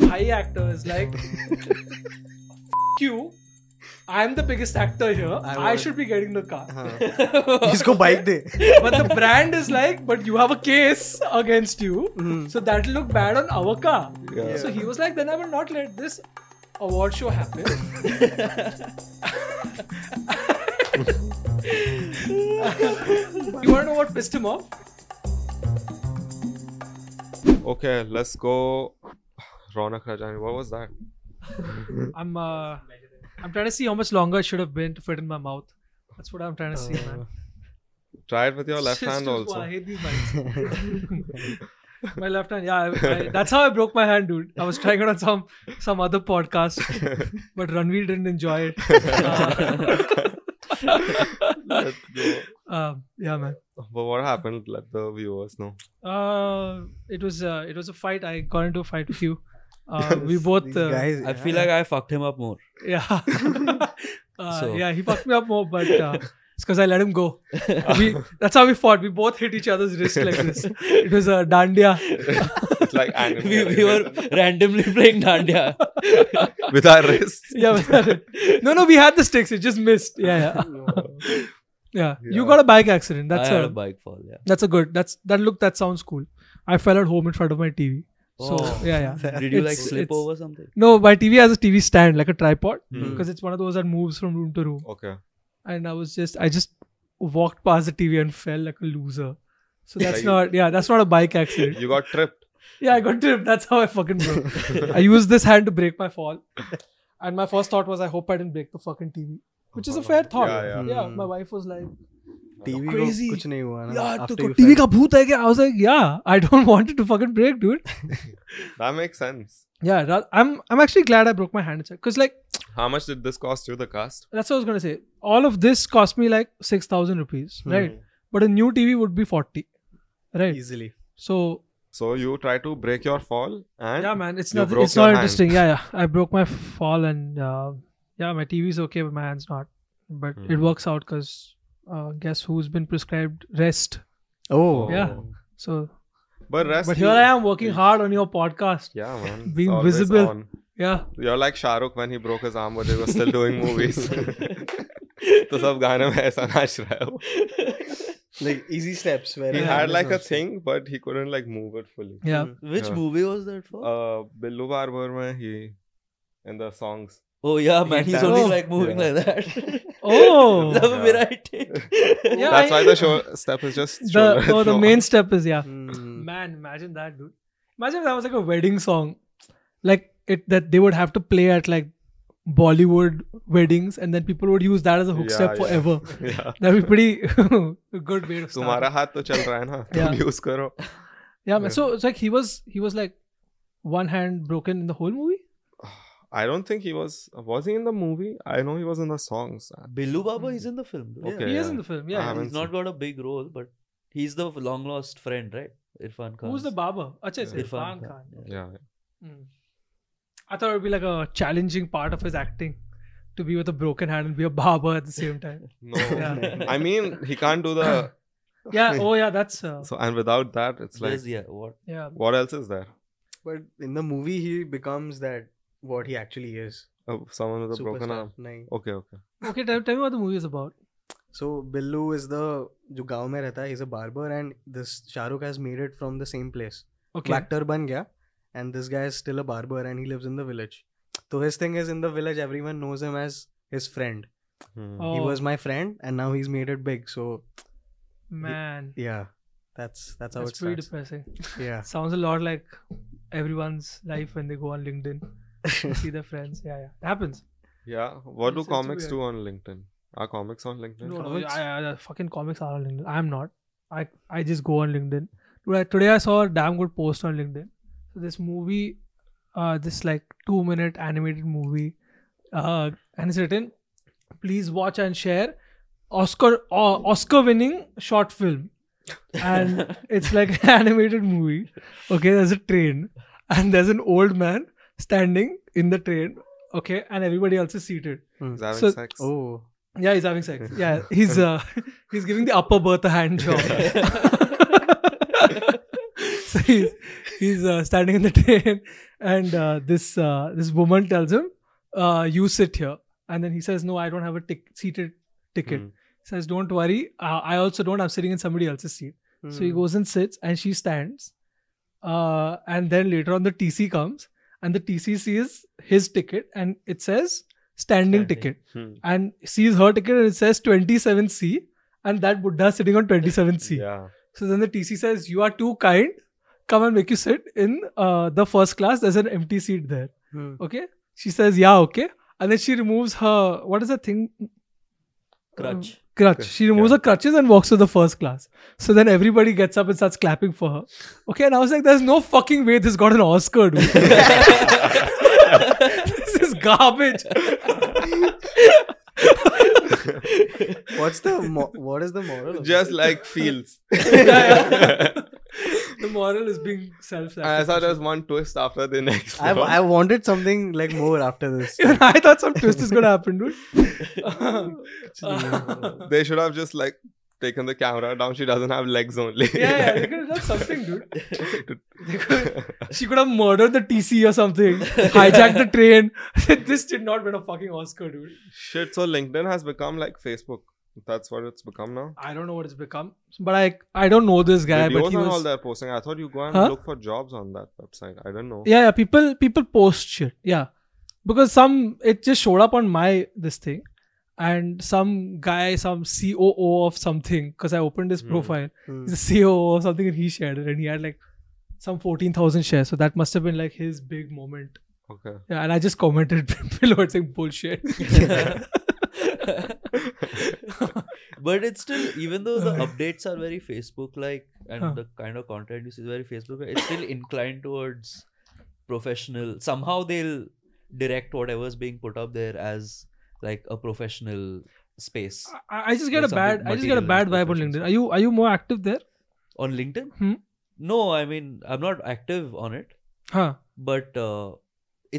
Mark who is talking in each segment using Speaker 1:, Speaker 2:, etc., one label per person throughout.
Speaker 1: high actors. Like, F- you. I'm the biggest actor here.
Speaker 2: I Uh-huh.
Speaker 1: I,
Speaker 2: want-
Speaker 1: should be getting the car.
Speaker 2: इसको bike दे
Speaker 1: but the brand is like, but you have a case against you, so that'll look bad on our car.
Speaker 3: Yeah.
Speaker 1: So he was like, then I will not let this award show happen. you want to know what pissed him off?
Speaker 3: Okay, let's go. Ronak Rajani, what was that?
Speaker 1: I'm uh, I'm trying to see how much longer it should have been to fit in my mouth. That's what I'm trying to see, man.
Speaker 3: Try it with your left
Speaker 1: It's
Speaker 3: hand
Speaker 1: just- I
Speaker 3: also.
Speaker 1: hate these mics. my left hand, yeah. I, I, that's how I broke my hand, dude. I was trying it on some some other podcast, but Ranveer didn't enjoy it. Uh,
Speaker 3: Let's go.
Speaker 1: um, yeah, man.
Speaker 3: But what happened? Let the viewers know.
Speaker 1: Uh, it was uh, it was a fight. I got into a fight with you. Uh, we both,
Speaker 2: These
Speaker 1: uh,
Speaker 2: guys,
Speaker 4: I feel like I fucked him up more.
Speaker 1: yeah, uh,
Speaker 4: So-
Speaker 1: yeah. He fucked me up more, but uh, it's because I let him go. We that's how we fought. We both hit each other's wrist like this. It was a dandia.
Speaker 3: it's like anime.
Speaker 4: we, we were randomly playing Dandia.
Speaker 3: with our wrists.
Speaker 1: Yeah, but- no, no. We had the sticks. It just missed. Yeah, yeah. Yeah, you
Speaker 3: Yeah.
Speaker 1: got a bike accident. That's
Speaker 4: I had
Speaker 1: a,
Speaker 4: a bike fall. Yeah.
Speaker 1: that's a good. That's that look. That sounds cool. I fell at home in front of my TV. So
Speaker 4: Oh.
Speaker 1: yeah, yeah.
Speaker 4: Did you like
Speaker 1: It's-
Speaker 4: slip
Speaker 1: it's-
Speaker 4: over something?
Speaker 1: No, my TV has a TV stand like a tripod
Speaker 3: Hmm.
Speaker 1: because it's one of those that moves from room to room.
Speaker 3: Okay.
Speaker 1: And I was just I just walked past the TV and fell like a loser. So that's
Speaker 3: Like-
Speaker 1: not yeah, that's not a bike accident.
Speaker 3: You got tripped.
Speaker 1: Yeah, I got tripped. That's how I fucking broke. I used this hand to break my fall, and my first thought was I hope I didn't break the fucking TV, which is a fair thought.
Speaker 3: Yeah, yeah.
Speaker 1: my wife was like.
Speaker 2: TV को
Speaker 1: Crazy.
Speaker 2: कुछ नहीं हुआ ना
Speaker 3: तो
Speaker 1: यार
Speaker 2: after
Speaker 1: तेरे को
Speaker 2: you
Speaker 1: TV
Speaker 2: fell.
Speaker 1: का भूत है क्या I was like yeah I don't want it to fucking break dude Hmm.
Speaker 3: That makes sense.
Speaker 1: Yeah I am I am actually glad I broke my hand cuz like
Speaker 3: How much did this cost you, the cast?
Speaker 1: That's what I was gonna say all of this cost me like 6000 rupees
Speaker 3: Hmm.
Speaker 1: Right but a new TV would be 40 right
Speaker 2: easily.
Speaker 1: So
Speaker 3: So you try to break your fall and
Speaker 1: yeah man it's
Speaker 3: You
Speaker 1: not
Speaker 3: broke
Speaker 1: it's
Speaker 3: your
Speaker 1: not
Speaker 3: hand.
Speaker 1: Interesting या या I broke my fall and yeah my TV is okay but my hand's not but it
Speaker 3: Hmm.
Speaker 1: Works out cuz uh, guess who's been prescribed rest
Speaker 2: Oh,
Speaker 1: Yeah. so
Speaker 3: But rest.
Speaker 1: but
Speaker 3: you-
Speaker 1: here i am working hard on your podcast
Speaker 3: Yeah, man. It's
Speaker 1: Being
Speaker 3: always
Speaker 1: visible.
Speaker 3: on.
Speaker 1: yeah
Speaker 3: You're like Shahrukh when he broke his arm, but they were still doing movies. तो सब गाने में ऐसा नाच रहा है वो.
Speaker 2: like easy steps.
Speaker 3: He had like a thing, but he couldn't like move it fully.
Speaker 1: yeah
Speaker 4: Which
Speaker 3: Yeah.
Speaker 4: movie was that for?
Speaker 3: Uh, Billu Barber mein he in the songs.
Speaker 4: oh yeah, man,
Speaker 3: he
Speaker 4: he's
Speaker 3: danced.
Speaker 4: only
Speaker 1: Oh.
Speaker 4: like moving
Speaker 3: Yeah.
Speaker 4: like that.
Speaker 1: Oh.
Speaker 4: love
Speaker 3: Yeah.
Speaker 4: variety.
Speaker 1: Yeah,
Speaker 3: Hmm. That's
Speaker 1: I-
Speaker 3: why the show step is just
Speaker 1: the,
Speaker 3: shoulder
Speaker 1: oh, the
Speaker 3: throw.
Speaker 1: main step is yeah.
Speaker 2: Hmm.
Speaker 1: Man, imagine that, dude. Imagine if that was like a wedding song, like it that they would have to play at like Bollywood weddings, and then people would use that as a hook
Speaker 3: Yeah,
Speaker 1: step
Speaker 3: yeah.
Speaker 1: forever.
Speaker 3: Yeah.
Speaker 1: That'd be pretty good way to start.
Speaker 3: तुम्हारा हाथ तो चल रहा है ना तुम
Speaker 1: Yeah.
Speaker 3: Use करो
Speaker 1: Yeah, man.
Speaker 3: Yeah.
Speaker 1: So it's like he was he was like one hand broken in the whole movie.
Speaker 3: I don't think he was. Was he in the movie? I know he was in the songs.
Speaker 4: Billu Baba is in the film. Though.
Speaker 3: Okay.
Speaker 1: he is
Speaker 3: yeah.
Speaker 1: in the film.
Speaker 3: I
Speaker 1: Yeah.
Speaker 3: haven't
Speaker 4: He's not got a big role, but he's the long lost friend, right? Irfan
Speaker 3: Uh-huh.
Speaker 4: Khan.
Speaker 1: Who's the barber? Acha, it's
Speaker 3: Yeah.
Speaker 1: Irfan Khan.
Speaker 3: Yeah.
Speaker 1: Hmm. I thought it would be like a challenging part of his acting to be with a broken hand and be a barber at the same time.
Speaker 3: No.
Speaker 1: Yeah.
Speaker 2: Hmm.
Speaker 3: I mean, he can't do the.
Speaker 1: Yeah. Oh, yeah. That's uh,
Speaker 3: So and without that, it's like
Speaker 4: There's- yeah, what?
Speaker 1: yeah.
Speaker 3: what else is there?
Speaker 2: But in the movie, he becomes that what he actually is.
Speaker 3: Oh, someone with a broken
Speaker 2: Superstar.
Speaker 3: arm.
Speaker 2: नहीं.
Speaker 3: Okay, okay.
Speaker 1: Okay, tell, tell me what the movie is about.
Speaker 2: So Billu is the जो गांव में रहता है he's a barber and this Shahrukh has made it from the same place.
Speaker 1: Okay.
Speaker 2: Actor बन गया and this guy is still a barber and he lives in the village. So his thing is in the village everyone knows him as his friend.
Speaker 3: Hmm.
Speaker 1: oh
Speaker 2: He was my friend and now he's made it big. So
Speaker 1: man,
Speaker 2: yeah, that's that's how
Speaker 1: that's
Speaker 2: it
Speaker 1: pretty
Speaker 2: starts.
Speaker 1: depressing.
Speaker 2: Yeah.
Speaker 1: Sounds a lot like everyone's life when they go on LinkedIn, see their friends. Yeah, yeah, it happens.
Speaker 3: Yeah. What do
Speaker 1: It's- it's
Speaker 3: comics do on LinkedIn? Are comics on LinkedIn?
Speaker 1: No, no,
Speaker 2: Comics?
Speaker 1: I, I, I- fucking comics are on LinkedIn. I'm not. I I just go on LinkedIn. Dude, I, today I saw a damn good post on LinkedIn. So this movie, uh, this like two minute animated movie, uh, and it's written, please watch and share, Oscar uh, Oscar winning short film, and it's like an animated movie. Okay, there's a train, and there's an old man standing in the train. Okay, and everybody else is seated.
Speaker 3: He's having
Speaker 1: So-
Speaker 3: sex.
Speaker 2: Oh.
Speaker 1: Yeah, he's having sex. Yeah, he's uh, he's giving the upper berth a hand job. so he's he's uh, standing in the train, and uh, this uh, this woman tells him, uh, "You sit here," and then he says, "No, I don't have a tic- seated ticket."
Speaker 3: Hmm.
Speaker 1: Says, "Don't worry, uh, I also don't. I'm sitting in somebody else's seat." So
Speaker 2: Hmm.
Speaker 1: he goes and sits, and she stands. Uh, and then later on, the TC comes, and the TC sees his ticket, and it says standing,
Speaker 4: Standing.
Speaker 1: ticket,
Speaker 3: Hmm.
Speaker 1: and sees her ticket, and it says 27C, and that Buddha is sitting on 27C.
Speaker 3: Yeah.
Speaker 1: So then the TC says, "You are too kind. Come and make you sit in uh, the first class. There's an empty seat there."
Speaker 2: Hmm.
Speaker 1: Okay. She says, "Yeah, okay," and then she removes her what is that thing?
Speaker 4: Crutch.
Speaker 1: crutch.
Speaker 3: Crutch,
Speaker 1: She removes
Speaker 3: yeah.
Speaker 1: her crutches and walks to the first class. So then everybody gets up and starts clapping for her. Okay, and I was like, there's no fucking way this got an Oscar, dude. this is garbage.
Speaker 2: What's the mo- what is the moral? of
Speaker 3: Just like feels.
Speaker 1: the moral is being self
Speaker 3: I saw there's one twist after the next.
Speaker 2: this? I,
Speaker 3: one.
Speaker 2: I wanted something like more after this.
Speaker 1: Even I thought some twist is gonna happen, dude.
Speaker 2: Actually,
Speaker 3: they should have just like taken the camera down. She doesn't have legs only.
Speaker 1: yeah, yeah, they could have done something, dude. They could, she could have murdered the TC or something, hijacked the train. this did not win a fucking Oscar, dude.
Speaker 3: Shit. So LinkedIn has become like Facebook. That's what it's become now.
Speaker 1: I don't know what it's become, but I I don't know this guy.
Speaker 3: Videos
Speaker 1: but he
Speaker 3: and
Speaker 1: was,
Speaker 3: all they're posting. I thought you go and
Speaker 1: Huh?
Speaker 3: look for jobs on that website. I don't know.
Speaker 1: yeah, yeah, people people post shit. Yeah, because some it just showed up on my this thing, and some guy, some COO of something, because I opened his
Speaker 3: Hmm.
Speaker 1: profile, he's the COO of something, and he shared it, and he had like some fourteen thousand shares. So that must have been like his big moment.
Speaker 3: Okay.
Speaker 1: Yeah, and I just commented below it saying bullshit.
Speaker 4: but it's still even though the updates are very facebook like and
Speaker 1: Huh.
Speaker 4: the kind of content you see is very facebook it's still inclined towards professional somehow they'll direct whatever's being put up there as like a professional space
Speaker 1: I, I just get
Speaker 4: There's
Speaker 1: a bad
Speaker 4: something
Speaker 1: I just get a bad
Speaker 4: material
Speaker 1: vibe on
Speaker 4: professions.
Speaker 1: LinkedIn. Are you are you more active there?
Speaker 4: on linkedin
Speaker 1: Hmm.
Speaker 4: no i mean i'm not active on it
Speaker 1: Huh.
Speaker 4: but uh,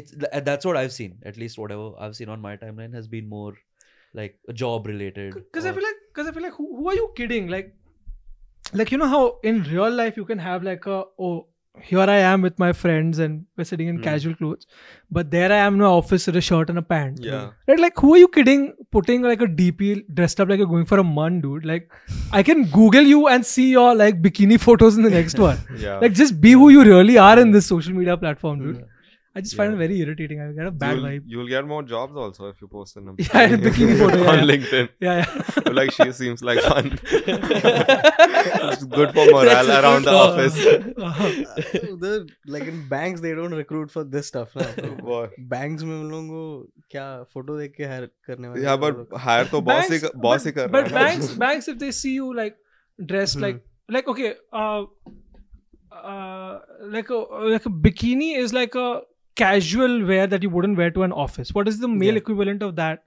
Speaker 4: it's th- that's what i've seen at least whatever i've seen on my timeline has been more like job related
Speaker 1: because I
Speaker 3: uh,
Speaker 4: or-
Speaker 1: feel like because I feel like who, who are you kidding? Like, like you know how in real life you can have like a oh here I am with my friends and we're sitting in
Speaker 3: Hmm.
Speaker 1: casual clothes, but there I am in my office with a shirt and a pant.
Speaker 3: Yeah.
Speaker 1: Right? Like who are you kidding? Putting like a DP dressed up like you're going for a mun, dude. Like I can Google you and see your like bikini photos in the next one.
Speaker 3: Yeah.
Speaker 1: Like just be who you really are in this social media platform, dude. I just find
Speaker 3: Yeah.
Speaker 1: it very irritating. I get a bad
Speaker 3: you'll,
Speaker 1: vibe.
Speaker 3: You'll get more jobs also if you post in a
Speaker 1: Yeah, in bikini photo, yeah,
Speaker 3: on
Speaker 1: yeah.
Speaker 3: LinkedIn.
Speaker 1: Yeah, yeah.
Speaker 3: like she seems like fun.
Speaker 4: It's
Speaker 3: good for morale
Speaker 4: That's a
Speaker 3: around
Speaker 4: good
Speaker 3: the
Speaker 4: call.
Speaker 3: office.
Speaker 1: Uh-huh.
Speaker 2: Uh, the, like in banks they don't recruit for this stuff ना
Speaker 3: What?
Speaker 2: Banks में उन लोगों को क्या photo देख के higher करने वाले
Speaker 3: Yeah,
Speaker 2: हैं वो
Speaker 3: but
Speaker 2: लोग।
Speaker 3: hire तो boss he
Speaker 1: Banks-
Speaker 3: boss he
Speaker 1: but,
Speaker 3: कर रहा
Speaker 1: but
Speaker 3: है Hmm. ना।
Speaker 1: banks banks if they see you like dressed
Speaker 2: Hmm.
Speaker 1: like like okay uh uh like a like a bikini is like a casual wear that you wouldn't wear to an office what is the male
Speaker 2: Yeah.
Speaker 1: equivalent of that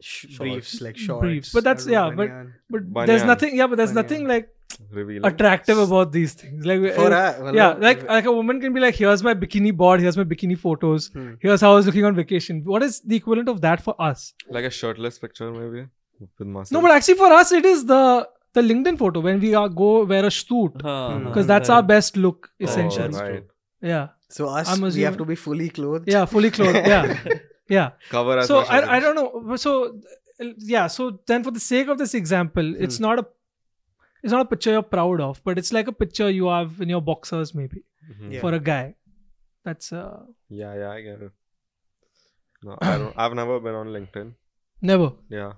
Speaker 2: Sh-
Speaker 4: Shorts.
Speaker 2: briefs like
Speaker 1: Briefs.
Speaker 2: shorts
Speaker 1: But that's-
Speaker 2: I don't know,
Speaker 1: yeah, but-
Speaker 2: बनियान।
Speaker 1: but there's
Speaker 3: Banyan.
Speaker 1: nothing yeah but there's
Speaker 2: Banyan.
Speaker 1: nothing like
Speaker 3: Revealing.
Speaker 1: attractive about these things like
Speaker 2: For
Speaker 1: uh,
Speaker 2: a-
Speaker 1: yeah
Speaker 2: मतलब-
Speaker 1: like like a woman can be like here's my bikini board here's my bikini photos
Speaker 2: Hmm.
Speaker 1: here's how i was looking on vacation what is the equivalent of that for us
Speaker 3: Like a shirtless picture maybe with muscles.
Speaker 1: no but actually for us it is the the linkedin photo when we are, go wear a suit because Hmm. that's our best look
Speaker 4: Oh,
Speaker 1: essentially
Speaker 4: that's
Speaker 3: right.
Speaker 1: yeah
Speaker 2: So us,
Speaker 1: I'm
Speaker 2: we have
Speaker 1: assuming-
Speaker 2: to be fully clothed.
Speaker 1: yeah fully clothed yeah yeah
Speaker 3: Cover as
Speaker 1: so
Speaker 3: much as
Speaker 1: I, I
Speaker 3: you-
Speaker 1: don't know so uh, yeah so then for the sake of this example it's
Speaker 4: Hmm.
Speaker 1: not a it's not a picture you're proud of but it's like a picture you have in your boxers maybe
Speaker 3: Mhm.
Speaker 2: Yeah.
Speaker 1: for a guy that's uh
Speaker 3: Yeah, yeah, I get it. No, I don't. I've never been on LinkedIn.
Speaker 1: never
Speaker 3: Yeah,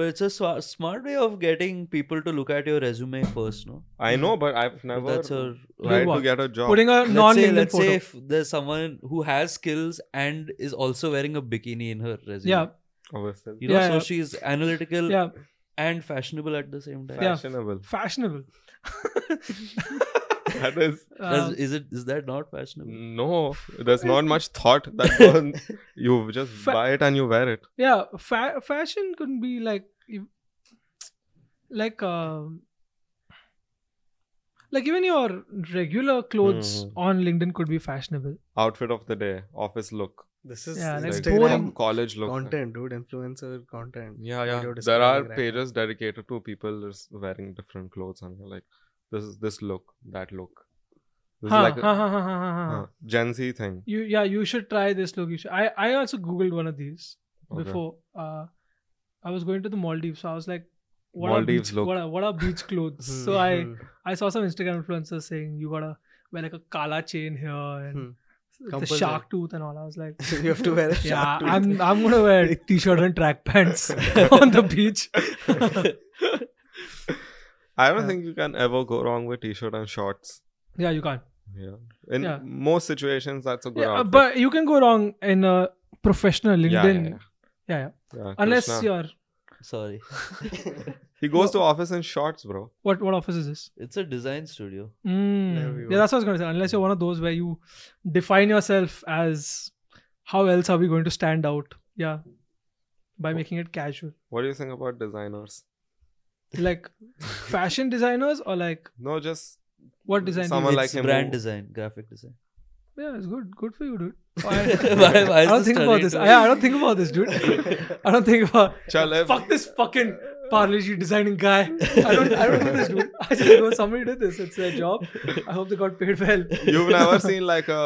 Speaker 4: But it's a swa- smart way of getting people to look at your resume first, no?
Speaker 3: I know, but I've
Speaker 4: If
Speaker 3: never
Speaker 4: That's a
Speaker 3: tried to
Speaker 1: what?
Speaker 3: get a job.
Speaker 1: Mm-hmm. putting a
Speaker 4: let's say,
Speaker 1: non-linkedin
Speaker 4: let's say
Speaker 1: photo
Speaker 4: if there's someone who has skills and is also wearing a bikini in her resume.
Speaker 1: yeah
Speaker 3: Obviously.
Speaker 4: You know,
Speaker 1: Yeah,
Speaker 4: so
Speaker 1: yeah.
Speaker 4: she's analytical
Speaker 1: yeah
Speaker 4: and fashionable at the same time.
Speaker 1: Yeah.
Speaker 3: Fashionable.
Speaker 1: fashionable
Speaker 3: That is
Speaker 4: Does,
Speaker 1: Um,
Speaker 4: is it is that not fashionable?
Speaker 1: Mm.
Speaker 3: no. There's not much thought that one. You just
Speaker 1: Fa-
Speaker 3: buy it and you wear it.
Speaker 1: yeah fa- fashion could be like if- like um like even your regular clothes
Speaker 3: Hmm.
Speaker 1: on linkedin could be fashionable
Speaker 3: Outfit of the day, office look,
Speaker 2: This is
Speaker 1: Yeah, like
Speaker 2: Instagram
Speaker 1: boring
Speaker 3: college look.
Speaker 2: content, dude. Influencer content.
Speaker 3: Yeah,
Speaker 2: Video
Speaker 3: yeah. There are
Speaker 2: discovery, right?
Speaker 3: pages dedicated to people just wearing different clothes and you're like, this is this look, that look. This
Speaker 1: Huh,
Speaker 3: is like a
Speaker 1: huh, huh, huh, huh, huh, huh.
Speaker 3: huh, Gen Z thing.
Speaker 1: You yeah, you should try this look. You should. I I also googled one of these
Speaker 3: Okay.
Speaker 1: before. Uh, I was going to the Maldives, so I was like, what
Speaker 3: Maldives
Speaker 1: are beach,
Speaker 3: look.
Speaker 1: What are, what are beach clothes?
Speaker 2: Hmm,
Speaker 1: so I I saw some Instagram influencers saying you gotta wear like a kala chain here
Speaker 3: Hmm.
Speaker 1: and the
Speaker 2: Compulsory.
Speaker 1: shark tooth and all. I was like,
Speaker 2: hmm. you have to wear a
Speaker 1: yeah,
Speaker 2: shark tooth.
Speaker 1: I'm I'm gonna wear a t-shirt and track pants on the beach.
Speaker 3: I don't
Speaker 1: Yeah.
Speaker 3: think you can ever go wrong with t-shirt and shorts.
Speaker 1: yeah, you can't.
Speaker 3: Yeah. In
Speaker 1: Yeah.
Speaker 3: most situations, that's a good
Speaker 1: Yeah, uh,
Speaker 3: outfit.
Speaker 1: but you can go wrong in a professional LinkedIn.
Speaker 3: yeah, yeah, yeah.
Speaker 1: Yeah, yeah.
Speaker 3: Yeah,
Speaker 1: Unless
Speaker 3: Krishna.
Speaker 1: you're
Speaker 4: Sorry.
Speaker 3: he goes to office in shorts, bro.
Speaker 1: what what office is this?
Speaker 4: It's a design studio.
Speaker 2: we
Speaker 1: Mm.
Speaker 2: go.
Speaker 1: Yeah, that's what I was going to say. Unless you're one of those where you define yourself as how else are we going to stand out? Yeah. By making it casual.
Speaker 3: What do you think about designers?
Speaker 1: Like fashion designers or like
Speaker 3: No, just
Speaker 1: what design? do you
Speaker 3: Someone
Speaker 1: make?
Speaker 3: like him
Speaker 4: Brand
Speaker 3: who-
Speaker 4: design, graphic design.
Speaker 1: Yeah, it's good. Good for you, dude.
Speaker 4: Why-
Speaker 1: I,
Speaker 4: why
Speaker 1: I
Speaker 4: is
Speaker 1: don't
Speaker 4: this
Speaker 1: think
Speaker 4: turning
Speaker 1: about this.
Speaker 4: to-
Speaker 1: I, I don't think about this, dude. I don't think about
Speaker 3: Chal, ev-
Speaker 1: fuck this fucking parlorji designing guy. I don't I don't do this, dude. I just go somebody did this. It's their job. I hope they got paid well.
Speaker 3: You've never seen like a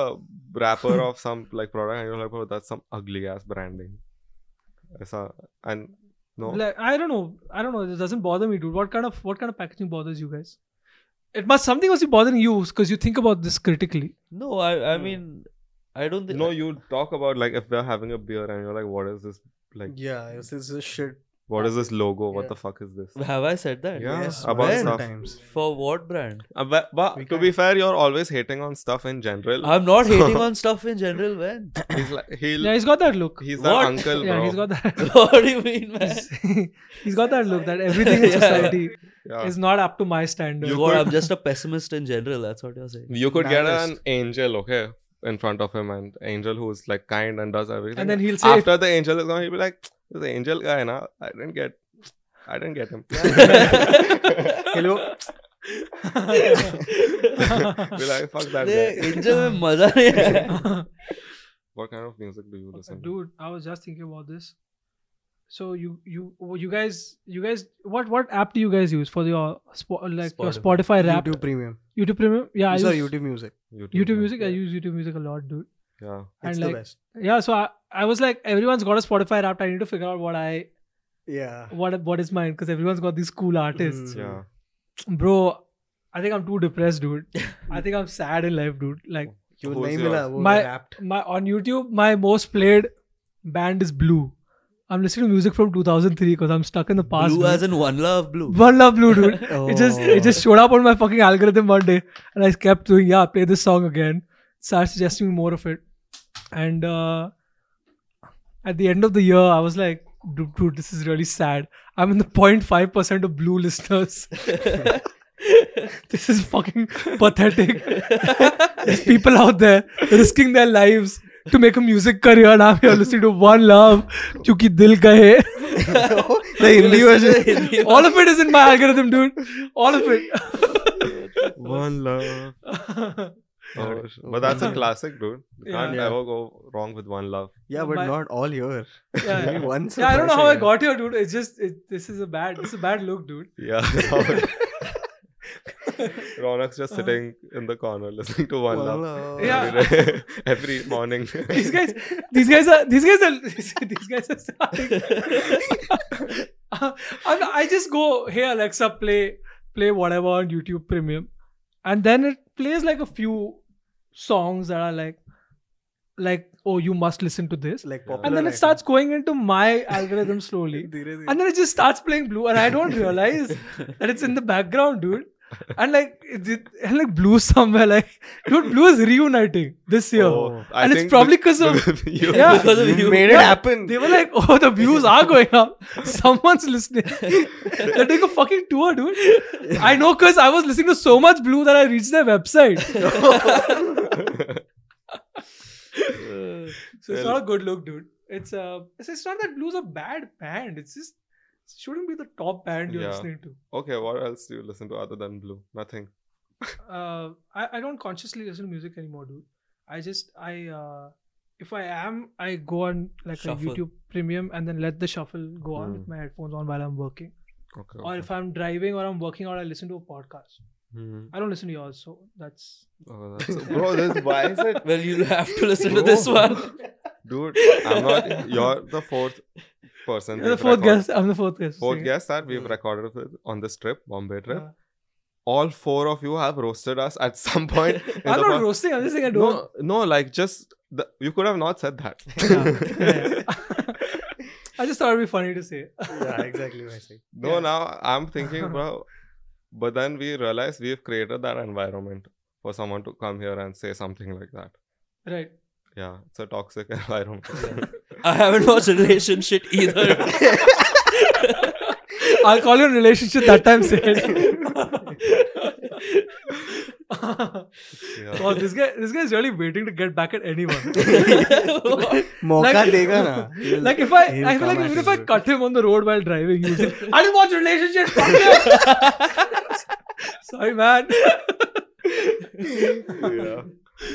Speaker 3: wrapper of some like product and you're like, oh, that's some ugly ass branding. Aisa, and no,
Speaker 1: Like I don't know. I don't know. It doesn't bother me, dude. What kind of what kind of packaging bothers you guys? It must something must be bothering you because you think about this critically.
Speaker 4: No, I I
Speaker 3: Hmm.
Speaker 4: mean I don't think
Speaker 3: no, you talk about like if we're having a beer and you're like, what is this? Like,
Speaker 2: yeah, this is a shit.
Speaker 3: what is this logo? What
Speaker 2: Yeah.
Speaker 3: the fuck is this?
Speaker 4: have I said that?
Speaker 3: Yeah,
Speaker 2: yes,
Speaker 3: about
Speaker 2: man.
Speaker 3: stuff.
Speaker 2: Sometimes.
Speaker 4: For what brand?
Speaker 3: Uh, but but
Speaker 2: We
Speaker 3: to be fair, you're always hating on stuff in general.
Speaker 1: Uh,
Speaker 4: I'm not hating on stuff in general, man.
Speaker 3: he's like he'll,
Speaker 1: Yeah, he's got that look.
Speaker 3: he's that
Speaker 4: What?
Speaker 3: uncle, bro.
Speaker 1: yeah, he's got that.
Speaker 4: what do you mean, man?
Speaker 1: he's- he's got that look that everything in
Speaker 4: Yeah.
Speaker 1: society
Speaker 3: Yeah.
Speaker 1: is not up to my standard.
Speaker 3: Uh. You
Speaker 4: God,
Speaker 3: could-
Speaker 4: I'm just a pessimist in general. That's what you're saying.
Speaker 3: You could get an
Speaker 2: Nihilist.
Speaker 3: angel, okay, in front of him, and angel who's like kind and does everything.
Speaker 1: and then he'll say,
Speaker 3: after the angel is gone, he'll be like, "This angel guy, na, I didn't get, I didn't get him."
Speaker 2: Hello.
Speaker 3: be like, "Fuck that
Speaker 4: अरे,
Speaker 3: guy."
Speaker 4: angel में मजा नहीं है
Speaker 3: What kind of music do you listen? to?
Speaker 1: dude i was just thinking about this so you you oh, you guys you guys what what app do you guys use for your spo- like your
Speaker 4: Spotify.
Speaker 1: spotify rap
Speaker 2: YouTube Premium.
Speaker 1: youtube premium yeah i
Speaker 2: Sorry,
Speaker 1: use
Speaker 2: YouTube Music.
Speaker 1: youtube
Speaker 3: yeah.
Speaker 1: music i
Speaker 2: Yeah.
Speaker 1: use youtube music a lot dude
Speaker 3: Yeah,
Speaker 2: It's
Speaker 1: and
Speaker 2: the
Speaker 1: like
Speaker 2: best.
Speaker 1: yeah so I, I was like everyone's got a spotify rap i need to figure out what i
Speaker 2: Yeah.
Speaker 1: what what is mine because everyone's got these cool artists
Speaker 2: Mm.
Speaker 3: yeah.
Speaker 1: bro i think i'm too depressed dude i think i'm sad in life dude like
Speaker 2: You
Speaker 3: Who's
Speaker 2: nahi
Speaker 3: yours?
Speaker 2: mila, wo
Speaker 1: My-
Speaker 2: wrapped.
Speaker 1: my on YouTube, my most played band is Blue. I'm listening to music from 2003 because I'm stuck in the past.
Speaker 4: Blue
Speaker 1: dude.
Speaker 4: as in one love blue.
Speaker 1: One Love Blue, dude.
Speaker 2: Oh.
Speaker 1: It just it just showed up on my fucking algorithm one day, and I kept doing yeah, play this song again. Started suggesting me more of it, and uh, at the end of the year, I was like, dude, dude this is really sad. I'm in the 0.5 percent of Blue listeners. this is fucking pathetic. There's people out there risking their lives to make a music career and I'm here listening to One Love, Chuki Dil Kahe.
Speaker 2: The Hindi version.
Speaker 4: Hindi
Speaker 1: All of it is in my algorithm, dude. All of it.
Speaker 3: One love. Oh, sh- but that's a classic, dude. You
Speaker 1: Yeah.
Speaker 3: can't
Speaker 2: Yeah.
Speaker 3: ever go wrong with one love.
Speaker 2: Yeah, but
Speaker 1: My-
Speaker 2: not all year.
Speaker 1: yeah,
Speaker 2: Maybe
Speaker 1: yeah.
Speaker 2: once. or
Speaker 1: Yeah, I don't know
Speaker 2: twice
Speaker 1: how
Speaker 2: a
Speaker 1: I
Speaker 2: year.
Speaker 1: got here, dude. It's just it, this is a bad this is a bad look, dude.
Speaker 3: Yeah. Ronak's just sitting in the corner listening to one, love.
Speaker 2: Wallah.
Speaker 1: Uh. Yeah.
Speaker 3: every day- every morning.
Speaker 1: These guys these guys are these guys are these guys are starting. I'm, I just go, hey Alexa, play play whatever on YouTube Premium, and then it plays like a few songs that are like, like oh you must listen to this,
Speaker 2: Like
Speaker 3: Yeah.
Speaker 2: popular.
Speaker 1: and then it
Speaker 2: icon.
Speaker 1: starts going into my algorithm slowly,
Speaker 2: Dheere dheere.
Speaker 1: and then it just starts playing blue, and I don't realize that it's in the background, dude. And like, it, it- and like blue somewhere, like dude, blue is reuniting this year.
Speaker 3: Oh, I
Speaker 1: And it's
Speaker 3: think
Speaker 1: probably 'cause of-
Speaker 3: you.
Speaker 1: Yeah.
Speaker 4: Because of
Speaker 2: You
Speaker 4: you.
Speaker 2: made it happen.
Speaker 1: They were like, oh, the views are going up. Someone's listening. They're doing a fucking tour, dude. I know because I was listening to so much Blue that I reached their website.
Speaker 3: Uh,
Speaker 1: So it's not a good look, dude. It's uh, it's, it's not that Blue's a bad band. It's just it shouldn't be the top band you're
Speaker 3: Yeah.
Speaker 1: listening to.
Speaker 3: okay, what else do you listen to other than Blue? Nothing.
Speaker 1: Uh, I, I don't consciously listen to music anymore, dude. I just I uh, if I am, I go on like a
Speaker 4: Shuffle.
Speaker 1: YouTube Premium and then let the shuffle go on
Speaker 3: Hmm.
Speaker 1: with my headphones on while I'm working,
Speaker 3: Okay.
Speaker 1: or
Speaker 3: okay.
Speaker 1: if I'm driving or I'm working out, I listen to a podcast.
Speaker 3: Hmm.
Speaker 1: I don't listen to yours, so that's
Speaker 3: Oh, that's, bro, this, why is it?
Speaker 4: Well, you'll have to listen to this one.
Speaker 3: Dude, I'm not. You're the fourth person.
Speaker 1: You're the
Speaker 3: we've
Speaker 1: fourth
Speaker 3: record-
Speaker 1: guest. I'm the fourth guest. Uh,
Speaker 3: Fourth
Speaker 1: okay?
Speaker 3: guest that we've
Speaker 2: Hmm.
Speaker 3: recorded with on this trip, Bombay trip.
Speaker 1: Yeah.
Speaker 3: All four of you have roasted us at some point. in
Speaker 1: I'm
Speaker 3: the
Speaker 1: not
Speaker 3: pod-
Speaker 1: roasting. I'm just saying I don't.
Speaker 3: no, no, like just the, you could have not said that.
Speaker 1: Yeah. I just thought it'd be funny to say.
Speaker 2: yeah, exactly. what I said.
Speaker 3: No,
Speaker 1: Yeah.
Speaker 3: now I'm thinking, bro. But then we realize we've created that environment for someone to come here and say something like that.
Speaker 1: Right.
Speaker 3: Yeah, it's a toxic environment.
Speaker 4: I haven't watched relationship either.
Speaker 1: I'll call you in relationship that time said.
Speaker 3: Yeah.
Speaker 1: wow, this guy this guy is really waiting to get back at anyone.
Speaker 2: मौका
Speaker 1: Like-
Speaker 2: देगा ना he'll-
Speaker 1: Like if I,
Speaker 2: he'll
Speaker 1: I feel
Speaker 2: come
Speaker 1: like
Speaker 2: at
Speaker 1: even if
Speaker 2: you,
Speaker 1: I
Speaker 2: bro.
Speaker 1: cut him on the road while driving, he would say, "I didn't watch relationship." fuck you." Sorry, man.
Speaker 3: yeah.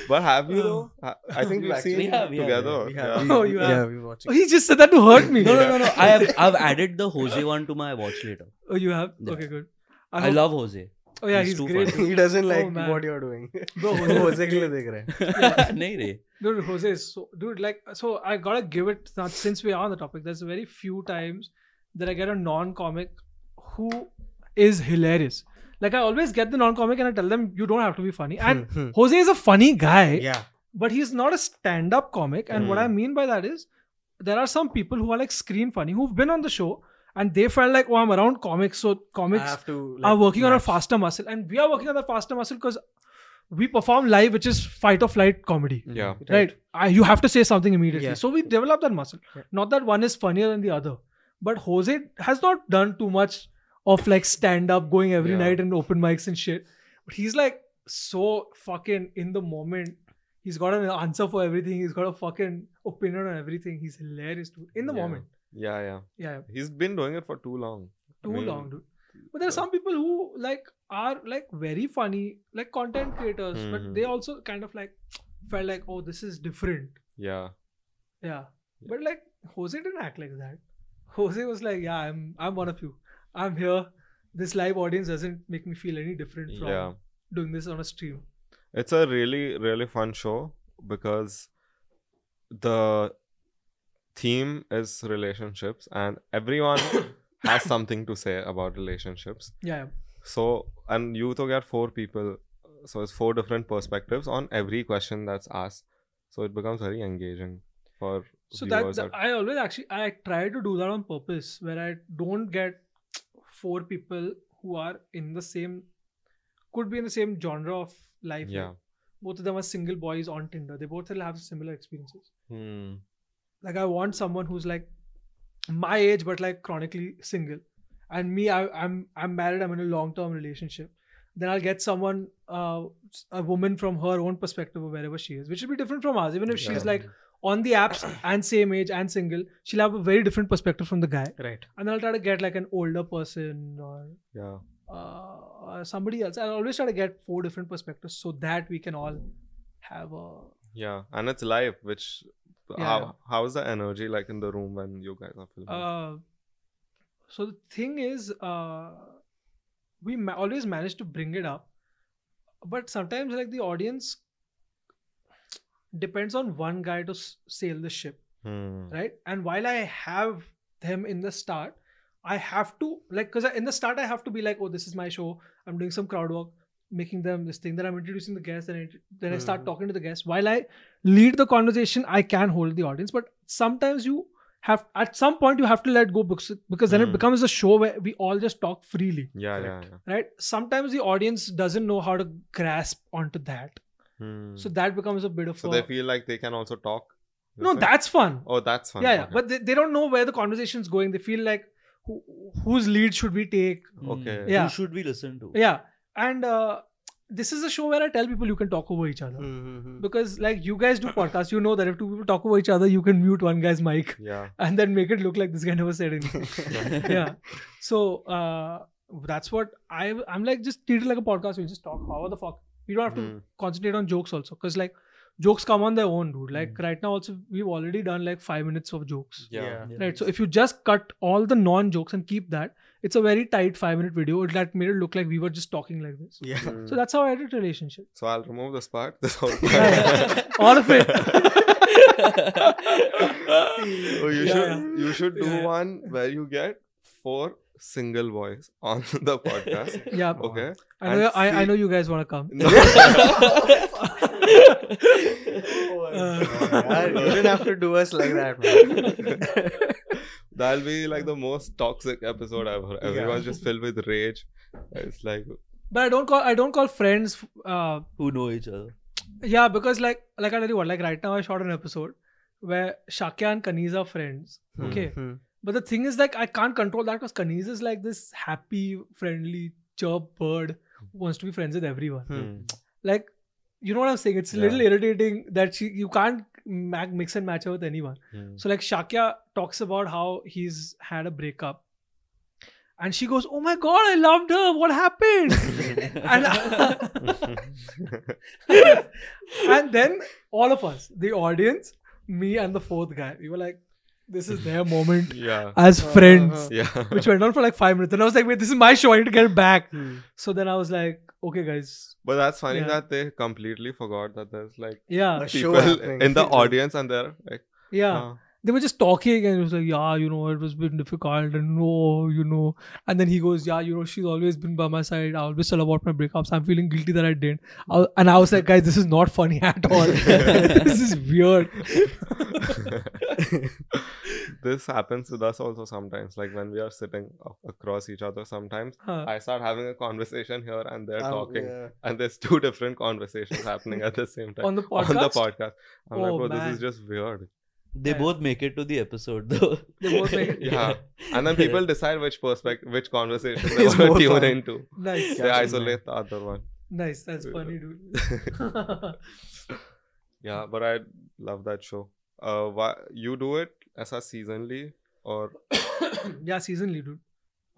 Speaker 3: But have you though? Ha- I think
Speaker 2: We
Speaker 3: we've
Speaker 2: have,
Speaker 3: seen
Speaker 4: we have, we
Speaker 3: together.
Speaker 2: We have,
Speaker 3: yeah.
Speaker 2: we,
Speaker 1: Oh, you
Speaker 2: yeah,
Speaker 1: have.
Speaker 2: we watch
Speaker 1: Oh, he just said that to hurt me.
Speaker 4: no, no, no, no. I have I've added the Jose one to my watch later.
Speaker 1: Oh, you have.
Speaker 4: Yeah.
Speaker 1: Okay, good.
Speaker 4: I,
Speaker 1: hope-
Speaker 4: love Jose.
Speaker 1: Oh yeah,
Speaker 4: he's
Speaker 1: he's
Speaker 4: too
Speaker 1: great.
Speaker 2: He doesn't like
Speaker 1: Oh, man.
Speaker 2: what you're doing.
Speaker 1: Bro,
Speaker 2: वो
Speaker 1: Jose
Speaker 2: उसे के लिए देख रहा है.
Speaker 4: नहीं रे.
Speaker 1: dude jose is so dude like so i gotta give it that since we are on the topic there's very few times that i get a non-comic who is hilarious like i always get the non-comic and i tell them you don't have to be funny and
Speaker 2: Hmm, hmm.
Speaker 1: jose is a funny guy
Speaker 2: yeah,
Speaker 1: but he's not a stand-up comic and what i
Speaker 3: Hmm.
Speaker 1: mean by that is there are some people who are like screen funny who've been on the show and they felt like oh i'm around comics so
Speaker 2: I
Speaker 1: comics
Speaker 2: have to.
Speaker 1: are
Speaker 2: Ah, like,
Speaker 1: working on a
Speaker 2: match.
Speaker 1: faster muscle and we are working on the faster muscle because we perform live which is fight or flight comedy
Speaker 3: Yeah.
Speaker 1: right, I, you have to say something immediately
Speaker 2: Yeah.
Speaker 1: so we develop that muscle
Speaker 2: Yeah.
Speaker 1: not that one is funnier than the other but jose has not done too much of like stand up going every
Speaker 3: Yeah.
Speaker 1: night and open mics and shit but he's like so fucking in the moment he's got an answer for everything he's got a fucking opinion on everything he's hilarious dude in the
Speaker 3: Yeah.
Speaker 1: moment
Speaker 3: Yeah, yeah.
Speaker 1: yeah
Speaker 3: He's been doing it for too long.
Speaker 1: too
Speaker 3: I mean,
Speaker 1: long dude but there are
Speaker 3: uh,
Speaker 1: some people who like are like very funny like content creators but
Speaker 3: Mhm.
Speaker 1: they also kind of like felt like oh this is different
Speaker 3: Yeah.
Speaker 1: Yeah. But like Jose didn't act like that. Jose was like, Yeah, I'm I'm one of you. I'm here. This live audience doesn't make me feel any different from
Speaker 3: Yeah.
Speaker 1: doing this on a stream.
Speaker 3: It's a really, really fun show because the theme is relationships and everyone has something to say about relationships.
Speaker 1: Yeah.
Speaker 3: So, and you to get four people. So, it's four different perspectives on every question that's asked. So, it becomes very engaging for
Speaker 1: So that,
Speaker 3: viewers.
Speaker 1: that
Speaker 3: at-
Speaker 1: I always actually I try to do that on purpose where I don't get four people who are in the same could be in the same genre of life. like,
Speaker 3: yeah.
Speaker 1: Both of them are single boys on Tinder. They both will have similar experiences.
Speaker 3: Hmm.
Speaker 1: like i want someone who's like my age but like chronically single and me I, i'm i'm married i'm in a long term relationship then i'll get someone uh, a woman from her own perspective or wherever she is which will be different from ours even if she's
Speaker 3: Yeah.
Speaker 1: like on the apps and same age and single she'll have a very different perspective from the guy
Speaker 2: Right.
Speaker 1: and then i'll try to get like an older person or
Speaker 3: Yeah.
Speaker 1: uh, or somebody else i'll always try to get four different perspectives so that we can all have a
Speaker 3: Yeah, and it's live, which
Speaker 1: Yeah, yeah.
Speaker 3: how how is the energy like in the room when you guys are filming?
Speaker 1: Uh, so the thing is, uh, we ma- always manage to bring it up, but sometimes like the audience depends on one guy to s- sail the ship,
Speaker 3: Hmm.
Speaker 1: right? And while I have them in the start, I have to like because in the start I have to be like, oh, this is my show. I'm doing some crowd work, making them this thing. Then I'm introducing the guests, and I, then I start
Speaker 3: Hmm.
Speaker 2: Mhm.
Speaker 1: talking to the guests. While I lead the conversation, I can hold the audience, but sometimes you have at some point you have to let go because because then it
Speaker 3: Mm.
Speaker 1: becomes a show where we all just talk freely,
Speaker 3: Yeah, yeah,
Speaker 2: Correct.
Speaker 3: yeah.
Speaker 1: right? Sometimes the audience doesn't know how to grasp onto that,
Speaker 3: Hmm.
Speaker 1: so
Speaker 3: So,
Speaker 1: that becomes a bit of a,
Speaker 3: they feel like they can also talk. you
Speaker 1: no.
Speaker 3: say?
Speaker 1: That's fun.
Speaker 3: oh, that's fun.
Speaker 1: yeah, yeah.
Speaker 3: okay.
Speaker 1: But they, they don't know where the conversation's going. They feel like who, whose lead should we take?
Speaker 3: Okay.
Speaker 4: Hmm.
Speaker 1: Yeah.
Speaker 4: Who should we listen to?
Speaker 1: Yeah. And uh, this is a show where I tell people you can talk over each other.
Speaker 2: Hmm, hmm, hmm.
Speaker 1: Because like you guys do podcasts, you know that if two people talk over each other, you can mute one guy's mic
Speaker 3: yeah,
Speaker 1: and then make it look like this guy never said anything. yeah. So uh, that's what I I'm like just treat it like a podcast. We just talk however the fuck. We don't have to
Speaker 3: Hmm.
Speaker 1: concentrate on jokes also because like jokes come on their own, dude. Like
Speaker 3: Hmm.
Speaker 4: Mm.
Speaker 1: right now, also we've already done like five minutes of jokes.
Speaker 3: Yeah.
Speaker 2: Yeah.
Speaker 1: Right. So if you just cut all the non jokes and keep that, it's a very tight five minute video. It that made it look like we were just talking like this.
Speaker 2: Yeah.
Speaker 1: So that's how I edit relationships.
Speaker 3: Hmm. So I'll remove this part. This whole
Speaker 1: Yeah.
Speaker 3: part.
Speaker 1: All of it.
Speaker 3: oh, you
Speaker 1: Yeah, yeah.
Speaker 3: should you should do
Speaker 1: Yeah, yeah.
Speaker 3: one where you get four single boys on the podcast.
Speaker 1: Yeah.
Speaker 3: Okay.
Speaker 1: I know.
Speaker 3: And
Speaker 1: I, I
Speaker 3: see-
Speaker 1: know you guys want to come.
Speaker 3: No.
Speaker 2: I, you didn't have to do us like that, man.
Speaker 3: That'll be like the most toxic episode ever. Everyone's just filled with rage. It's like
Speaker 1: But I don't call. I don't call friends. Uh,
Speaker 4: Who know each other?
Speaker 1: yeah, because like like I tell you what. Like right now, I shot an episode where Shakya and Kaniz are friends. Okay.
Speaker 2: Hmm.
Speaker 1: But the thing is, like, I can't control that because Kaniz is like this happy, friendly, chirp bird who wants to be friends with everyone.
Speaker 2: Hmm.
Speaker 1: Like, you know what I'm saying? It's a
Speaker 3: Yeah.
Speaker 1: little irritating that she you can't ma- mix and match her with anyone.
Speaker 3: hmm.
Speaker 1: So, like, Shakya talks about how he's had a breakup. And she goes, Oh my God, I loved her. What happened? and, and then all of us, the audience, me, and the fourth guy, we were like, This is their moment
Speaker 3: yeah. Uh-huh.
Speaker 1: as
Speaker 2: Uh,
Speaker 1: friends
Speaker 3: Yeah.
Speaker 1: which went on for like five minutes. And I was like, wait, this is my show. I need to get it back.
Speaker 2: Hmm.
Speaker 1: So then I was like, okay, guys.
Speaker 3: But that's funny
Speaker 1: Yeah.
Speaker 3: that they completely forgot that there's like
Speaker 1: Yeah.
Speaker 2: A show
Speaker 3: people
Speaker 2: happening.
Speaker 3: in the audience and they're like,
Speaker 1: Yeah.
Speaker 3: "Huh."
Speaker 1: They were just talking and it was like, yeah, you know, it was been difficult and no, you know. And then he goes, yeah, you know, she's always been by my side. I always tell about my breakups. I'm feeling guilty that I didn't. I was- and I was like, guys, this is not funny at all. this is weird.
Speaker 3: this happens with us also sometimes. Like when we are sitting a- across each other, sometimes
Speaker 1: Huh.
Speaker 3: I start having a conversation here and they're
Speaker 2: Oh,
Speaker 3: talking,
Speaker 2: yeah.
Speaker 3: and there's two different conversations happening at the same time
Speaker 1: On the podcast.
Speaker 3: the podcast. I'm
Speaker 1: Oh,
Speaker 3: like, bro, this is
Speaker 1: man.
Speaker 3: just weird.
Speaker 4: They
Speaker 1: Yeah.
Speaker 4: both make it to the episode though.
Speaker 1: They both make it.
Speaker 3: Yeah. And then people decide which perspective, which conversation they
Speaker 2: It's
Speaker 3: want
Speaker 2: more
Speaker 3: to tune
Speaker 2: fun.
Speaker 3: into.
Speaker 1: Nice.
Speaker 3: They
Speaker 2: Yeah.
Speaker 3: isolate the other one.
Speaker 1: Nice. That's funny, dude.
Speaker 3: Yeah, but I love that show. Uh, why you do it as a seasonally or
Speaker 1: yeah, seasonally, dude.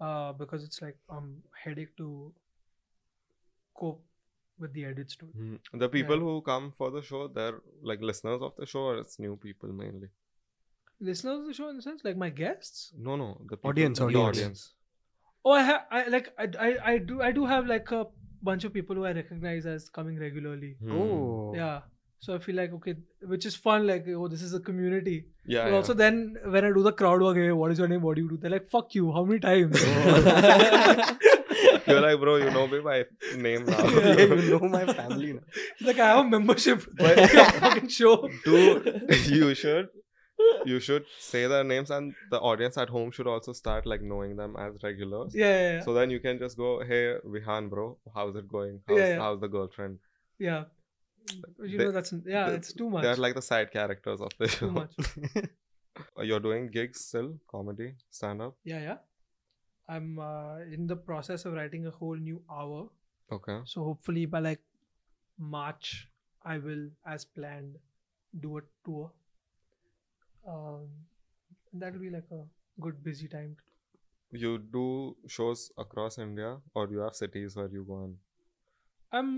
Speaker 1: Uh, because it's like um headache to cope with the edits, dude.
Speaker 2: Hmm.
Speaker 3: the people who come for the show? They're like listeners of the show, or it's new people mainly.
Speaker 1: Listeners of the show, in a sense, like my guests.
Speaker 3: No, no, the people,
Speaker 2: Audience,
Speaker 3: the
Speaker 2: audience.
Speaker 1: Oh, I have, I like, I, I, I do, I do have like a bunch of people who I recognize as coming regularly.
Speaker 3: Hmm.
Speaker 2: Oh.
Speaker 1: Yeah. So I feel like okay, which is fun. Like, oh, this is a community.
Speaker 3: yeah,
Speaker 1: But
Speaker 3: yeah.
Speaker 1: also, then when I do the crowd work, hey, what is your name? What do you do? They're like, fuck you. How many times?
Speaker 3: Oh. You're like, bro, you know me by name now.
Speaker 2: Yeah, you know my family now.
Speaker 1: like I have a membership.
Speaker 3: But-
Speaker 1: to your fucking show.
Speaker 3: Do you should you should say their names, and the audience at home should also start like knowing them as regulars.
Speaker 1: Yeah, yeah, yeah.
Speaker 3: So then you can just go, hey, Vihan, bro, how's it going? How's,
Speaker 1: Yeah, yeah.
Speaker 3: how's the girlfriend?
Speaker 1: yeah. You
Speaker 3: They-
Speaker 1: know that's yeah,
Speaker 3: they-
Speaker 1: it's too much.
Speaker 3: They're like the side characters of the
Speaker 1: too
Speaker 3: show.
Speaker 1: much.
Speaker 3: You're doing gigs still, comedy, stand up.
Speaker 1: Yeah, yeah. I'm uh, in the process of writing a whole new hour.
Speaker 3: Okay.
Speaker 1: So hopefully by like March, I will, as planned, do a tour. Um, that'll be like a good busy time.
Speaker 3: You do shows across India, or you have cities where you go and
Speaker 1: I'm. Um,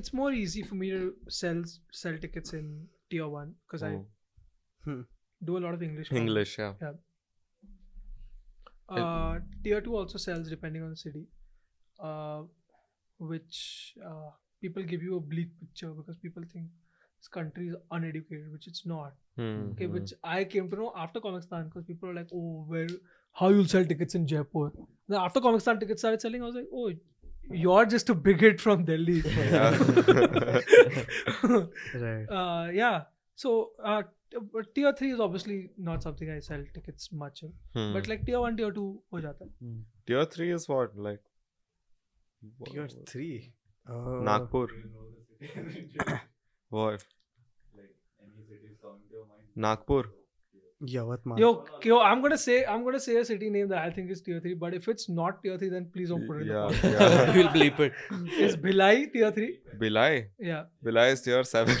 Speaker 1: It's more easy for me to sell sell tickets in tier one because I
Speaker 3: Oh,
Speaker 1: do a lot of English. comedy.
Speaker 3: English, yeah.
Speaker 1: Uh, tier 2 also sells depending on the city uh, which uh, people give you a bleak picture because people think this country is uneducated which it's not
Speaker 3: Hmm,
Speaker 1: okay
Speaker 3: hmm.
Speaker 1: which i came to know after comicstan because people were like oh where how you'll sell tickets in jaipur then after comicstan tickets started selling i was like oh you're just a bigot from delhi
Speaker 3: Yeah.
Speaker 2: Right.
Speaker 1: uh, yeah so uh, t- but tier 3 is obviously not something i sell tickets much in
Speaker 3: Hmm.
Speaker 1: but like tier 1 tier 2 ho jata hai.
Speaker 3: tier three is what like wha-
Speaker 2: Tier three. Uh,
Speaker 3: Nagpur. what? Nagpur. हाँ।
Speaker 2: Yavatmal.
Speaker 1: Yo, yo, I'm gonna say I'm gonna say a city name that I think is tier three, but if it's not tier three, then please don't put it
Speaker 3: Yeah,
Speaker 1: in the
Speaker 3: yeah.
Speaker 4: we'll bleep it.
Speaker 1: podcast. Is Bhilai tier three?
Speaker 3: Bilai.
Speaker 1: Yeah.
Speaker 3: Bilai is tier seven.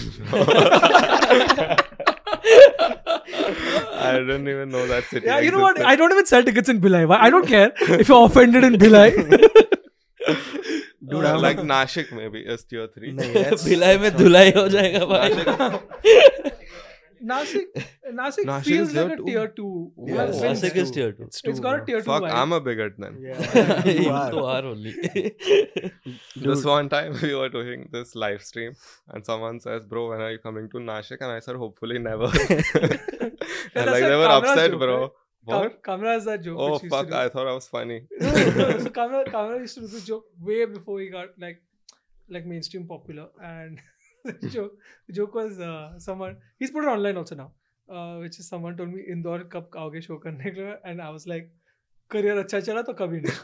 Speaker 3: I didn't even know that city.
Speaker 1: Yeah, you know what? I
Speaker 3: existed.
Speaker 1: don't even sell tickets in Bhilai. Why- I don't care if you're offended in Bhilai.
Speaker 2: Dude,
Speaker 3: Uh,
Speaker 2: I'm-
Speaker 3: like Nashik maybe is tier three.
Speaker 2: नहीं, that's-
Speaker 4: Bhilai में
Speaker 2: that's not-
Speaker 4: धुलाई हो जाएगा भाई
Speaker 1: Nasik, Nasik,
Speaker 3: Nashik
Speaker 1: feels
Speaker 3: is
Speaker 1: like a
Speaker 3: tier two.
Speaker 1: tier two.
Speaker 2: Yeah,
Speaker 1: Well,
Speaker 2: it's
Speaker 1: since-
Speaker 4: Nasik is tier two.
Speaker 2: It's
Speaker 1: it's
Speaker 2: two,
Speaker 1: got a
Speaker 2: bro.
Speaker 1: tier two.
Speaker 3: Fuck,
Speaker 1: vibe.
Speaker 3: I'm a bigot then.
Speaker 2: Yeah,
Speaker 4: You
Speaker 2: you
Speaker 4: two
Speaker 2: are.
Speaker 4: are only.
Speaker 3: This one time we were doing this live stream and someone says, Bro, when are you coming to Nashik? And I said, Hopefully never. and
Speaker 1: that's
Speaker 3: like
Speaker 1: a
Speaker 3: they were
Speaker 1: camera
Speaker 3: upset,
Speaker 1: joke,
Speaker 3: bro.
Speaker 1: right?
Speaker 3: What?
Speaker 1: Kam- Kamra is that joke.
Speaker 3: Oh
Speaker 1: which used to
Speaker 3: fuck,
Speaker 1: do.
Speaker 3: I thought I was funny.
Speaker 1: No, no, no, so Kamra, Kamra used to do this joke way before he got like like mainstream popular. And the joke, the joke was uh, someone he's put it online also now, uh, which is someone told me Indore कब आओगे show करने के लिए and I was like career अच्छा चला तो कभी नहीं.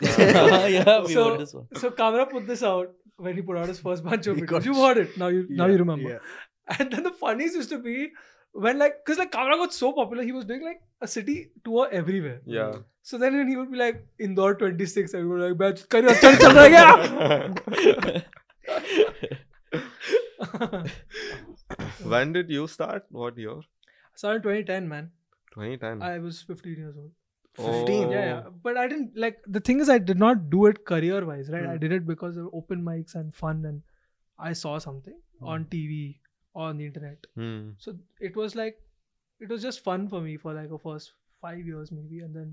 Speaker 4: yeah, we
Speaker 1: So-
Speaker 4: won this one.
Speaker 1: so Kamra put this out when he put out his first bunch of
Speaker 2: He
Speaker 1: videos.
Speaker 2: got
Speaker 1: You
Speaker 2: sh-
Speaker 1: heard it now. You now you
Speaker 2: Yeah,
Speaker 1: remember.
Speaker 2: yeah.
Speaker 1: And then the funniest used to be when like because like Kamra got so popular, he was doing like a city tour everywhere.
Speaker 3: Yeah.
Speaker 1: So then when he would be like Indore 26, and we were like, "Batch, career अच्छा चल रहा है क्या?"
Speaker 3: when did you start? What year?
Speaker 1: Started 2010, man.
Speaker 2: Hmm.
Speaker 3: 2010.
Speaker 1: I was 15 years old.
Speaker 3: Oh.
Speaker 2: 15,
Speaker 1: Yeah, yeah. But I didn't like the thing is I did not do it career wise, right?
Speaker 2: Hmm.
Speaker 1: I did it because there were open mics and fun, and I saw something
Speaker 2: Hmm.
Speaker 1: on TV on the internet.
Speaker 3: Hmm.
Speaker 1: so it was like it was just fun for me for like the first five years maybe and then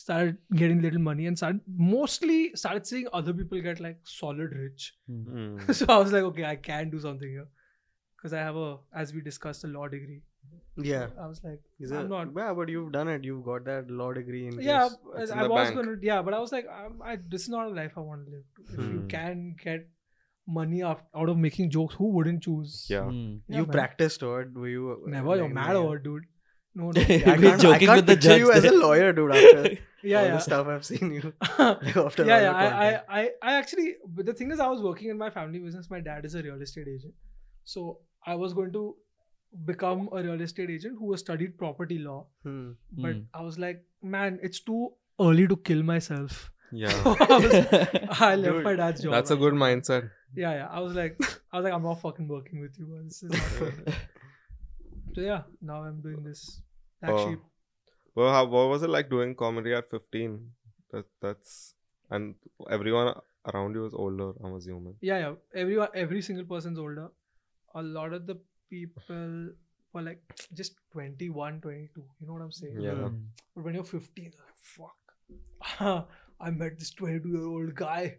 Speaker 1: started getting little money and started mostly started seeing other people get like solid rich
Speaker 3: Hmm.
Speaker 1: so i was like okay i can do something here because i have a as we discussed a law degree
Speaker 2: Yeah.
Speaker 1: i was like
Speaker 2: Is
Speaker 1: i'm
Speaker 2: it-
Speaker 1: not
Speaker 2: Yeah, but you've done it. You've got that law degree in
Speaker 1: yeah
Speaker 2: case.
Speaker 1: I,
Speaker 3: it's in
Speaker 1: I
Speaker 3: the
Speaker 1: was
Speaker 3: bank.
Speaker 1: gonna yeah but i was like I'm, i this is not a life i want to live if you
Speaker 3: Hmm.
Speaker 1: can get money out, out of making jokes who wouldn't choose
Speaker 3: Yeah.
Speaker 4: Mm.
Speaker 1: Yeah,
Speaker 2: you
Speaker 1: man.
Speaker 2: practiced or were you uh,
Speaker 1: never you're
Speaker 2: like,
Speaker 1: mad
Speaker 2: yeah.
Speaker 1: over it, dude no no
Speaker 2: I
Speaker 4: We're
Speaker 2: can't, I
Speaker 4: joking
Speaker 2: can't
Speaker 4: with the
Speaker 2: picture
Speaker 4: judge
Speaker 2: you as a
Speaker 4: there.
Speaker 2: lawyer, dude.
Speaker 4: Hmm.
Speaker 2: After all the
Speaker 1: yeah
Speaker 2: stuff I've seen you
Speaker 1: yeah
Speaker 2: after
Speaker 1: yeah,
Speaker 2: all
Speaker 1: yeah.
Speaker 2: the
Speaker 1: I,
Speaker 2: content.
Speaker 1: I, I, I actually, but the thing is, I was working in my family business. My dad is a real estate agent, so I was going to become a real estate agent who has studied property law.
Speaker 2: Hmm.
Speaker 1: But
Speaker 4: Hmm.
Speaker 1: I was like, man, it's too early to kill myself.
Speaker 3: Yeah.
Speaker 1: I, was- I left
Speaker 2: Dude,
Speaker 1: my dad's job.
Speaker 3: That's a good mindset.
Speaker 1: Yeah, yeah. I was like, I was like, I'm not fucking working with you. man. This is not good. so yeah, now I'm doing this. Actually,
Speaker 3: Oh. Well, how, what was it like doing comedy at 15? That, that's and everyone around you is older. I'm assuming.
Speaker 1: yeah yeah everyone every single person's older a lot of the people were like just 21 22 you know what i'm saying
Speaker 3: Yeah.
Speaker 4: Mm.
Speaker 1: but when you're 15 you're like, fuck i met this 22 year old guy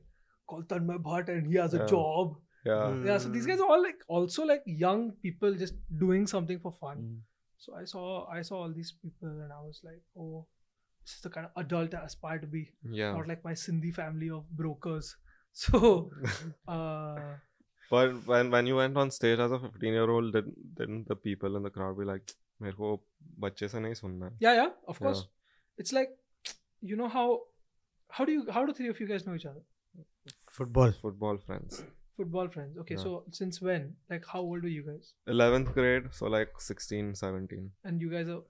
Speaker 1: called tanmay bhatt and he has a
Speaker 3: Yeah.
Speaker 1: job
Speaker 3: Yeah.
Speaker 2: Hmm.
Speaker 1: yeah so these guys are all like also like young people just doing something for fun
Speaker 4: Mm.
Speaker 1: so i saw i saw all these people and i was like oh this is the kind of adult i aspire to be
Speaker 3: Yeah.
Speaker 1: not like my sindhi family of brokers so uh
Speaker 3: But when when you went on stage as a 15 year old, didn't didn't the people in the crowd be like, मेरे को बच्चे से नहीं सुनना है
Speaker 1: Yeah, yeah, of course.
Speaker 3: Yeah.
Speaker 1: It's like you know how how do you how do three of you guys know each other?
Speaker 2: Football.
Speaker 3: football friends
Speaker 1: Football friends. Okay,
Speaker 3: Yeah.
Speaker 1: so since when? Like how old are you guys?
Speaker 3: 11th grade so like 16 17
Speaker 1: And you guys are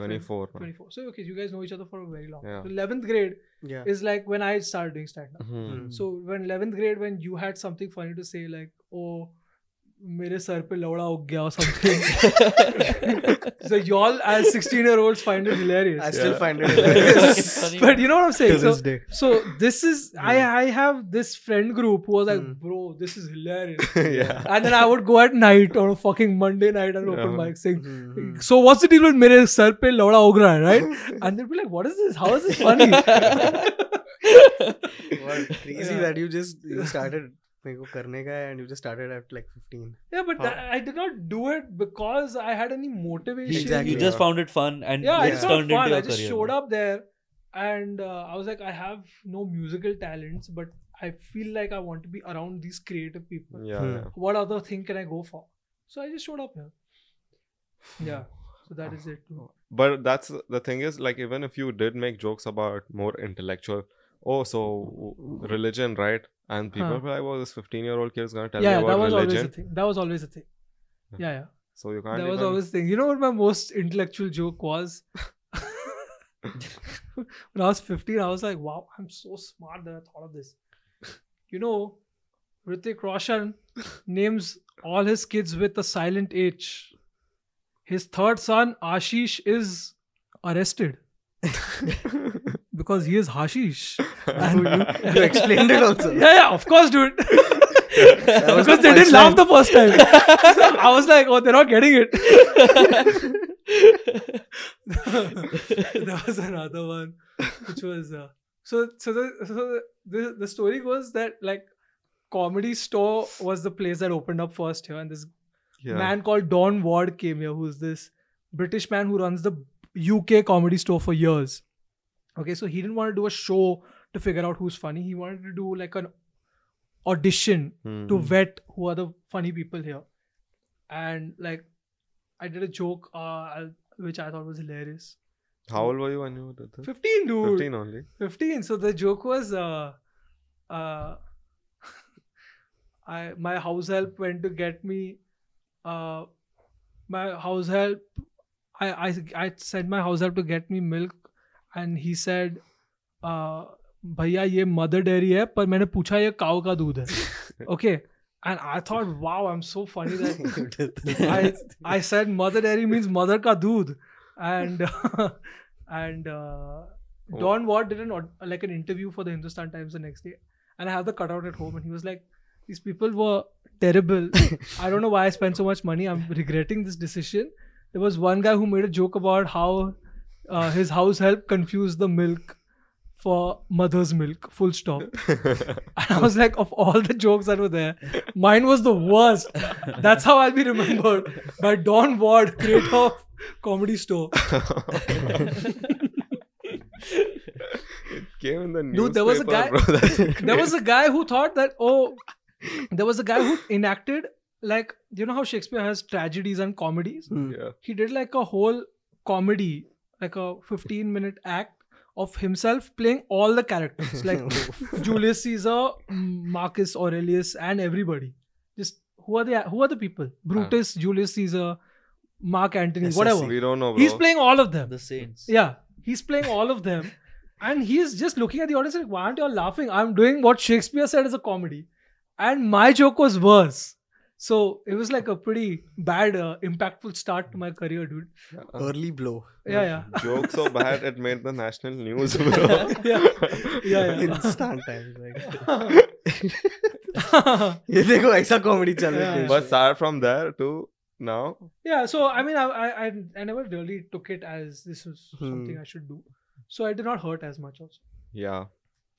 Speaker 3: 24
Speaker 1: twenty four. So okay, you guys know each other for a very long.
Speaker 3: Yeah.
Speaker 1: So eleventh grade
Speaker 2: Yeah.
Speaker 1: is like when I started doing stand up.
Speaker 3: Hmm.
Speaker 2: Hmm.
Speaker 1: So when eleventh grade when you had something funny to say like, oh मेरे सर पे लौड़ा हो गया or something.
Speaker 4: Hmm.
Speaker 1: so y'all as 16 year olds find it hilarious.
Speaker 2: I still
Speaker 3: Yeah.
Speaker 2: find it
Speaker 4: It's
Speaker 2: hilarious.
Speaker 4: funny.
Speaker 1: but you know what I'm saying?
Speaker 2: to
Speaker 1: So-
Speaker 2: this day.
Speaker 1: So this is I I have this friend group who was like,
Speaker 2: Hmm.
Speaker 1: bro, this is hilarious.
Speaker 3: yeah
Speaker 1: and then I would go at night on a fucking Monday night and open
Speaker 3: Yeah.
Speaker 1: mic saying,
Speaker 2: Mhm.
Speaker 1: so what's the deal with mere sar pe lauda ho raha hai, right? And they'd be like, what is this? How is this funny?
Speaker 2: What crazy
Speaker 1: Yeah.
Speaker 2: that you just you started मेरे को करने का है and you just started at like 15.
Speaker 1: yeah, but that, I did not do it because I had any motivation.
Speaker 2: Exactly.
Speaker 4: You just found it fun and
Speaker 1: Yeah,
Speaker 4: it's
Speaker 1: it's not
Speaker 4: turned
Speaker 1: fun.
Speaker 4: into
Speaker 1: I
Speaker 4: a
Speaker 1: just
Speaker 4: career.
Speaker 1: showed up there, and uh, I was like, I have no musical talents, but I feel like I want to be around these creative people.
Speaker 3: yeah,
Speaker 2: Hmm.
Speaker 3: yeah.
Speaker 1: what other thing can I go for? So I just showed up here. Yeah. So that is it. too.
Speaker 3: but that's the thing is like even if you did make jokes about more intellectual oh so religion right and people
Speaker 1: Huh.
Speaker 3: were like well this 15 year old kid is gonna tell
Speaker 1: yeah,
Speaker 3: me
Speaker 1: that was
Speaker 3: about
Speaker 1: always a
Speaker 3: religion
Speaker 1: thing. That was always a thing.
Speaker 3: Yeah.
Speaker 1: Yeah, yeah.
Speaker 3: so you can't
Speaker 1: That was
Speaker 3: even
Speaker 1: always a thing. You know what my most intellectual joke was? when I was 15, I was like, wow, I'm so smart that I thought of this. You know, Ritik Roshan names all his kids with a silent H. His third son, Ashish, is arrested. because he is Hashish.
Speaker 2: You, you explained it also.
Speaker 1: yeah, yeah, of course, dude.
Speaker 2: That was
Speaker 1: because
Speaker 2: the
Speaker 1: they didn't laugh
Speaker 2: punchline.
Speaker 1: the first time. So I was like, oh, they're not getting it. there was another one, which was uh, so so the so the, the the story goes that like comedy store was the place that opened up first here, and this
Speaker 3: yeah.
Speaker 1: man called Don Ward came here, who's this British man who runs the UK comedy store for years. Okay, so he didn't want to do a show to figure out who's funny. He wanted to do like an audition
Speaker 3: Hmm.
Speaker 1: to vet who are the funny people here. And like, I did a joke uh, which I thought was hilarious.
Speaker 3: How old were you when you did this?
Speaker 1: 15, dude. 15.
Speaker 3: 15 only.
Speaker 1: So the joke was uh, uh, I my house help went to get me. Uh, my house help, I, I, I sent my house help to get me milk. And he said, uh, भैया ये Mother Dairy है पर मैंने पूछा ये cow का दूध है okay and I thought wow I am so funny that
Speaker 2: You did
Speaker 1: I
Speaker 2: that.
Speaker 1: I said mother dairy means mother ka doodh, and and uh, Don Watt did an aud- like an interview for the Hindustan Times the next day, and I have the cutout at home, and he was like, "These people were terrible. I don't know why I spent so much money. I'm regretting this decision." There was one guy who made a joke about how uh, his house help confused the milk for mother's milk. Full stop. And I was like, of all the jokes that were there, mine was the worst. That's how I'll be remembered by Don Ward, creator of Comedy Store.
Speaker 3: it came in the newspaper.
Speaker 1: Dude, there was a guy-
Speaker 3: Bro. That's
Speaker 1: There
Speaker 3: great.
Speaker 1: was a guy who thought that, oh, there was a guy who enacted, like, you know how Shakespeare has tragedies and comedies?
Speaker 2: Hmm.
Speaker 3: Yeah.
Speaker 1: He did like a whole comedy, like a 15 minute act of himself playing all the characters, like Julius Caesar, Marcus Aurelius, and everybody. Just who are the who are the people? Brutus, Julius Caesar, Mark Antony,
Speaker 2: SSC.
Speaker 1: whatever.
Speaker 3: We don't know, bro.
Speaker 1: He's playing all of them.
Speaker 4: the saints.
Speaker 1: Yeah, he's playing all of them, and he's just looking at the audience like, "Why aren't you all laughing? I'm doing what Shakespeare said is a comedy, and my joke was worse." So it was like a pretty bad, uh, impactful start to my career, dude.
Speaker 3: Yeah.
Speaker 2: Early blow.
Speaker 1: Yeah, yeah.
Speaker 3: Joke so bad it made the national news, bro.
Speaker 1: Yeah. Yeah, yeah.
Speaker 2: Instant time. Like,
Speaker 1: yeah.
Speaker 2: ये देखो ऐसा comedy चल रहा
Speaker 1: Yeah.
Speaker 2: है
Speaker 3: But start from there to now.
Speaker 1: yeah so i mean I, I I- i never really took it as this was
Speaker 2: Hmm.
Speaker 1: something i should do so i did not hurt as much also
Speaker 3: Yeah.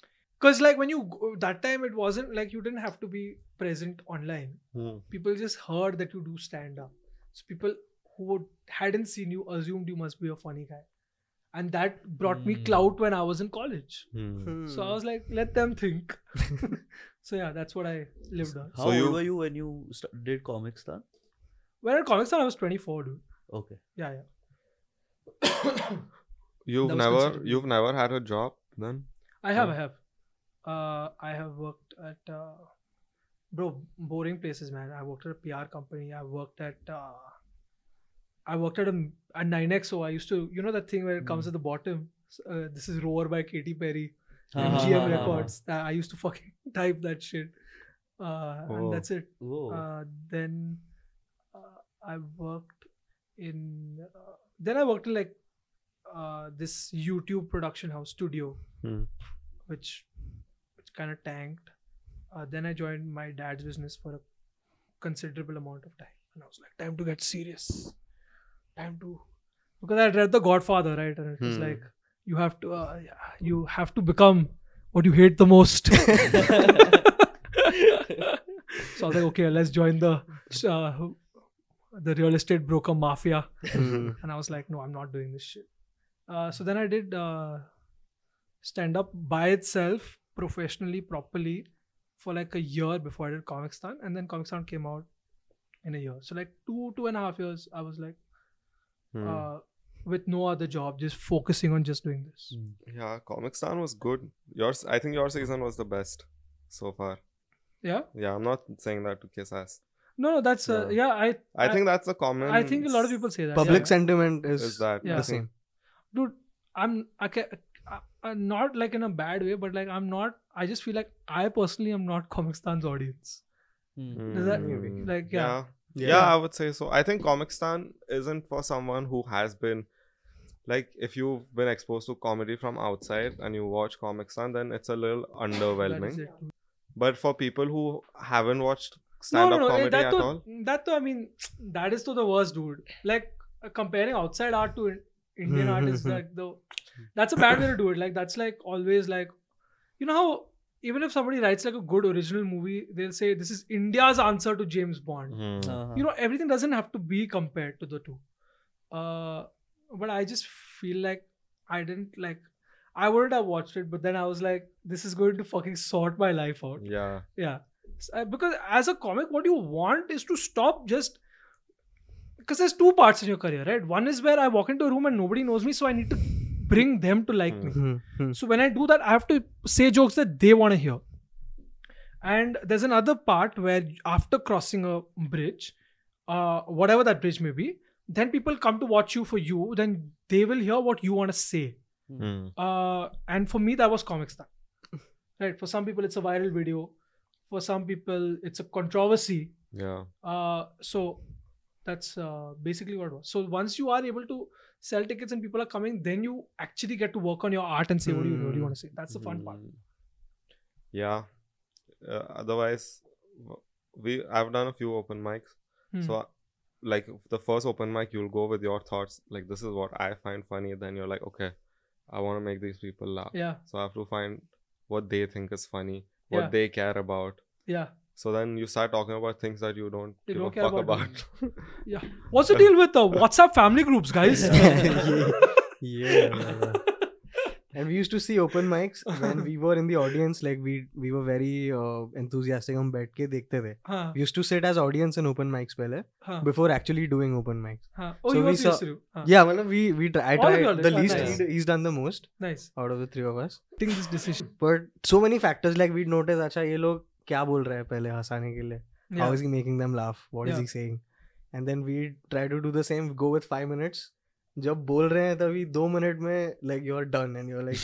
Speaker 1: because like when you go- that time it wasn't like you didn't have to be present online
Speaker 3: Hmm.
Speaker 1: people just heard that you do stand up so people who would, hadn't seen you assumed you must be a funny guy and that brought me
Speaker 4: Hmm.
Speaker 1: clout when i was in college
Speaker 3: Hmm.
Speaker 2: Hmm.
Speaker 1: so i was like let them think so yeah that's what i lived on
Speaker 4: How
Speaker 3: So
Speaker 4: old
Speaker 3: you-
Speaker 4: were you when you st- did Comic Star?
Speaker 1: when at comics Con, i was 24 dude
Speaker 4: Okay.
Speaker 1: yeah yeah
Speaker 3: You've
Speaker 1: That was
Speaker 3: never
Speaker 1: considered-
Speaker 3: you've never had a job then?
Speaker 1: I have,
Speaker 3: Yeah.
Speaker 1: I have. Uh, I have worked at, uh, bro, boring places, man. I worked at a PR company. I worked at, uh, I worked at a, a 9XO. I used to, you know, that thing where it comes
Speaker 4: Mm.
Speaker 1: at the bottom. S- Uh, this is Roar by Katy Perry,
Speaker 4: Ha, ha, ha,
Speaker 1: GM
Speaker 4: ha, ha.
Speaker 1: Records. Uh, I used to fucking type that shit. Uh,
Speaker 3: Oh.
Speaker 1: And that's it.
Speaker 4: Whoa.
Speaker 1: Uh, then uh, I worked in, uh, then I worked in like uh, this YouTube production house studio,
Speaker 3: Hmm.
Speaker 1: which which kind of tanked. Uh, then I joined my dad's business for a considerable amount of time, and I was like, time to get serious, time to because I had read The Godfather, right? And it was
Speaker 3: Hmm.
Speaker 1: like you have to uh, yeah, you have to become what you hate the most. So I was like, okay, let's join the uh, the real estate broker mafia.
Speaker 2: Hmm.
Speaker 1: And I was like, no, I'm not doing this shit. Uh, so then I did uh, stand up by itself professionally, properly for like a year before I did Comic Stan. And then Comic Stan came out in a year. So like two, two and a half years, I was like,
Speaker 3: Hmm.
Speaker 1: uh, with no other job, just focusing on just doing this.
Speaker 3: yeah, Comic Stan was good. Yours I think your season was the best so far.
Speaker 1: Yeah.
Speaker 3: Yeah, I'm not saying that to kiss ass.
Speaker 1: No, no, that's, uh,
Speaker 3: Yeah.
Speaker 1: yeah, I,
Speaker 3: I, think that's a common
Speaker 1: I think a lot of people say that.
Speaker 2: Public
Speaker 1: yeah.
Speaker 2: sentiment is,
Speaker 3: is that
Speaker 1: Yeah.
Speaker 2: the
Speaker 3: I
Speaker 2: same.
Speaker 3: think-
Speaker 1: dude i'm I ca- I, I'm not like in a bad way but like i'm not i just feel like i personally am not comic stan's audience
Speaker 4: Hmm.
Speaker 1: Does that-
Speaker 3: Mm,
Speaker 1: like, yeah.
Speaker 3: yeah. Yeah, I would say so. I think Comic Stan isn't for someone who has been like if you've been exposed to comedy from outside and you watch Comic Sans, then it's a little underwhelming.
Speaker 1: That's it.
Speaker 3: But for people who haven't watched
Speaker 1: No,
Speaker 3: stand
Speaker 1: no,
Speaker 3: up
Speaker 1: no. eh,
Speaker 3: comedy
Speaker 1: That
Speaker 3: at all,
Speaker 1: to, that to, I mean, that is to the worst, dude. Like uh, comparing outside art to in- Indian art is like the. That's a bad way to do it. Like that's like always like, you know how even if somebody writes like a good original movie, they'll say this is India's answer to James Bond.
Speaker 3: Hmm.
Speaker 4: Uh-huh.
Speaker 1: you know everything doesn't have to be compared to the two uh but i just feel like i didn't like i wouldn't have watched it but then i was like this is going to fucking sort my life out
Speaker 3: yeah,
Speaker 1: yeah S- uh, because as a comic what you want is to stop just because there's two parts in your career right one is where i walk into a room and nobody knows me so i need to bring them to like me
Speaker 2: Hmm.
Speaker 1: so when I do that, I have to say jokes that they want to hear. And there's another part where after crossing a bridge, uh, whatever that bridge may be, then people come to watch you for you. Then they will hear what you want to say.
Speaker 3: Hmm.
Speaker 1: Uh, and for me, that was comic time. Right. For some people, it's a viral video. For some people, it's a controversy.
Speaker 3: yeah,
Speaker 1: Uh, so that's uh, basically what it was. So once you are able to sell tickets and people are coming, then you actually get to work on your art and say what do you really
Speaker 2: Hmm.
Speaker 1: want to say. That's the fun part.
Speaker 3: Hmm. Yeah. Uh, otherwise, w- we I've done a few open mics.
Speaker 1: Hmm.
Speaker 3: So, uh, like the first open mic, you'll go with your thoughts. Like this is what I find funny. Then you're like, okay, I want to make these people laugh.
Speaker 1: yeah,
Speaker 3: So I have to find what they think is funny, what
Speaker 1: Yeah.
Speaker 3: they care about.
Speaker 1: yeah.
Speaker 3: So then you start talking about things that you don't
Speaker 1: They
Speaker 3: give
Speaker 1: don't
Speaker 3: a
Speaker 1: care
Speaker 3: fuck
Speaker 1: about.
Speaker 3: about.
Speaker 1: yeah. What's the deal with the WhatsApp family groups, guys?
Speaker 2: Yeah. yeah. And we used to see open mics when we were in the audience. Like we we were very uh, enthusiastic. हम बैठ के देखते थे.
Speaker 1: Huh,
Speaker 2: We used to sit as audience in open mics पहले
Speaker 1: huh,
Speaker 2: before actually doing open mics.
Speaker 1: huh. Oh,
Speaker 2: So
Speaker 1: you
Speaker 2: we
Speaker 1: also used
Speaker 2: saw-
Speaker 1: to do. Huh.
Speaker 2: Yeah, well, we we try, I
Speaker 1: All of you all
Speaker 2: tried
Speaker 1: did.
Speaker 2: the
Speaker 1: Oh,
Speaker 2: least.
Speaker 1: nice.
Speaker 2: he- He's done the most
Speaker 1: Nice.
Speaker 2: out of the three of us.
Speaker 1: I think this decision.
Speaker 2: But so many factors like we notice. अच्छा ये लोग क्या बोल रहे हैं पहले हंसाने के लिए.
Speaker 1: Yeah.
Speaker 2: How is he making them laugh? What is
Speaker 1: Yeah.
Speaker 2: he saying? And then we try to do the same. Go with five minutes. जब बोल रहे हैं तभी दो मिनट में like you are done and you are like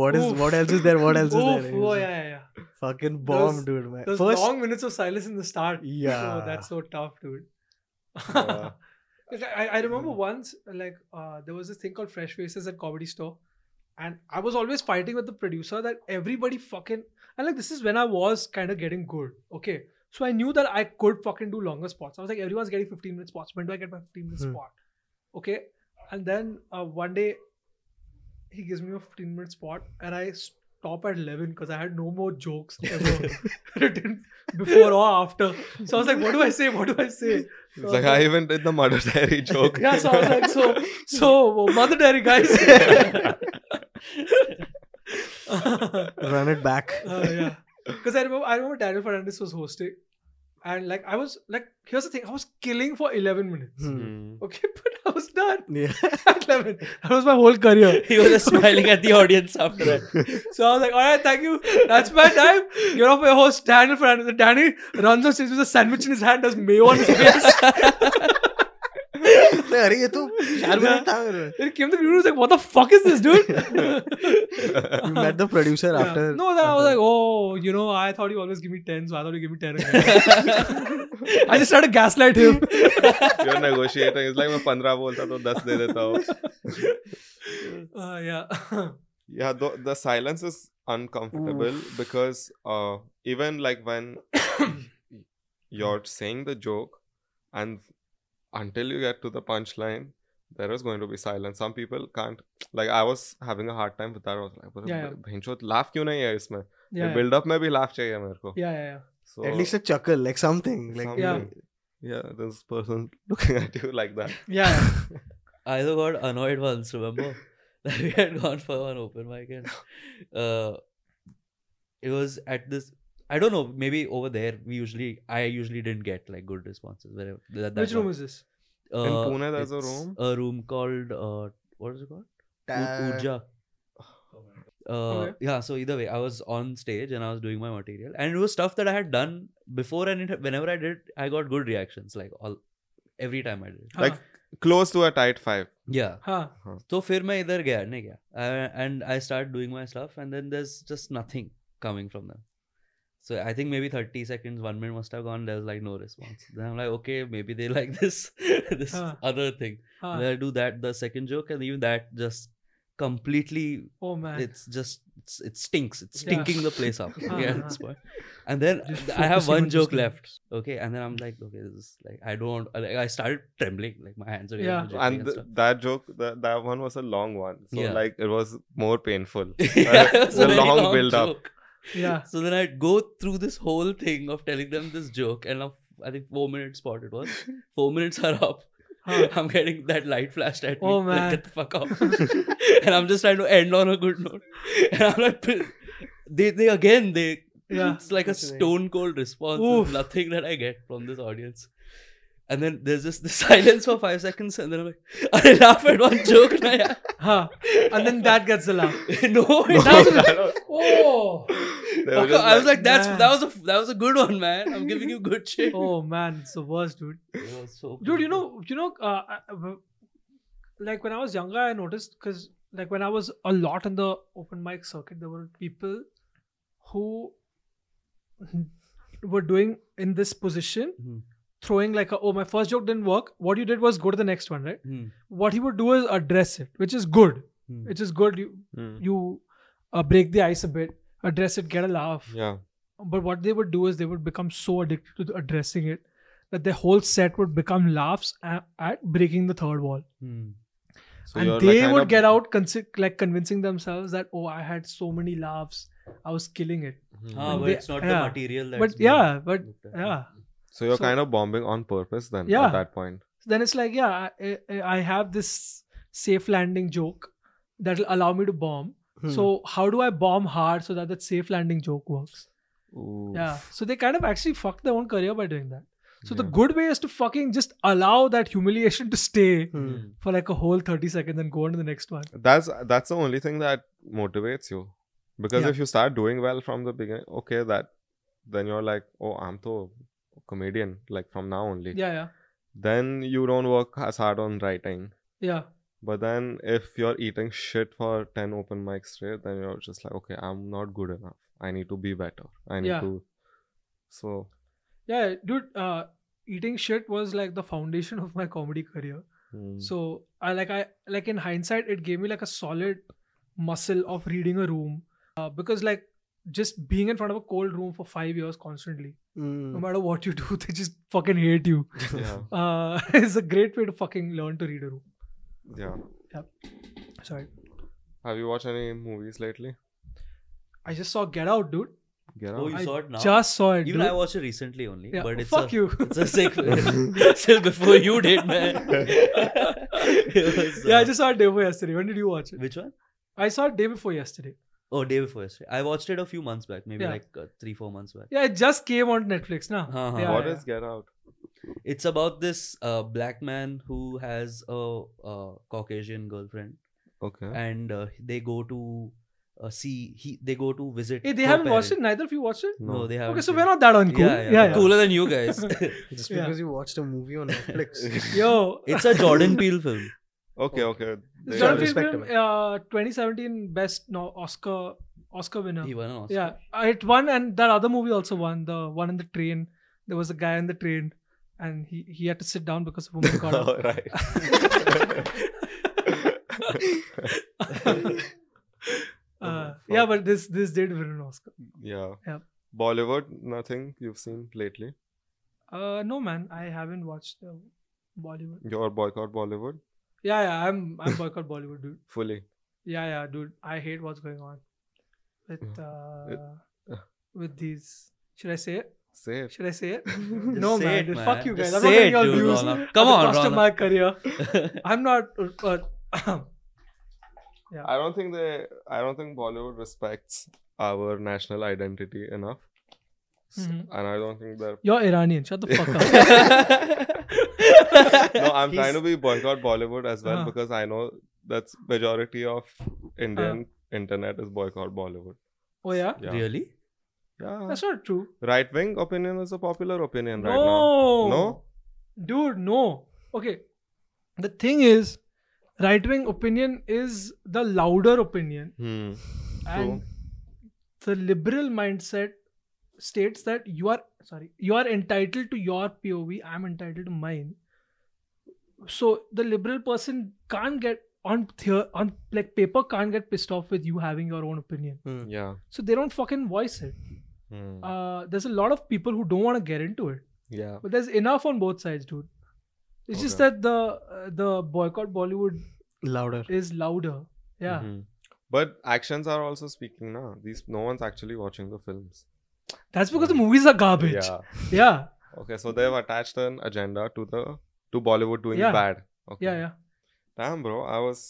Speaker 2: what is
Speaker 1: Oof.
Speaker 2: what else is there what else is
Speaker 1: Oof.
Speaker 2: there
Speaker 1: Oh, yeah, yeah, yeah.
Speaker 2: fucking bomb
Speaker 1: Those-
Speaker 2: dude man
Speaker 1: Those
Speaker 2: first
Speaker 1: long minutes of silence in the start.
Speaker 2: Yeah.
Speaker 1: Oh, that's so tough, dude.
Speaker 3: Yeah.
Speaker 1: Like, I, I remember once, like, uh, there was this thing called Fresh Faces at Comedy Store. And I was always fighting with the producer that everybody fucking. And, like, this is when I was kind of getting good. Okay. So I knew that I could fucking do longer spots. I was like, everyone's getting 15 minute spots. When do I get my 15 minute
Speaker 2: Hmm.
Speaker 1: spot? Okay. And then uh, one day, he gives me a 15 minute spot. And I stop at 11 because I had no more jokes ever written before or after. So I was like, what do I say? What do I say? So I
Speaker 3: It's
Speaker 1: was
Speaker 3: like I even did the murder diary joke.
Speaker 1: yeah, so I was like, so, so mother dairy guys. uh,
Speaker 2: run it back
Speaker 1: yeah, because I remember, I remember Daniel Fernandez was hosting, and like I was like, here's the thing, I was killing for eleven minutes.
Speaker 2: Hmm.
Speaker 3: Hmm.
Speaker 1: Okay, but I was done
Speaker 2: yeah
Speaker 1: at eleven. That was my whole career.
Speaker 4: he was just smiling at the audience after that.
Speaker 1: So I was like, all right, thank you. That's my time. You're off your host, Daniel Fernandez. And Danny runs on stage with a sandwich in his hand, does mayo on his face.
Speaker 2: अरे ये तो
Speaker 1: Yeah.
Speaker 2: चार minute था मेरे
Speaker 1: Then came the dude was like, what the fuck is this, dude?
Speaker 2: we met the producer
Speaker 1: Yeah.
Speaker 2: after
Speaker 1: No, then I was
Speaker 2: after-
Speaker 1: like, oh, you know, I thought you always give me 10, so I thought you give me 10 again. I just tried to gaslight him.
Speaker 3: You're negotiating. It's like मैं 15 बोलता तो 10 दे देता हूँ.
Speaker 1: Uh, yeah.
Speaker 3: yeah the, the silence is uncomfortable because uh even like when you're saying the joke and until you get to the punchline there is going to be silence some people can't like i was having a hard time with that i was like
Speaker 1: Yeah, yeah.
Speaker 3: bhinchot laugh kyun nahi hai isme
Speaker 1: Yeah, yeah.
Speaker 3: build up mein bhi laugh chahiye mere ko
Speaker 1: yeah, yeah, yeah.
Speaker 3: so
Speaker 2: at least a chuckle like something like
Speaker 3: something.
Speaker 1: Yeah.
Speaker 3: yeah this person looking at you like that
Speaker 1: Yeah, yeah.
Speaker 4: I also got annoyed once, remember? That we had gone for an open mic and uh, it was at this I don't know, maybe over there we usually I usually didn't get like good responses wherever that, that
Speaker 1: Which room is this?
Speaker 4: uh,
Speaker 3: In Pune, there's a
Speaker 4: it's
Speaker 3: room?
Speaker 4: A room called uh, what is it called? U-
Speaker 2: uh,
Speaker 4: Urja. Uh,
Speaker 1: Okay.
Speaker 4: Yeah, so either way, I was on stage and I was doing my material, and it was stuff that I had done before, and it, whenever I did, it, I got good reactions, like all every time I did. it.
Speaker 1: Huh.
Speaker 3: Like- close to a tight five
Speaker 4: Yeah,
Speaker 1: huh.
Speaker 4: तो फिर मैं इधर गया नहीं गया and I start doing my stuff and then there is just nothing coming from them So I think maybe 30 seconds, one minute must have gone. There's like no response. Then I'm like, okay, maybe they like this this
Speaker 1: Huh.
Speaker 4: other thing.
Speaker 1: Huh.
Speaker 4: Then I do that, the second joke, and even that just completely
Speaker 1: oh man.
Speaker 4: it's just it's, it stinks it's
Speaker 1: Yeah.
Speaker 4: stinking the place up
Speaker 1: Ah,
Speaker 4: yeah
Speaker 1: ah,
Speaker 4: that's why and then
Speaker 1: Just
Speaker 4: i have
Speaker 1: focusing
Speaker 4: one
Speaker 1: on
Speaker 4: joke
Speaker 1: just the-
Speaker 4: left okay and then i'm like okay this is like i don't like i started trembling like my hands are
Speaker 1: Yeah.
Speaker 4: yeah.
Speaker 3: and, th- that joke that, that one was a long one so
Speaker 4: Yeah.
Speaker 3: like it was more painful
Speaker 4: yeah, it was
Speaker 1: the
Speaker 4: very
Speaker 3: long build-up.
Speaker 4: joke.
Speaker 1: yeah.
Speaker 4: so then i'd go through this whole thing of telling them this joke and I'm, i think four minutes spot it was four minutes are up
Speaker 1: Huh.
Speaker 4: i'm getting that light flashed at me
Speaker 1: Oh,
Speaker 4: like,
Speaker 1: man.
Speaker 4: get the fuck off and i'm just trying to end on a good note and i'm like they they again they
Speaker 1: Yeah.
Speaker 4: it's like a
Speaker 2: Literally.
Speaker 4: stone cold response.
Speaker 1: Oof.
Speaker 4: There's nothing that I get from this audience. And then there's just the silence for five seconds, and then I'm like, I laugh at one joke, na yaar."
Speaker 1: Huh. And then that gets the laugh.
Speaker 4: no, it
Speaker 3: No,
Speaker 4: doesn't.
Speaker 3: that was-
Speaker 1: Oh.
Speaker 3: they were
Speaker 4: Fuck,
Speaker 3: just
Speaker 4: I was like, that's
Speaker 1: Man.
Speaker 4: that was a that was a good one, man. I'm giving you good shit.
Speaker 1: Oh man, it's the worst, dude.
Speaker 4: It was so
Speaker 1: Dude, you
Speaker 4: painful.
Speaker 1: know, you know, uh, I- I- w- like when I was younger, I noticed because like when I was a lot in the open mic circuit, there were people who were doing in this position,
Speaker 4: Hmm.
Speaker 1: throwing like, a, oh, my first joke didn't work. What you did was go to the next one, right?
Speaker 4: Hmm,
Speaker 1: What he would do is address it, which is good.
Speaker 4: hmm.
Speaker 1: Which is good. You
Speaker 3: Hmm.
Speaker 1: you uh, break the ice a bit, address it, get a laugh.
Speaker 3: yeah
Speaker 1: But what they would do is they would become so addicted to the- addressing it that their whole set would become laughs at, at breaking the third wall.
Speaker 4: Hmm.
Speaker 3: so
Speaker 1: and
Speaker 3: you're
Speaker 1: they
Speaker 3: like,
Speaker 1: would
Speaker 3: kinda-
Speaker 1: get out consi- like convincing themselves that, oh, I had so many laughs. I was killing it.
Speaker 3: Hmm.
Speaker 4: Ah, but
Speaker 1: They-
Speaker 4: it's not the
Speaker 1: yeah.
Speaker 4: material that's
Speaker 1: but
Speaker 4: being
Speaker 1: yeah, but
Speaker 4: looked at.
Speaker 1: yeah.
Speaker 3: so you're
Speaker 1: so-
Speaker 3: kind of bombing on purpose then
Speaker 1: Yeah.
Speaker 3: at that point
Speaker 1: then it's like, yeah, I, I- I have this safe landing joke that'll allow me to bomb.
Speaker 3: Hmm.
Speaker 2: Hmm.
Speaker 1: So how do I bomb hard so that that safe landing joke works?
Speaker 3: Ooh.
Speaker 1: Yeah. So they kind of actually fucked their own career by doing that. So the
Speaker 3: Yeah.
Speaker 1: good way is to fucking just allow that humiliation to stay
Speaker 2: Hmm.
Speaker 1: for like a whole 30 seconds and go on to the next one.
Speaker 3: that's that's the only thing that motivates you because
Speaker 1: Yeah.
Speaker 3: if you start doing well from the beginning okay that then you're like oh i'm so comedian like from now only
Speaker 1: Yeah, yeah.
Speaker 3: then you don't work as hard on writing
Speaker 1: Yeah.
Speaker 3: but then if you're eating shit for 10 open mics straight then you're just like okay i'm not good enough i need to be better i need
Speaker 1: Yeah.
Speaker 3: to so
Speaker 1: Yeah, dude, uh eating shit was like the foundation of my comedy career.
Speaker 3: hmm.
Speaker 1: So I like I like in hindsight it gave me like a solid muscle of reading a room. Uh, because like just being in front of a cold room for 5 years constantly. No
Speaker 3: Hmm.
Speaker 2: Hmm.
Speaker 1: matter what you do, they just fucking hate you.
Speaker 3: yeah
Speaker 1: Uh it's a great way to fucking learn to read a room.
Speaker 3: yeah
Speaker 1: Sorry.
Speaker 3: have you watched any movies lately
Speaker 1: I just saw Get Out, dude.
Speaker 3: get
Speaker 4: Oh,
Speaker 3: out
Speaker 4: you
Speaker 1: I
Speaker 4: saw it now.
Speaker 1: Just saw it. dude.
Speaker 4: Even I watched it recently only,
Speaker 1: yeah.
Speaker 4: but it's
Speaker 1: fuck
Speaker 4: a,
Speaker 1: you.
Speaker 4: It's a sick still before you did, man. It was,
Speaker 1: yeah, I
Speaker 4: uh,
Speaker 1: just saw it day before yesterday. When did you watch it?
Speaker 4: which one?
Speaker 1: I saw it day before yesterday.
Speaker 4: Oh, day before yesterday. I watched it a few months back, maybe
Speaker 1: Yeah.
Speaker 4: like uh, three, four months back.
Speaker 1: Yeah, it just came on Netflix, na.
Speaker 4: Huh, huh.
Speaker 1: Yeah,
Speaker 3: What is
Speaker 1: yeah.
Speaker 3: get out
Speaker 4: It's about this uh, black man who has a uh, Caucasian girlfriend,
Speaker 3: okay
Speaker 4: and uh, they go to uh, see he they go to visit.
Speaker 1: Hey, they
Speaker 4: her
Speaker 1: haven't watched it.
Speaker 4: parents.
Speaker 1: Neither of you watched it.
Speaker 4: No, they haven't.
Speaker 1: okay, so
Speaker 4: seen
Speaker 1: we're
Speaker 4: it.
Speaker 1: not that uncool.
Speaker 4: Yeah, yeah, yeah,
Speaker 3: yeah.
Speaker 4: cooler than you guys.
Speaker 2: Just
Speaker 1: Yeah.
Speaker 2: because you watched a movie on Netflix.
Speaker 1: Yo,
Speaker 4: it's a Jordan Peele film.
Speaker 3: okay okay They-
Speaker 1: Jordan Peele
Speaker 2: Yeah.
Speaker 1: film,
Speaker 2: Respectable.
Speaker 1: uh, 2017 best no, Oscar Oscar winner.
Speaker 4: He won an Oscar.
Speaker 1: Yeah, uh, it won, and that other movie also won. The one in the train. There was a guy in the train, and he he had to sit down because a woman got up.
Speaker 3: Oh, right.
Speaker 1: Uh,
Speaker 3: fuck.
Speaker 1: Uh, yeah, but this this did win an Oscar.
Speaker 3: yeah.
Speaker 1: Yeah.
Speaker 3: Bollywood, nothing you've seen lately.
Speaker 1: Uh, no man, I haven't watched uh, Bollywood.
Speaker 3: Your boycott Bollywood
Speaker 1: Yeah, yeah, I'm I'm boycott Bollywood, dude.
Speaker 3: fully.
Speaker 1: Yeah, yeah, dude. I hate what's going on
Speaker 4: Mm.
Speaker 1: with uh, with these. Should I say it?
Speaker 3: Say it.
Speaker 1: Should I say it?
Speaker 4: Just
Speaker 1: no,
Speaker 4: say
Speaker 1: man.
Speaker 4: it,
Speaker 1: Just Fuck you guys.
Speaker 4: Just
Speaker 1: I'm not
Speaker 4: say
Speaker 1: getting
Speaker 4: it,
Speaker 1: your
Speaker 4: dude,
Speaker 1: views.
Speaker 4: Ronak.
Speaker 1: at
Speaker 4: Come
Speaker 1: the
Speaker 4: on,
Speaker 1: cost of
Speaker 4: Ronak.
Speaker 1: my career. I'm not. Uh, uh,
Speaker 3: I don't think they. I don't think Bollywood respects our national identity enough, S-
Speaker 1: Mhm.
Speaker 3: and I don't think they're.
Speaker 1: you're Iranian. Shut the fuck up.
Speaker 3: No, I'm
Speaker 2: He's-
Speaker 3: trying to be boycott Bollywood as well
Speaker 1: Uh.
Speaker 3: because I know that's majority of Indian internet is boycott Bollywood.
Speaker 1: Oh yeah,
Speaker 3: Yeah.
Speaker 4: Really?
Speaker 3: Yeah.
Speaker 1: that's not true.
Speaker 3: Right wing opinion is a popular opinion right now.
Speaker 1: no,
Speaker 3: No.
Speaker 1: dude, no. Okay, the thing is, right wing opinion is the louder opinion,
Speaker 3: Hmm.
Speaker 1: and the liberal mindset states that you are sorry you are entitled to your pov i'm entitled to mine so the liberal person can't get on the- on like paper can't get pissed off with you having your own opinion
Speaker 3: yeah.
Speaker 1: so they don't fucking voice it
Speaker 3: Hmm.
Speaker 1: uh, there's a lot of people who don't want to get into it
Speaker 3: yeah.
Speaker 1: but there's enough on both sides dude it's just
Speaker 3: Okay.
Speaker 1: that the uh, the boycott bollywood
Speaker 2: louder.
Speaker 1: is louder yeah
Speaker 3: Mhm. But actions are also speaking now. These no one's actually watching the films.
Speaker 1: that's because the movies are garbage
Speaker 3: Yeah.
Speaker 1: yeah
Speaker 3: Okay, so they've attached an agenda to the to Bollywood doing
Speaker 1: Yeah.
Speaker 3: bad. Okay.
Speaker 1: yeah yeah
Speaker 3: Damn, bro, I was.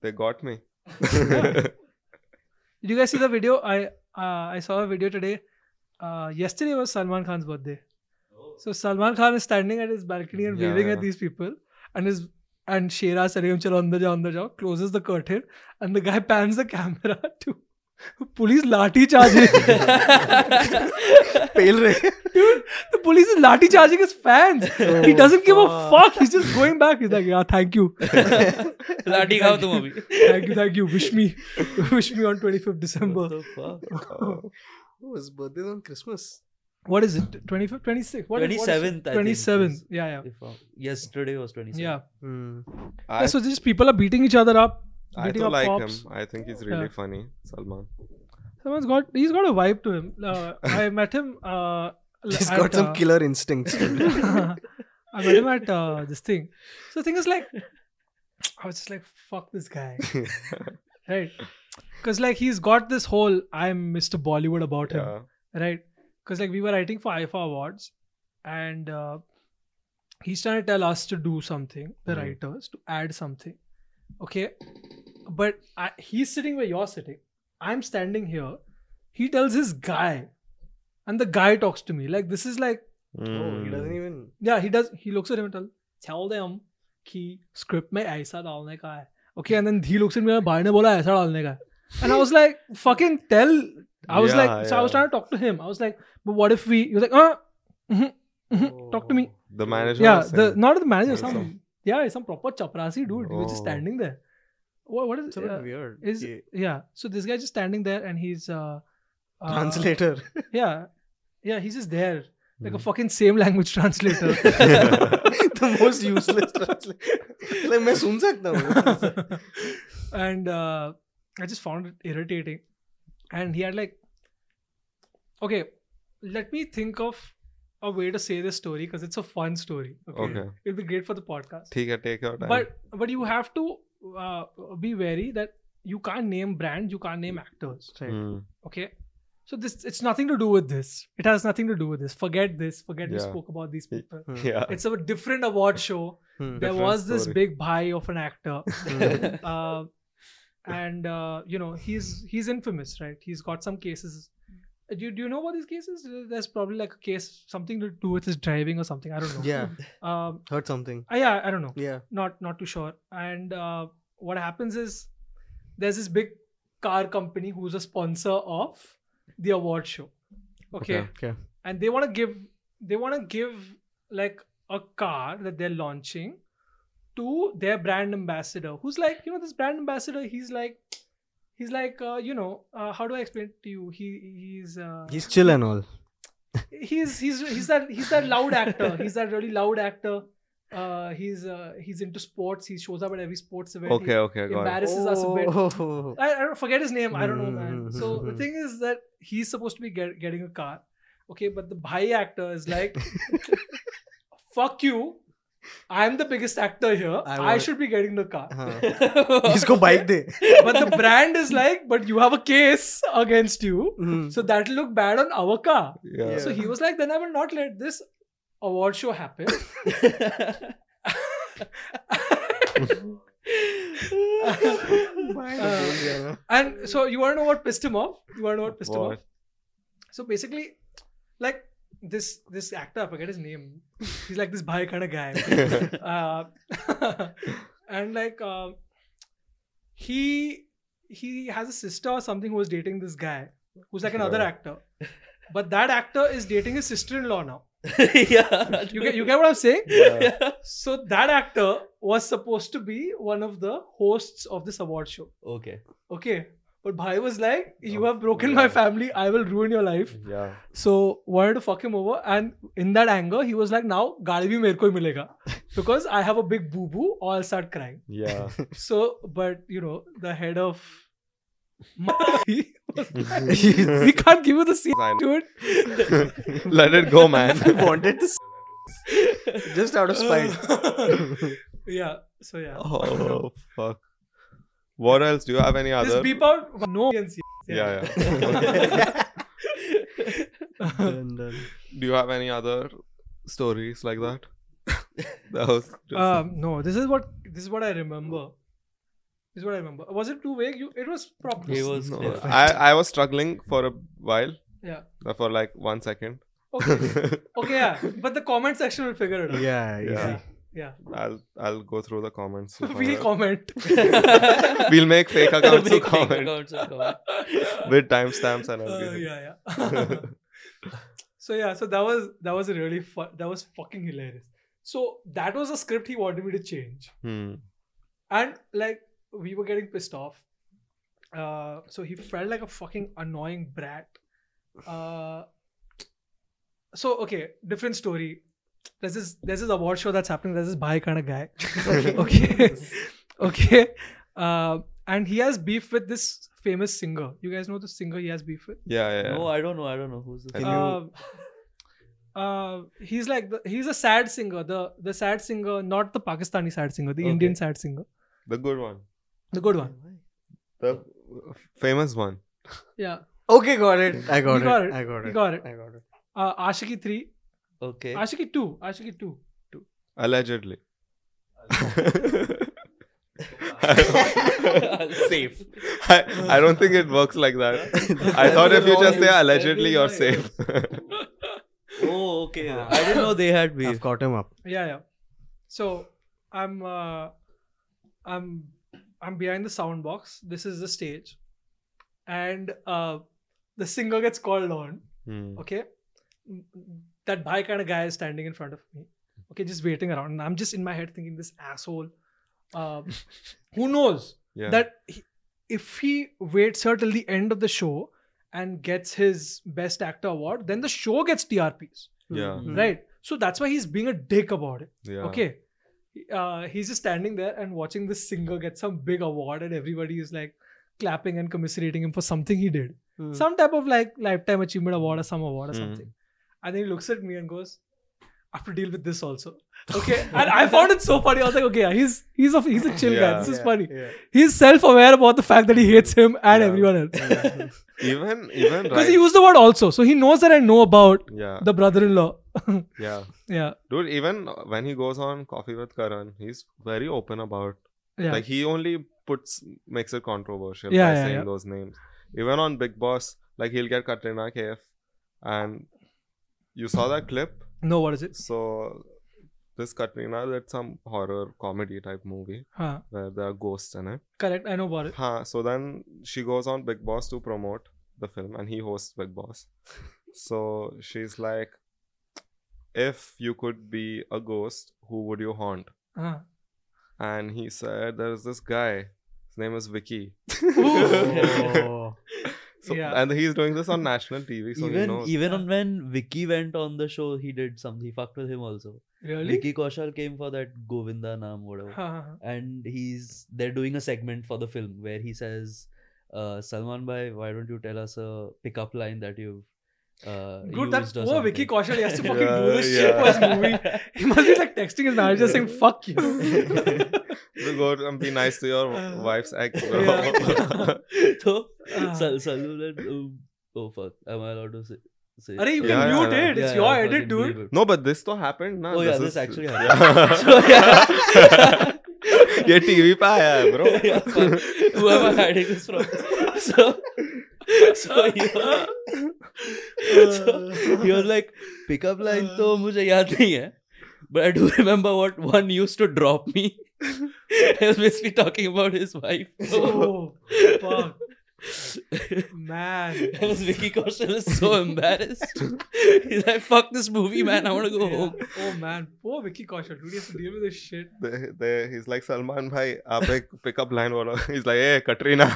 Speaker 3: They got me. Uh,
Speaker 1: Did you guys see the video? I uh, I saw a video today. Uh, yesterday was Salman Khan's birthday. So Salman Khan is standing at his balcony and
Speaker 3: Yeah,
Speaker 1: waving at
Speaker 3: yeah.
Speaker 1: these people, and his and Shera telling him "Chalo andar jao, andar jao," closes the curtain, and the guy pans the camera to police lathi charging.
Speaker 2: Pale Ray.
Speaker 1: Dude, the police is lathi charging his fans.
Speaker 2: Oh
Speaker 1: He doesn't give a Oh, fuck. He's just going back. He's like, yeah, thank you,
Speaker 4: lathi खाओ तुम अभी
Speaker 1: thank you, thank you. Wish me, wish me on 25th December.
Speaker 4: What the fuck?
Speaker 2: oh, his birthday is on Christmas.
Speaker 1: What is it? 25th, 26th, What- what is it?
Speaker 4: 27th, I think,
Speaker 1: 27th.
Speaker 4: is-
Speaker 1: Yeah, yeah.
Speaker 4: If, uh, yesterday was 27.
Speaker 1: Yeah.
Speaker 2: Hmm.
Speaker 3: I,
Speaker 1: yeah. So just people are beating each other up.
Speaker 3: I
Speaker 1: beating
Speaker 3: do
Speaker 1: up
Speaker 3: like
Speaker 1: cops.
Speaker 3: him. I think he's really
Speaker 1: Yeah.
Speaker 3: funny, Salman.
Speaker 1: Someone's got he's got a vibe to him. Uh, I met him. Uh,
Speaker 2: He's
Speaker 1: at,
Speaker 2: got some
Speaker 1: uh,
Speaker 2: killer instincts. Oh,
Speaker 1: I met him at uh, this thing. So the thing is like, I was just like, fuck this guy, right? Because like he's got this whole I'm Mr. Bollywood about him.
Speaker 2: Oh,
Speaker 3: yeah.
Speaker 1: right? Because like we were writing for IFA awards, and uh, he's trying to tell us to do something, the
Speaker 3: Mhm.
Speaker 1: writers, to add something. Okay, but I, he's sitting where you're sitting. I'm standing here. He tells his guy, and the guy talks to me. Like this is like
Speaker 2: oh, he
Speaker 3: Mm.
Speaker 2: doesn't even.
Speaker 1: yeah. He does. He looks at him and tell tell them कि script में ऐसा डालने का है. Okay, and then he looks at me and भाई ने बोला ऐसा डालने का है. And I was like, fucking tell I was like,
Speaker 3: Yeah,
Speaker 1: so I was
Speaker 3: yeah.
Speaker 1: trying to talk to him. I was like, but what if we? He was like, ah, mhm, mhm,
Speaker 2: Oh,
Speaker 1: talk to me.
Speaker 3: The manager.
Speaker 1: Yeah,
Speaker 3: was
Speaker 1: the
Speaker 3: saying-
Speaker 1: not the manager,
Speaker 3: Some-
Speaker 1: some yeah, some proper chaprasi dude. He was just
Speaker 3: Oh.
Speaker 1: standing there. What, what is
Speaker 2: It's a bit
Speaker 1: uh,
Speaker 2: weird.
Speaker 1: is
Speaker 2: Yeah.
Speaker 1: yeah? So this guy just standing there, and he's uh, uh,
Speaker 2: translator.
Speaker 1: Yeah, yeah, he's just there like a fucking same language translator.
Speaker 2: the most useless translator. like मैं सुन सकता हूँ.
Speaker 1: and uh, I just found it irritating. And he had like, okay, let me think of a way to say this story because it's a fun story. Okay?
Speaker 3: Okay.
Speaker 1: it'll be great for the podcast.
Speaker 3: ठीक है, Oh. take your time.
Speaker 1: But but you have to uh, be wary that you can't name brands, you can't name actors.
Speaker 3: Mm.
Speaker 1: Okay. So this it's nothing to do with this. It has nothing to do with this. Forget this. Forget we
Speaker 3: Yeah.
Speaker 1: spoke about these people.
Speaker 3: Yeah.
Speaker 1: It's a different award show.
Speaker 2: Hmm.
Speaker 1: There
Speaker 3: Different
Speaker 1: was this
Speaker 3: story.
Speaker 1: big bhai of an actor
Speaker 2: Hmm.
Speaker 1: uh, and uh, you know he's he's infamous right he's got some cases Uh, do you, do you know about these cases Uh, there's probably like a case something to do with his driving or something i don't know
Speaker 2: Yeah,
Speaker 1: um
Speaker 2: heard something.
Speaker 1: uh, yeah i don't know
Speaker 2: Yeah.
Speaker 1: not not too sure and uh, what happens is there's this big car company who's a sponsor of the award show okay,
Speaker 3: Okay.
Speaker 2: Okay.
Speaker 1: and they want to give they want to give like a car that they're launching to their brand ambassador who's like you know this brand ambassador he's like he's like uh, you know uh, how do i explain it to you he he's uh,
Speaker 2: He's chill and all.
Speaker 1: he's he's he's that he's that loud actor. He's that really loud actor. Uh, he's uh, he's into sports. He shows up at every sports event.
Speaker 3: Okay. Okay.
Speaker 1: He
Speaker 3: Got it.
Speaker 1: embarrasses us a bit.
Speaker 2: Oh.
Speaker 1: I, I don't forget his name. I don't know, man. So the
Speaker 2: Mhm.
Speaker 1: thing is that he's supposed to be get, getting a car, okay? But the bhai actor is like, "Fuck you! I'm the biggest actor here. I,
Speaker 2: I want-
Speaker 1: should be getting the car."
Speaker 2: हाँ. इसको bike दे.
Speaker 1: But the brand is like, "But you have a case against you,
Speaker 2: Hmm.
Speaker 1: so that'll look bad on our car."
Speaker 3: Yeah.
Speaker 2: Yeah.
Speaker 1: So he was like, then I will not let this award show happen.
Speaker 2: Why
Speaker 1: Uh,
Speaker 2: the hell, yeah.
Speaker 1: and so you want to know what pissed him off? You want to know what pissed him
Speaker 3: What?
Speaker 1: off? So basically, like this this actor, I forget his name. He's like this bhai kind of guy. Uh, and like um, he he has a sister or something who was dating this guy who's like another
Speaker 3: Sure.
Speaker 1: actor. But that actor is dating his sister-in-law now.
Speaker 4: yeah.
Speaker 1: You get you get what I'm saying?
Speaker 3: Yeah.
Speaker 1: So that actor was supposed to be one of the hosts of this award show.
Speaker 4: Okay.
Speaker 1: Okay. But Bhai was like, You
Speaker 3: Oh,
Speaker 1: have broken my
Speaker 3: yeah.
Speaker 1: family, I will ruin your life.
Speaker 3: yeah.
Speaker 1: So wanted to fuck him over, and in that anger, he was like, "Now गाली भी मेरे को ही मिलेगा, because I have a big boo boo, or I'll start crying."
Speaker 3: Yeah.
Speaker 1: So, but you know, the head of he was like, we
Speaker 3: I
Speaker 1: can't give you the scene,
Speaker 3: know.
Speaker 1: dude.
Speaker 3: Let it go, man.
Speaker 2: I wanted to s- just out of spite.
Speaker 1: yeah. So yeah,
Speaker 3: Oh fuck. What else? Do you have any
Speaker 1: just
Speaker 3: other?
Speaker 1: beep out. No, you can see.
Speaker 3: yeah, yeah.
Speaker 2: Done, done.
Speaker 3: Do you have any other stories like that? that was just
Speaker 1: um, no, this is what this is what I remember. This is what I remember. Was it too vague? You, it was proper.
Speaker 4: It was
Speaker 3: no,
Speaker 4: clear.
Speaker 3: I, I was struggling for a while.
Speaker 1: Yeah.
Speaker 3: Uh, For like one second.
Speaker 1: Okay. Okay. Yeah. But the comment section will figure it out.
Speaker 2: Yeah,
Speaker 3: Yeah.
Speaker 2: easy.
Speaker 1: Yeah.
Speaker 3: I'll I'll go through the comments. to find
Speaker 1: we'll
Speaker 3: out.
Speaker 1: comment.
Speaker 3: we'll make fake accounts to
Speaker 4: Make fake
Speaker 3: comment
Speaker 4: accounts to comment.
Speaker 3: with timestamps and
Speaker 1: Uh,
Speaker 3: everything.
Speaker 1: yeah, yeah. so yeah, so that was that was a really fun. That was fucking hilarious. So that was a script he wanted me to change,
Speaker 3: Hmm.
Speaker 1: and like we were getting pissed off. Uh, so he felt like a fucking annoying brat. Uh, so okay, different story. There's this there's this award show that's happening. There's this bhai kind of guy. okay, okay, uh, and he has beef with this famous singer. You guys know the singer he has beef with.
Speaker 3: Yeah, yeah.
Speaker 4: No,
Speaker 3: yeah.
Speaker 4: I don't know. I don't know who's this.
Speaker 3: Can
Speaker 1: uh, uh, he's like the, he's a sad singer the the sad singer not the pakistani sad singer the
Speaker 4: Okay.
Speaker 1: indian sad singer
Speaker 3: The good one.
Speaker 1: the good one
Speaker 3: The famous one.
Speaker 1: yeah
Speaker 2: Okay, got it. I got,
Speaker 1: You got
Speaker 2: it.
Speaker 1: it.
Speaker 2: I got
Speaker 1: you
Speaker 2: it.
Speaker 1: got it
Speaker 2: I got it.
Speaker 1: uh, ashiki 3
Speaker 4: Okay.
Speaker 1: ashiki 2 ashiki 2
Speaker 3: Allegedly.
Speaker 4: Safe.
Speaker 3: I, I don't think it works like that. I thought if you just say
Speaker 4: Wrong.
Speaker 3: allegedly, you're safe.
Speaker 4: Oh, okay. I didn't know they had beef.
Speaker 2: I've caught him up.
Speaker 1: yeah yeah so i'm uh, i'm i'm behind the sound box this is the stage and uh, the singer gets called on
Speaker 3: Hmm.
Speaker 1: okay Mm, mm, that bhai kind of guy is standing in front of me okay just waiting around and i'm just in my head thinking this asshole uh, who knows
Speaker 3: Yeah.
Speaker 1: that he, if he waits here till the end of the show and gets his best actor award then the show gets trps
Speaker 3: yeah.
Speaker 2: Hmm.
Speaker 4: Mm.
Speaker 1: right so that's why he's being a dick about it
Speaker 3: Hmm. Yeah.
Speaker 1: okay uh, he's just standing there and watching this singer get some big award and everybody is like clapping and commiserating him for something he did
Speaker 2: Hmm.
Speaker 1: some type of like lifetime achievement award or some award or
Speaker 3: Hmm.
Speaker 1: something. And then he looks at me and goes, "I have to deal with this also." Okay, and I found it so funny. I was like, "Okay, yeah, he's he's a he's a chill guy.
Speaker 3: Yeah.
Speaker 1: This is
Speaker 2: Yeah,
Speaker 1: funny.
Speaker 2: yeah.
Speaker 1: He's self-aware about the fact that he hates him and
Speaker 3: Yeah.
Speaker 1: everyone else."
Speaker 3: Even even
Speaker 1: Because
Speaker 3: right.
Speaker 1: he used the word also, so he knows that I know about
Speaker 3: yeah.
Speaker 1: the brother-in-law.
Speaker 3: Yeah.
Speaker 1: yeah,
Speaker 3: Dude, even when he goes on Coffee with Karan, he's very open about
Speaker 1: yeah,
Speaker 3: like he only puts makes it controversial
Speaker 1: Yeah,
Speaker 3: by
Speaker 1: yeah,
Speaker 3: saying
Speaker 1: yeah.
Speaker 3: those names. Even on Big Boss, like he'll get Katrina Kaif and you saw that clip.
Speaker 1: no, what is it?
Speaker 3: So this Katrina did some horror comedy type movie
Speaker 1: Huh.
Speaker 3: where there are ghosts in it.
Speaker 1: Correct, I know about it.
Speaker 3: Huh, so then she goes on Big Boss to promote the film and he hosts Big Boss. So she's like, if you could be a ghost, who would you haunt?
Speaker 1: Huh.
Speaker 3: and he said there's this guy his name is vicky
Speaker 2: Oh.
Speaker 3: so,
Speaker 1: Yeah.
Speaker 3: and he's doing this on national tv so he
Speaker 4: even e-
Speaker 3: knows
Speaker 4: even
Speaker 1: Yeah.
Speaker 4: on when Vicky went on the show, he did something. He fucked with him also.
Speaker 1: Really? Uh-huh,
Speaker 4: Vicky Kaushal came for that Govinda Naam whatever,
Speaker 1: Huh, huh, huh.
Speaker 4: and he's they're doing a segment for the film where he says, uh, "Salman Bhai, why don't you tell us a pickup line that you've." Uh,
Speaker 1: Dude, that
Speaker 4: used or
Speaker 1: poor Vicky
Speaker 4: something?"
Speaker 1: Kaushal he has to fucking do
Speaker 3: Yeah,
Speaker 1: this shit for his
Speaker 3: yeah.
Speaker 1: movie. He must be like texting his manager saying "fuck you." Uh-huh.
Speaker 3: You go and be nice to your wife's ex bro.
Speaker 1: Yeah.
Speaker 4: so,
Speaker 1: Ah.
Speaker 4: Sal- Salman, um, oh fuck, am I allowed to say? say
Speaker 1: Arey, you can
Speaker 3: Yeah, yeah,
Speaker 1: mute
Speaker 3: yeah.
Speaker 1: it. It's your
Speaker 4: fucking
Speaker 1: edit, dude.
Speaker 4: bleep it.
Speaker 3: no but this though happened na.
Speaker 4: Oh yeah,
Speaker 3: is-
Speaker 4: this actually happened. so, yeah.
Speaker 3: ये TV पे आया है bro
Speaker 4: Yeah, fuck. Who am I hiding this from? So, so he was, so he was like, pickup line तो मुझे याद नहीं है. But I do remember what one used to drop me. I was basically talking about his wife.
Speaker 1: Oh, fuck. Man.
Speaker 4: And this Vicky Kaushal is so embarrassed. He's like, "Fuck this movie, man! I want to go
Speaker 1: Yeah.
Speaker 4: home."
Speaker 1: Oh man, poor Vicky Kaushal. Dude, he has to deal with this shit.
Speaker 3: they, they, he's like Salman bhai आप एक pickup line बोलो he's like hey Katrina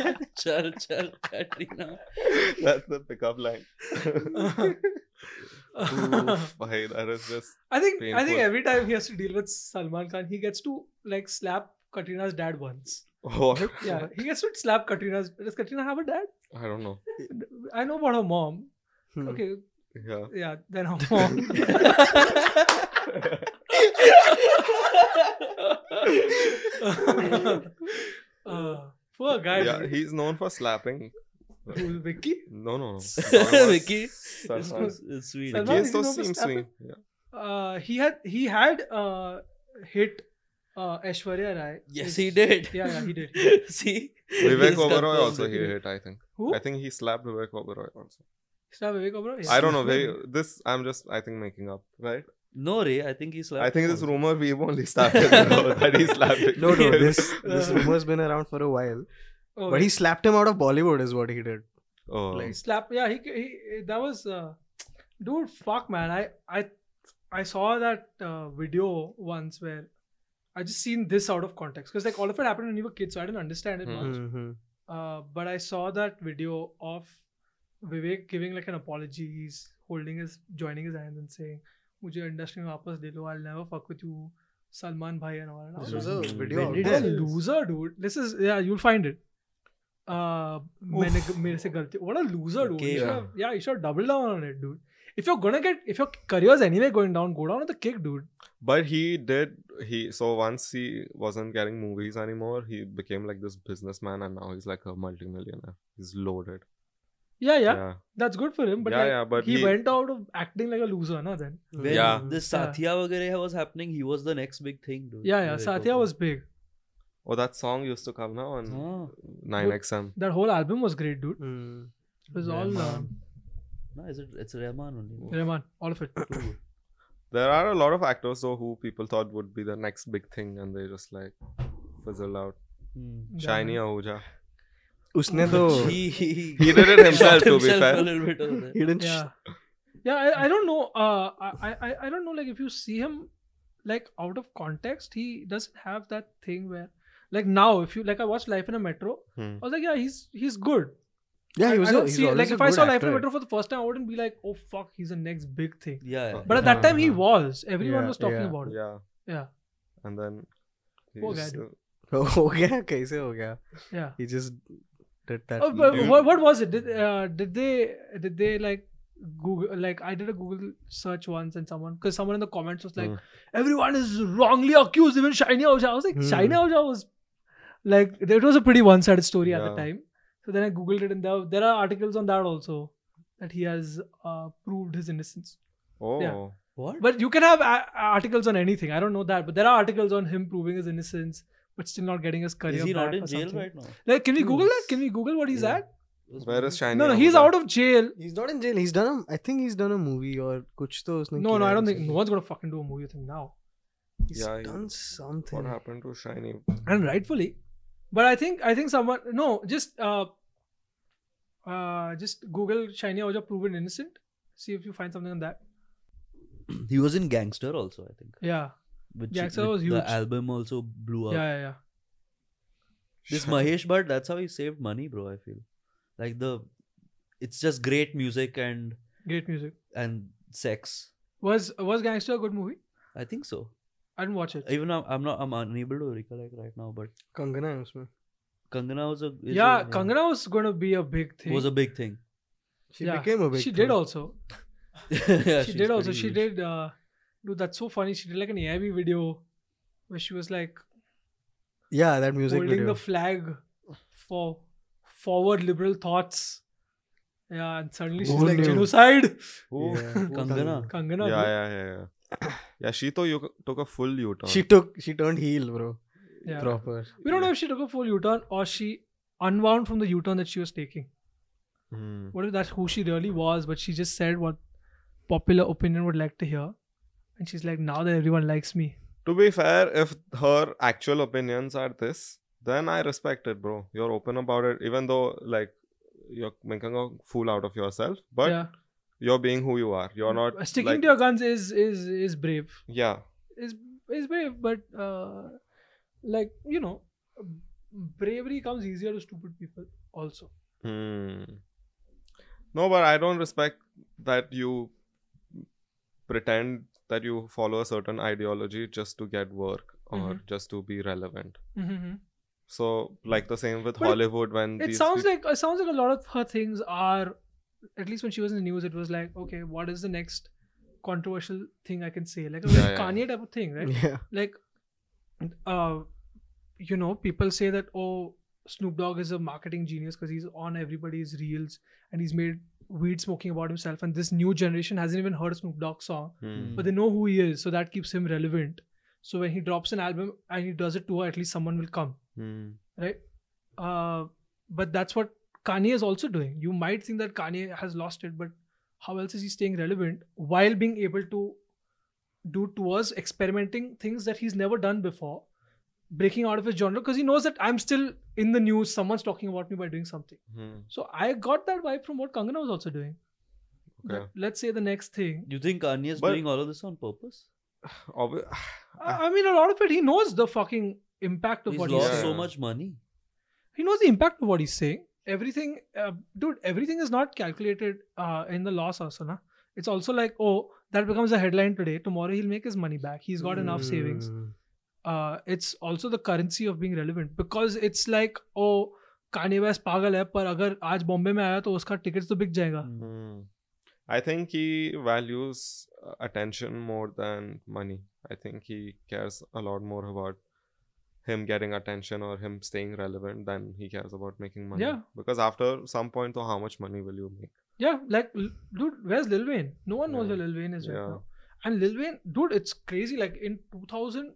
Speaker 4: Chal, chal, Katrina.
Speaker 3: that's the pickup line Oof, bhai that is just
Speaker 1: I think I think
Speaker 3: Painful.
Speaker 1: every time he has to deal with Salman Khan, he gets to like slap Katrina's dad once.
Speaker 3: what
Speaker 1: Yeah, he gets to slap Katrina's. Does Katrina have a dad?
Speaker 3: I don't know
Speaker 1: I know about her mom.
Speaker 2: Hmm.
Speaker 1: Okay,
Speaker 3: yeah
Speaker 1: yeah, then her mom. uh, poor guy.
Speaker 3: yeah
Speaker 1: dude.
Speaker 3: he's known for slapping
Speaker 1: Who, Vicky?
Speaker 3: no no no
Speaker 4: Vicky, It's
Speaker 3: Salman.
Speaker 4: so- it's sweet.
Speaker 1: Salman-
Speaker 3: Vicky is so
Speaker 1: known for
Speaker 3: seems
Speaker 1: slapping?
Speaker 3: sweet yeah.
Speaker 1: Uh, he had he had uh, hit uh, Aishwarya Rai.
Speaker 4: Yes,
Speaker 1: Which-
Speaker 4: he did.
Speaker 1: Yeah, yeah, he did.
Speaker 4: See,
Speaker 3: Vivek
Speaker 4: He's
Speaker 3: Oberoi
Speaker 4: confirmed
Speaker 3: also
Speaker 4: it.
Speaker 3: he hit I think
Speaker 1: Who?
Speaker 3: I think he slapped Vivek Oberoi also
Speaker 1: Slap Vivek Oberoi?
Speaker 3: I don't know.
Speaker 2: Slapped
Speaker 3: Very, this I'm just I think making up, right?
Speaker 4: No, Ray. I think um, he slapped.
Speaker 3: I think
Speaker 4: him
Speaker 1: Oh.
Speaker 3: this
Speaker 4: also.
Speaker 3: rumor we've only started you know, that he slapped. It.
Speaker 2: No, no, this this
Speaker 1: Uh,
Speaker 2: rumor's been around for a while.
Speaker 1: Oh,
Speaker 2: But he slapped him out of Bollywood, is what he did.
Speaker 3: Oh,
Speaker 1: He slap yeah he, he that was uh, dude fuck man i i i saw that uh, video once where i just seen this out of context because like all of it happened when you were kids so i didn't understand it
Speaker 3: Hmm.
Speaker 1: much
Speaker 2: Mm-hmm.
Speaker 1: uh, but i saw that video of vivek giving like an apology he's holding his joining his hands and saying mujhe industry mein wapas de lo i'll never fuck with you salman bhai and all and I was
Speaker 2: This
Speaker 1: like,
Speaker 2: was a
Speaker 3: Hmm.
Speaker 2: video out
Speaker 1: What a
Speaker 2: there.
Speaker 1: loser, dude. This is yeah, you'll find it. Uh, मैंने मेरे से गलती what a loser dude
Speaker 4: Okay.
Speaker 1: you should have, yeah you should have doubled down on it dude if you're gonna get if your career's anyway going down go down on the kick dude
Speaker 3: but he did. He so once he wasn't getting movies anymore, he became like this businessman, and now he's like a multimillionaire. He's loaded.
Speaker 1: yeah yeah,
Speaker 3: yeah,
Speaker 1: that's good for him but
Speaker 3: yeah,
Speaker 1: like,
Speaker 3: yeah, but
Speaker 1: he,
Speaker 3: he,
Speaker 1: went out of acting like a loser na then
Speaker 4: When
Speaker 3: Yeah.
Speaker 4: this
Speaker 1: Yeah.
Speaker 4: Satya Vagare was happening, he was the next big thing, dude.
Speaker 1: yeah yeah
Speaker 4: Vivek
Speaker 1: Satya
Speaker 4: Oberoi.
Speaker 1: was big
Speaker 3: Oh, that song used to come now on
Speaker 4: Ah,
Speaker 3: Nine XM.
Speaker 1: that whole album was great dude
Speaker 2: Hmm.
Speaker 1: it was all uh,
Speaker 4: no, is it? It's Rahman only.
Speaker 1: Rahman all of it
Speaker 3: There are a lot of actors though who people thought would be the next big thing, and they just like fizzle out.
Speaker 4: Hmm.
Speaker 3: Shiny Ahuja.
Speaker 2: उसने तो
Speaker 4: he, he,
Speaker 3: He did it himself,
Speaker 4: shot
Speaker 3: to be
Speaker 4: himself
Speaker 3: fair.
Speaker 4: A little bit over there.
Speaker 2: he didn't
Speaker 1: yeah yeah I, I don't know uh I, I i don't know like if you see him like out of context he doesn't have that thing where like now if you like i watched life in a metro
Speaker 3: Hmm.
Speaker 1: i was like yeah he's he's good
Speaker 2: yeah
Speaker 1: I,
Speaker 2: he was
Speaker 1: I
Speaker 2: a-
Speaker 1: don't
Speaker 2: he's
Speaker 1: see like
Speaker 2: always a
Speaker 1: if i
Speaker 2: good
Speaker 1: saw life in a
Speaker 2: actor.
Speaker 1: metro for the first time i wouldn't be like oh fuck he's the next big thing
Speaker 4: Yeah, yeah.
Speaker 1: but at that time he
Speaker 2: Uh-huh.
Speaker 1: was everyone
Speaker 2: Yeah,
Speaker 1: was talking
Speaker 2: yeah,
Speaker 1: about it
Speaker 3: Yeah.
Speaker 1: Yeah.
Speaker 3: And then. he
Speaker 1: Poor
Speaker 3: just,
Speaker 1: guy,
Speaker 3: uh,
Speaker 2: हो गया कैसे हो गया
Speaker 1: yeah
Speaker 2: he just did that
Speaker 1: oh, but
Speaker 3: Dude.
Speaker 1: what, what was it did, uh, did they did they like google like i did a google search once and someone because someone in the comments was like
Speaker 3: Hmm.
Speaker 1: everyone is wrongly accused even shiny Ahuja. i was like
Speaker 2: Hmm.
Speaker 1: shiny Ahuja was like it was a pretty one-sided story at the
Speaker 3: Yeah.
Speaker 1: time so then i googled it and there, there are articles on that also that he has uh, proved his innocence
Speaker 3: Oh.
Speaker 4: What?
Speaker 1: but you can have a- articles on anything i don't know that but there are articles on him proving his innocence but still not getting his career
Speaker 4: is he not
Speaker 1: back
Speaker 4: in
Speaker 1: or
Speaker 4: jail
Speaker 1: something.
Speaker 4: right now?
Speaker 1: like can we
Speaker 2: Hmm.
Speaker 1: google that can we google what he's
Speaker 2: Yeah.
Speaker 1: at
Speaker 4: Was
Speaker 3: Where is Shiny?
Speaker 1: no no he's
Speaker 3: Ahuja?
Speaker 1: out of jail
Speaker 2: he's not in jail he's done a, I think he's done a movie or कुछ तो उसने
Speaker 1: no
Speaker 2: किया
Speaker 1: no i
Speaker 2: है
Speaker 1: don't think
Speaker 2: recently.
Speaker 1: no one's gonna fucking do a movie with him now
Speaker 2: he's
Speaker 3: Yeah, he-
Speaker 2: done something
Speaker 3: What happened to Shiny?
Speaker 1: and rightfully but i think i think someone no just uh uh just google shiny Ahuja proven innocent see if you find something on that
Speaker 4: He was in Gangster also, I think.
Speaker 1: yeah
Speaker 4: Which,
Speaker 1: Gangster
Speaker 4: which
Speaker 1: was
Speaker 4: The
Speaker 1: huge.
Speaker 4: album also blew up.
Speaker 1: yeah yeah yeah
Speaker 4: This
Speaker 3: Shiny.
Speaker 4: Mahesh Bhatt, that's how he saved money, bro. I feel like the it's just great music and
Speaker 1: great music
Speaker 4: and sex.
Speaker 1: was was gangster a good movie
Speaker 4: I think so.
Speaker 1: i didn't watch it
Speaker 4: Even I'm, I'm not I'm unable to recollect right now, but
Speaker 2: Kangana है उसमें
Speaker 4: Kangana was a is
Speaker 1: yeah,
Speaker 4: a,
Speaker 1: Kangana was gonna be a big thing.
Speaker 4: was a big thing.
Speaker 2: she
Speaker 1: Yeah,
Speaker 2: became a big
Speaker 1: she did
Speaker 2: thing.
Speaker 1: also.
Speaker 4: Yeah,
Speaker 1: she
Speaker 4: she's
Speaker 1: did also.
Speaker 4: pretty
Speaker 1: She
Speaker 4: huge.
Speaker 1: did. Uh, dude, that's so funny. She did like an AIB video where she was like
Speaker 2: yeah that music
Speaker 1: holding
Speaker 2: video
Speaker 1: the flag for forward liberal thoughts. Yeah, and suddenly she's
Speaker 2: Who
Speaker 1: like
Speaker 2: knew?
Speaker 1: genocide.
Speaker 3: Who?
Speaker 2: Yeah.
Speaker 4: Kangana.
Speaker 1: Kangana.
Speaker 3: Yeah,
Speaker 1: Yeah,
Speaker 3: yeah, yeah, yeah. Yeah, she to you took a full U-turn.
Speaker 2: she took she turned heel bro
Speaker 1: yeah.
Speaker 2: proper
Speaker 1: We don't know if she took a full U-turn or she unwound from the U-turn that she was taking.
Speaker 3: Hmm.
Speaker 1: What if that's who she really was, but she just said what popular opinion would like to hear, and she's like, now that everyone likes me.
Speaker 3: To be fair, if her actual opinions are this, then I respect it, bro. You're open about it, even though like you're making a fool out of yourself, but
Speaker 1: yeah. Uh,
Speaker 3: you're being who you are. You're not
Speaker 1: sticking
Speaker 3: like,
Speaker 1: to your guns is is is brave.
Speaker 3: yeah,
Speaker 1: Is is brave, but uh, like you know, bravery comes easier to stupid people also.
Speaker 3: Hmm. No, but I don't respect that you pretend that you follow a certain ideology just to get work or
Speaker 1: Mhm.
Speaker 3: just to be relevant.
Speaker 1: Mm-hmm.
Speaker 3: So, like the same with
Speaker 1: But it-
Speaker 3: Hollywood when
Speaker 1: It
Speaker 3: these
Speaker 1: sounds
Speaker 3: peop-
Speaker 1: like it sounds like a lot of her things are, at least when she was in the news, it was like, okay, what is the next controversial thing I can say? Like a
Speaker 3: Yeah,
Speaker 1: very
Speaker 3: yeah.
Speaker 1: Kanye type of thing, right?
Speaker 2: Yeah.
Speaker 1: like uh you know people say that oh snoop dogg is a marketing genius because he's on everybody's reels and he's made weed smoking about himself and this new generation hasn't even heard a snoop dogg song
Speaker 3: Hmm.
Speaker 1: but they know who he is so that keeps him relevant so when he drops an album and he does it to her at least someone will come
Speaker 3: Hmm.
Speaker 1: uh but that's what kanye is also doing you might think that kanye has lost it but how else is he staying relevant while being able to do towards experimenting things that he's never done before breaking out of his genre because he knows that i'm still in the news someone's talking about me by doing something
Speaker 3: Hmm.
Speaker 1: so i got that vibe from what kangana was also doing That
Speaker 3: Okay.
Speaker 1: let's say the next thing
Speaker 4: You think Kanye's
Speaker 3: But-
Speaker 4: doing all of this on purpose?
Speaker 3: Obvi-
Speaker 1: I, I mean a lot of it he knows the fucking impact of
Speaker 4: He's
Speaker 1: what
Speaker 4: lost
Speaker 1: he's saying.
Speaker 4: so
Speaker 3: Yeah.
Speaker 4: much money.
Speaker 1: he knows the impact of what he's saying everything uh, dude everything is not calculated uh, in the loss also na? it's also like oh that becomes a headline today tomorrow he'll make his money back he's got enough savings
Speaker 2: Mm.
Speaker 1: uh, it's also the currency of being relevant because it's like oh Kanye West पागल है पर अगर आज बॉम्बे में आया तो उसका tickets तो बिक जाएगा
Speaker 3: Hmm. I think he values uh, attention more than money. I think he cares a lot more about him getting attention or him staying relevant than he cares about making money.
Speaker 1: Yeah.
Speaker 3: Because after some point, though, how much money will you make?
Speaker 1: yeah like l- dude where's Lil Wayne no one knows
Speaker 3: Yeah.
Speaker 1: where Lil Wayne is right
Speaker 3: Yeah.
Speaker 1: now and Lil Wayne dude it's crazy like in 2000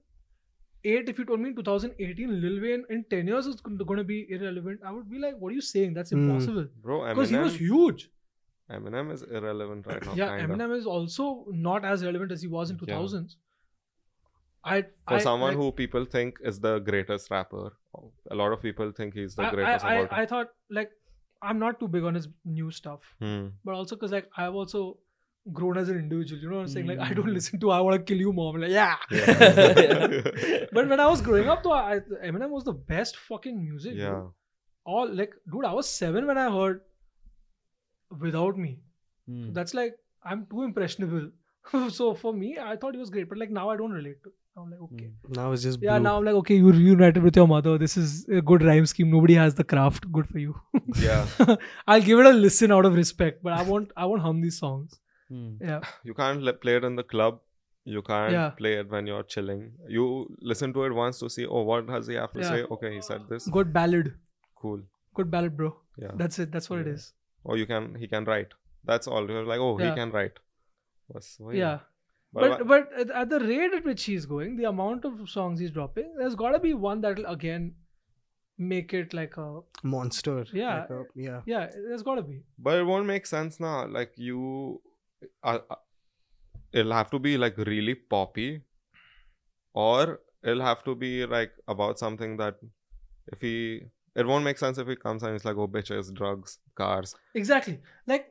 Speaker 1: eight, if you told me in 2018 Lil Wayne in 10 years is going to be irrelevant, I would be like, what are you saying? That's
Speaker 2: Hmm.
Speaker 1: impossible.
Speaker 3: Bro,
Speaker 1: Because he
Speaker 3: Eminem,
Speaker 1: was huge.
Speaker 3: Eminem is irrelevant right now.
Speaker 1: yeah,
Speaker 3: kinda.
Speaker 1: Eminem is also not as relevant as he was in
Speaker 3: Yeah.
Speaker 1: 2000s. I
Speaker 3: For
Speaker 1: I,
Speaker 3: someone
Speaker 1: like,
Speaker 3: who people think is the greatest rapper, a lot of people think he's the
Speaker 1: I,
Speaker 3: greatest
Speaker 1: I,
Speaker 3: about
Speaker 1: I, I thought like I'm not too big on his new stuff,
Speaker 3: Hmm.
Speaker 1: but also because like I've also grown as an individual. You know what I'm saying? Like I don't
Speaker 4: Hmm.
Speaker 1: listen to I want to kill you, mom. Like yeah.
Speaker 3: Yeah.
Speaker 1: But when I was growing up, though, I, Eminem was the best fucking music. dude.
Speaker 3: yeah.
Speaker 1: all like dude i was seven when i heard without me
Speaker 4: Hmm.
Speaker 1: that's like i'm too impressionable so for me i thought he was great but like now i don't relate to i'm like okay
Speaker 4: Hmm.
Speaker 2: Now it's just.
Speaker 1: yeah
Speaker 2: blue.
Speaker 1: now i'm like okay you're reunited with your mother this is a good rhyme scheme nobody has the craft good for you
Speaker 3: Yeah.
Speaker 1: i'll give it a listen out of respect but i won't i won't hum these songs
Speaker 4: Hmm.
Speaker 1: yeah
Speaker 3: you can't le- play it in the club you can't
Speaker 1: Yeah.
Speaker 3: play it when you're chilling you listen to it once to see oh what does he have to
Speaker 1: Yeah.
Speaker 3: say okay he said this
Speaker 1: good ballad
Speaker 3: cool
Speaker 1: good ballad bro
Speaker 3: yeah
Speaker 1: that's it that's what it
Speaker 3: Yeah.
Speaker 1: is
Speaker 3: or you can he can write that's all you're like oh he
Speaker 1: Yeah.
Speaker 3: can write That's why-
Speaker 1: yeah
Speaker 3: but,
Speaker 1: But but at- at the rate at which he's going, the amount of songs he's dropping, there's gotta be one that'll again make it like a
Speaker 2: Monster.
Speaker 1: Yeah.
Speaker 2: Like a- yeah.
Speaker 1: yeah. There's gotta be
Speaker 3: but it won't make sense now like you uh, uh, it'll have to be like really poppy or it'll have to be like about something that if he it won't make sense if he comes and it's like oh bitches drugs cars
Speaker 1: exactly like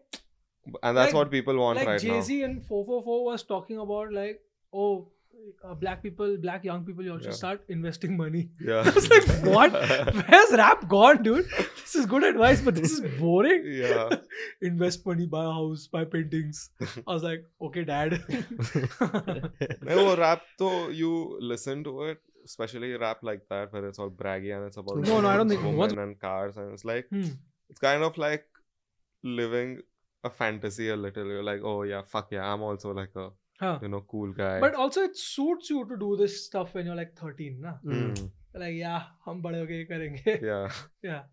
Speaker 3: and that's
Speaker 1: Like-
Speaker 3: what people want
Speaker 1: like
Speaker 3: right
Speaker 1: Jay
Speaker 3: now
Speaker 1: Z and four four four was talking about like oh uh, black people black young people you all should
Speaker 3: Yeah.
Speaker 1: start investing money.
Speaker 3: Yeah.
Speaker 1: I was like, what? Where's rap gone, dude? This is good advice, but this is boring.
Speaker 3: yeah.
Speaker 1: Invest money, buy a house, buy paintings. I was like, okay, dad.
Speaker 3: No, well, rap though you listen to it, especially rap like that where it's all braggy and it's about
Speaker 2: No, no, I don't
Speaker 1: think-
Speaker 3: women
Speaker 1: what's-
Speaker 3: and cars and it's like
Speaker 1: Hmm.
Speaker 3: it's kind of like living a fantasy a little. You're like, oh yeah, fuck yeah, I'm also like a
Speaker 1: Huh.
Speaker 3: you know cool guy.
Speaker 1: But also, it suits you to do this stuff when you're like 13, na?
Speaker 2: Mm.
Speaker 3: Mm,
Speaker 1: Like, yeah, हम बड़े होके ये करेंगे.
Speaker 3: yeah,
Speaker 1: Yeah.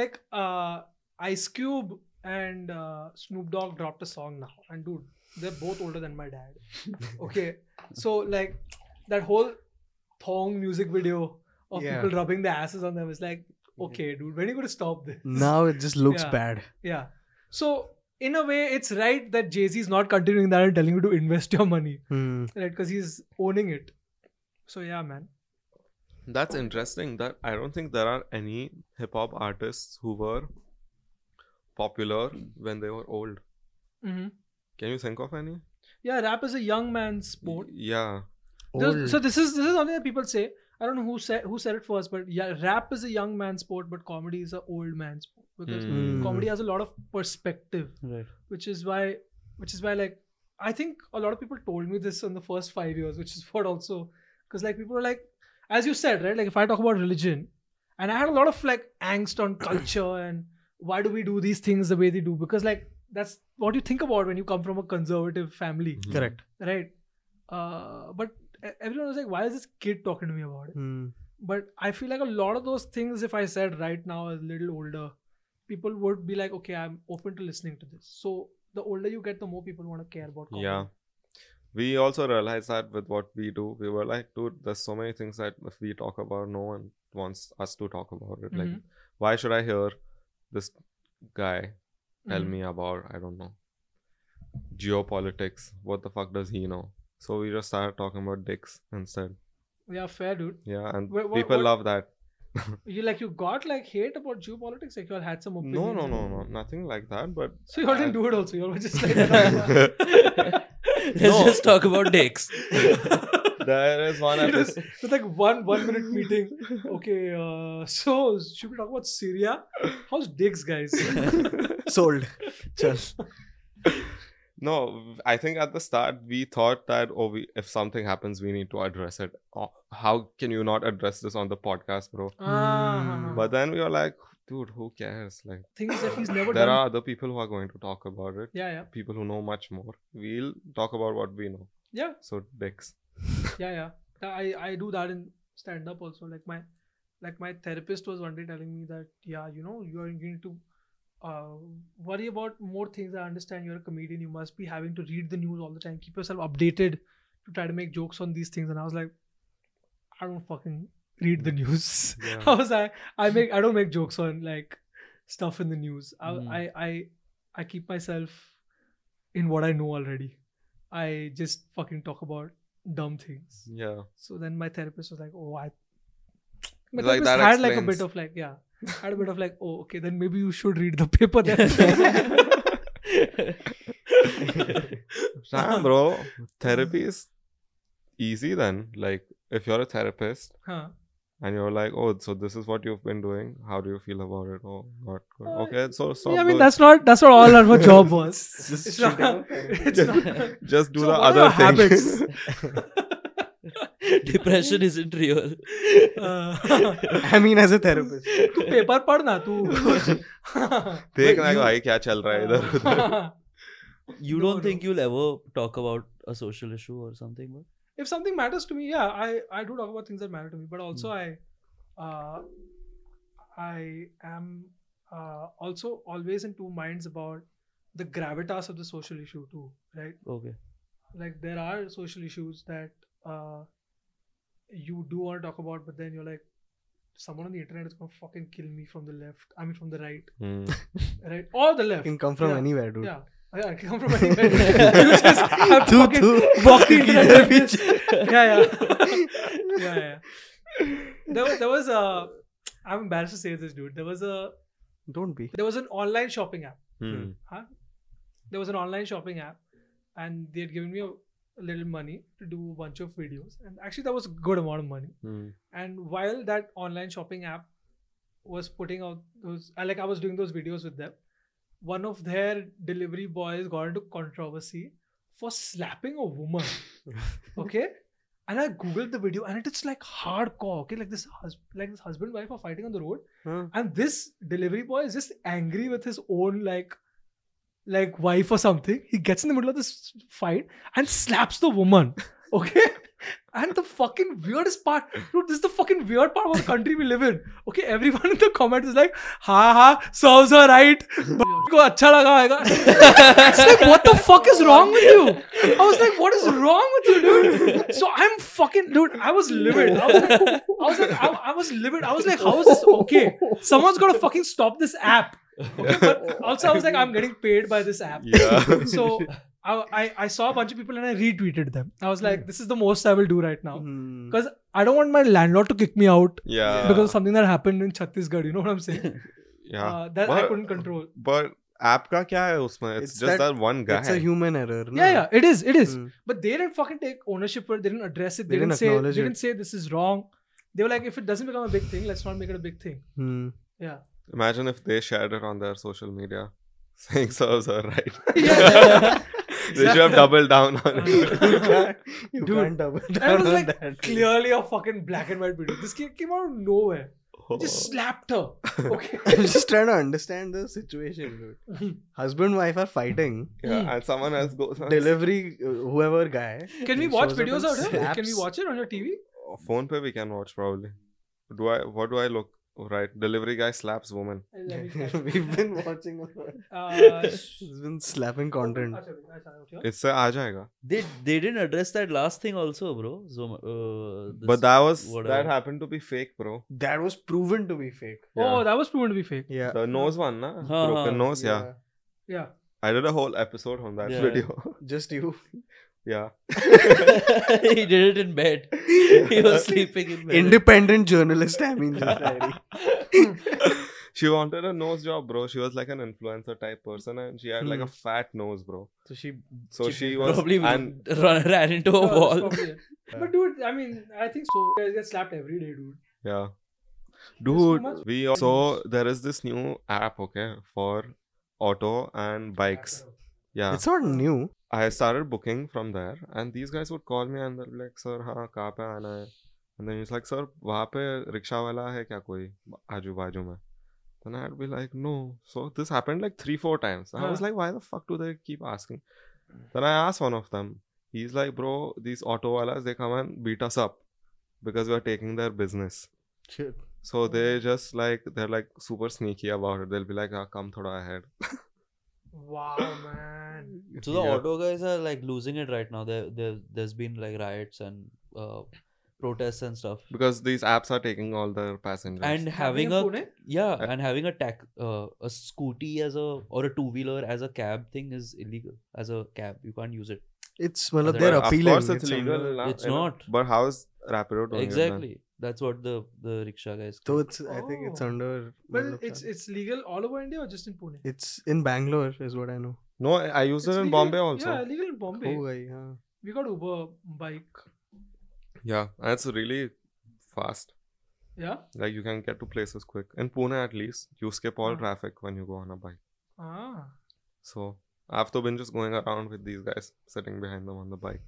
Speaker 1: Like, uh, Ice Cube and uh, Snoop Dogg dropped a song now. And dude, they're both older than my dad. Okay. So, like, that whole thong music video of
Speaker 2: Yeah.
Speaker 1: people rubbing their asses on them is like, okay, dude, when are you going to stop this?
Speaker 2: Now it just looks
Speaker 1: Yeah.
Speaker 2: bad.
Speaker 1: Yeah. So, in a way, it's right that Jay Z is not continuing that and telling you to invest your money
Speaker 2: Mm.
Speaker 1: right because he's owning it so yeah man
Speaker 3: That's interesting. That I don't think there are any hip hop artists who were popular when they were old.
Speaker 1: hmm
Speaker 3: Can you think of any?
Speaker 1: Yeah, rap is a young man's sport.
Speaker 3: Yeah.
Speaker 1: There's- So
Speaker 2: Old.
Speaker 1: this is this is something that people say. I don't know who said who said it first, but yeah, rap is a young man's sport, but comedy is an old man's sport because
Speaker 3: Hmm.
Speaker 1: comedy has a lot of perspective,
Speaker 4: Right.
Speaker 1: which is why which is why like I think a lot of people told me this in the first five years, which is what also because like people are like, as you said, right? Like if I talk about religion, and I had a lot of like angst on culture and why do we do these things the way they do because like that's what you think about when you come from a conservative family
Speaker 3: Mhm.
Speaker 2: Correct.
Speaker 1: right uh, but e- everyone was like why is this kid talking to me about it
Speaker 2: Hmm.
Speaker 1: but i feel like a lot of those things if i said right now as a little older people would be like okay i'm open to listening to this so the older you get the more people want to care about comedy.
Speaker 3: Yeah. We also realized that with what we do, we were like, dude, there's so many things that if we talk about, no one wants us to talk about it. Like,
Speaker 1: Mhm.
Speaker 3: why should I hear this guy tell
Speaker 1: Mhm.
Speaker 3: me about, I don't know, geopolitics? What the fuck does he know? So we just started talking about dicks instead.
Speaker 1: yeah fair dude
Speaker 3: Yeah. And
Speaker 1: Wha- wha-
Speaker 3: people
Speaker 1: what-
Speaker 3: love that.
Speaker 1: you like you got like hate about geopolitics like you all had some opinions
Speaker 3: No, no,
Speaker 1: and-
Speaker 3: no, no. Nothing like that. But
Speaker 1: so you all didn't
Speaker 3: I-
Speaker 1: do it also you all were just like
Speaker 4: Let's
Speaker 3: No.
Speaker 4: just talk about dicks.
Speaker 3: there is one
Speaker 1: It was,
Speaker 3: episode.
Speaker 1: it was like one one minute meeting. Okay, uh, so should we talk about Syria? How's dicks, guys? Ah,
Speaker 2: Sold. Chal.
Speaker 3: No, I think at the start we thought that oh, we, if something happens, we need to address it. Oh, how can you not address this on the podcast, bro?
Speaker 1: Ah,
Speaker 3: But then we were like, dude, who cares? Like,
Speaker 1: things that he's never
Speaker 3: there
Speaker 1: done.
Speaker 3: are other people who are going to talk about it.
Speaker 1: Yeah, yeah,
Speaker 3: People who know much more. We'll talk about what we know.
Speaker 1: yeah,
Speaker 3: So dicks.
Speaker 1: yeah, yeah. Tha- I I do that in stand up also. Like my like my therapist was one day telling me that yeah, you know, you are you need to uh, worry about more things. I understand you're a comedian. You must be having to read the news all the time. Keep yourself updated to try to make jokes on these things. And I was like, I don't fucking read the news.
Speaker 3: Yeah.
Speaker 1: I was like, I make I don't make jokes on like stuff in the news. I
Speaker 3: Hmm.
Speaker 4: Mm.
Speaker 1: I, I I keep myself in what I know already. I just fucking talk about dumb things.
Speaker 3: Yeah.
Speaker 1: So then my therapist was like, "Oh, I." My
Speaker 3: Like,
Speaker 1: therapist
Speaker 3: that
Speaker 1: had like a
Speaker 3: explains.
Speaker 1: bit of like yeah, had a bit of like oh okay then maybe you should read the paper then.
Speaker 3: Damn, bro. Therapy is easy then. Like, if you're a therapist
Speaker 1: huh.
Speaker 3: and you're like, oh, so this is what you've been doing. How do you feel about it? Oh, not good.
Speaker 1: Uh,
Speaker 3: okay, so stop.
Speaker 1: Yeah, I mean
Speaker 3: doing-
Speaker 1: that's not that's not all our job was.
Speaker 2: Just
Speaker 1: It's not, it's not
Speaker 3: just do
Speaker 1: So
Speaker 3: the
Speaker 1: what
Speaker 3: other
Speaker 1: are your
Speaker 3: things.
Speaker 4: Depression isn't real.
Speaker 1: uh,
Speaker 2: I mean, as a therapist.
Speaker 1: तू paper पढ़ ना तू
Speaker 3: देख ना
Speaker 2: you-
Speaker 3: भाई क्या चल रहा है
Speaker 1: हाँ।
Speaker 3: इधर उधर
Speaker 4: You
Speaker 1: No,
Speaker 4: don't
Speaker 1: no.
Speaker 4: think you'll ever talk about a social issue or something? But
Speaker 1: if something matters to me yeah i i do talk about things that matter to me but also i uh i am uh, also always in two minds about the gravitas of the social issue too right
Speaker 4: okay.
Speaker 1: like there are social issues that uh you do want to talk about but then you're like someone on the internet is gonna fucking kill me from the left i mean from the right
Speaker 3: Hmm.
Speaker 1: right or the left
Speaker 2: You can come from
Speaker 1: Yeah.
Speaker 2: anywhere, dude.
Speaker 1: yeah yeah, I can come from anywhere. you just have to
Speaker 2: Through-
Speaker 1: fucking
Speaker 2: through-
Speaker 1: walk the internet
Speaker 2: किधर
Speaker 1: and
Speaker 2: भी
Speaker 1: just- yeah, yeah. yeah, yeah. There, wa- there was a. I'm embarrassed to say this, dude. There was a.
Speaker 2: Don't be.
Speaker 1: There was an online shopping app.
Speaker 3: Hmm.
Speaker 1: There was an online shopping app, and they had given me a, a little money to do a bunch of videos. And actually, that was a good amount of money.
Speaker 3: Hmm.
Speaker 1: And while that online shopping app was putting out those, I- like I was doing those videos with them, one of their delivery boys got into controversy for slapping a woman. okay. And I googled the video, and it's like hardcore. Okay, like this, hus- like this husband and wife are fighting on the road,
Speaker 2: Huh?
Speaker 1: and this delivery boy is just angry with his own like, like wife or something. He gets in the middle of this fight and slaps the woman. Okay. And the fucking weirdest part, dude, this is the fucking weird part of our country we live in. Okay, everyone in the comments is like, ha ha, serves her right. को अच्छा लगा होगा." It's like, what the fuck is wrong with you? I was like, what is wrong with you, dude? So I'm fucking, dude, I was livid. I was like, I was, like, I, I was livid. I was like, how is this okay? Someone's got to fucking stop this app. Okay, but also I was like, I'm getting paid by this app.
Speaker 3: Yeah.
Speaker 1: So I, I I saw a bunch of people and I retweeted them. I was
Speaker 3: Hmm.
Speaker 1: like, this is the most I will do right now.
Speaker 2: Hmm.
Speaker 1: Because I don't want my landlord to kick me out
Speaker 3: yeah
Speaker 1: because of something that happened in Chhattisgarh. You know what I'm saying?
Speaker 3: yeah
Speaker 1: Uh, that I
Speaker 3: But-
Speaker 1: couldn't control.
Speaker 3: but आपका क्या है उसमें it's,
Speaker 2: It's
Speaker 3: just that,
Speaker 2: that-
Speaker 3: one guy
Speaker 2: It's a human error. no?
Speaker 1: Yeah, yeah, it is, it is.
Speaker 2: Hmm.
Speaker 1: But they didn't fucking take ownership for it. They didn't address it. They,
Speaker 2: They
Speaker 1: didn't,
Speaker 2: didn't
Speaker 1: say. They
Speaker 2: acknowledge it.
Speaker 1: didn't say this is wrong. They were like, if it doesn't become a big thing, let's not make it a big thing.
Speaker 2: Hmm.
Speaker 1: Yeah.
Speaker 3: imagine if they shared it on their social media saying serves her right
Speaker 1: yeah. Hmm.
Speaker 3: they should have doubled down on it
Speaker 2: You can't, you
Speaker 1: Dude,
Speaker 2: can't double
Speaker 1: That
Speaker 2: down
Speaker 1: was
Speaker 2: on
Speaker 1: like
Speaker 2: that.
Speaker 1: clearly a fucking black and white video. This kid came out of nowhere.
Speaker 3: Oh,
Speaker 1: He Just slapped her. Okay.
Speaker 2: I'm just trying to understand the situation, dude. Husband and wife are fighting.
Speaker 3: yeah, and someone else goes and
Speaker 2: Delivery, uh, whoever guy.
Speaker 1: Can we
Speaker 2: He
Speaker 1: watch
Speaker 2: shows up
Speaker 1: videos
Speaker 2: and
Speaker 1: out here? Can we
Speaker 2: slaps.
Speaker 1: watch it on your TV?
Speaker 3: phone pe we can watch probably do i what do i look right delivery guy slaps woman
Speaker 1: Let me catch it.
Speaker 2: We've been watching. a lot.
Speaker 1: Uh, sh-
Speaker 2: He's been slapping content.
Speaker 1: अच्छा, अच्छा, अच्छा, okay.
Speaker 3: इससे uh, आ जाएगा
Speaker 4: They they didn't address that last thing also, bro. Zoma, uh, this-
Speaker 3: but that was that
Speaker 4: whatever.
Speaker 3: happened to be fake bro
Speaker 2: That was proven to be fake.
Speaker 1: Oh, that was proven to be fake.
Speaker 2: Yeah.
Speaker 3: the nose one na
Speaker 4: हाँ,
Speaker 3: broken
Speaker 4: हाँ.
Speaker 3: nose yeah.
Speaker 1: Yeah.
Speaker 3: i did a whole episode on that
Speaker 4: Yeah.
Speaker 3: video
Speaker 2: Just you.
Speaker 3: yeah
Speaker 4: he did it in bed. He was sleeping in bed.
Speaker 2: Independent journalist, I mean. Lahiri.
Speaker 3: she wanted a nose job bro she was like an influencer type person and she had like a
Speaker 2: Hmm.
Speaker 3: fat nose bro
Speaker 2: so she.
Speaker 3: so she,
Speaker 2: She
Speaker 3: was
Speaker 4: Probably
Speaker 3: and
Speaker 4: run, ran into a
Speaker 1: Yeah, Uh, that's
Speaker 4: wall.
Speaker 1: probably it. But dude, I mean, I think so. Guys get slapped every day, dude.
Speaker 3: yeah
Speaker 1: so
Speaker 3: dude
Speaker 1: much-
Speaker 3: we also there is this new app okay for auto and bikes yeah
Speaker 2: It's not new.
Speaker 3: I started booking from there, and these guys would call me and they'll be like, "Sir, हाँ कहाँ पे आना है?" And then he's like, "Sir, वहाँ पे rickshaw वाला है क्या कोई आजू बाजू में?" Then I'd be like, "No." So this happened like three, four times. I was
Speaker 1: हाँ.
Speaker 3: like, "Why the fuck do they keep asking?" Then I asked one of them. He's like, "Bro, these auto wallahs they come and beat us up because we're taking their business." So they
Speaker 1: Hmm.
Speaker 3: just like they're like super sneaky about it. They'll be like, "Ah, come thoda ahead."
Speaker 1: Wow, man.
Speaker 4: So the
Speaker 3: Yeah.
Speaker 4: auto guys are like losing it right now. There, there there's been like riots and uh, protests and stuff.
Speaker 3: because these apps are taking all their passengers.
Speaker 4: And having a
Speaker 1: Pune?
Speaker 4: yeah,
Speaker 3: Uh,
Speaker 4: and having a tac uh, a scooty as a or a two wheeler as a cab thing is illegal. As a cab, you can't use it.
Speaker 2: It's well,
Speaker 4: But
Speaker 2: they're
Speaker 3: But
Speaker 2: appealing.
Speaker 3: Of course, it's, legal.
Speaker 2: under-
Speaker 3: na-
Speaker 4: It's
Speaker 3: you know.
Speaker 4: not.
Speaker 3: But how is Rapido doing It,
Speaker 4: exactly. That's what the the rickshaw guys.
Speaker 2: So
Speaker 4: claim.
Speaker 2: it's. I think it's
Speaker 1: Oh.
Speaker 2: under.
Speaker 1: But
Speaker 2: under-
Speaker 1: it's it's legal all over India or just in Pune?
Speaker 2: It's in Bangalore, is what I know.
Speaker 3: man? no, I I used
Speaker 1: It's
Speaker 3: it in
Speaker 1: legal-
Speaker 3: Bombay also.
Speaker 1: Yeah,
Speaker 3: Yeah,
Speaker 1: legal in Bombay.
Speaker 2: Oh, I, huh.
Speaker 1: We got Uber bike.
Speaker 3: and it's really fast.
Speaker 1: Yeah.
Speaker 3: Like you can get to places quick. In Pune, at least, you skip all
Speaker 1: Ah.
Speaker 3: traffic when you go on a bike.
Speaker 1: Ah.
Speaker 3: So I've to been just going around with these guys, sitting behind them on the bike.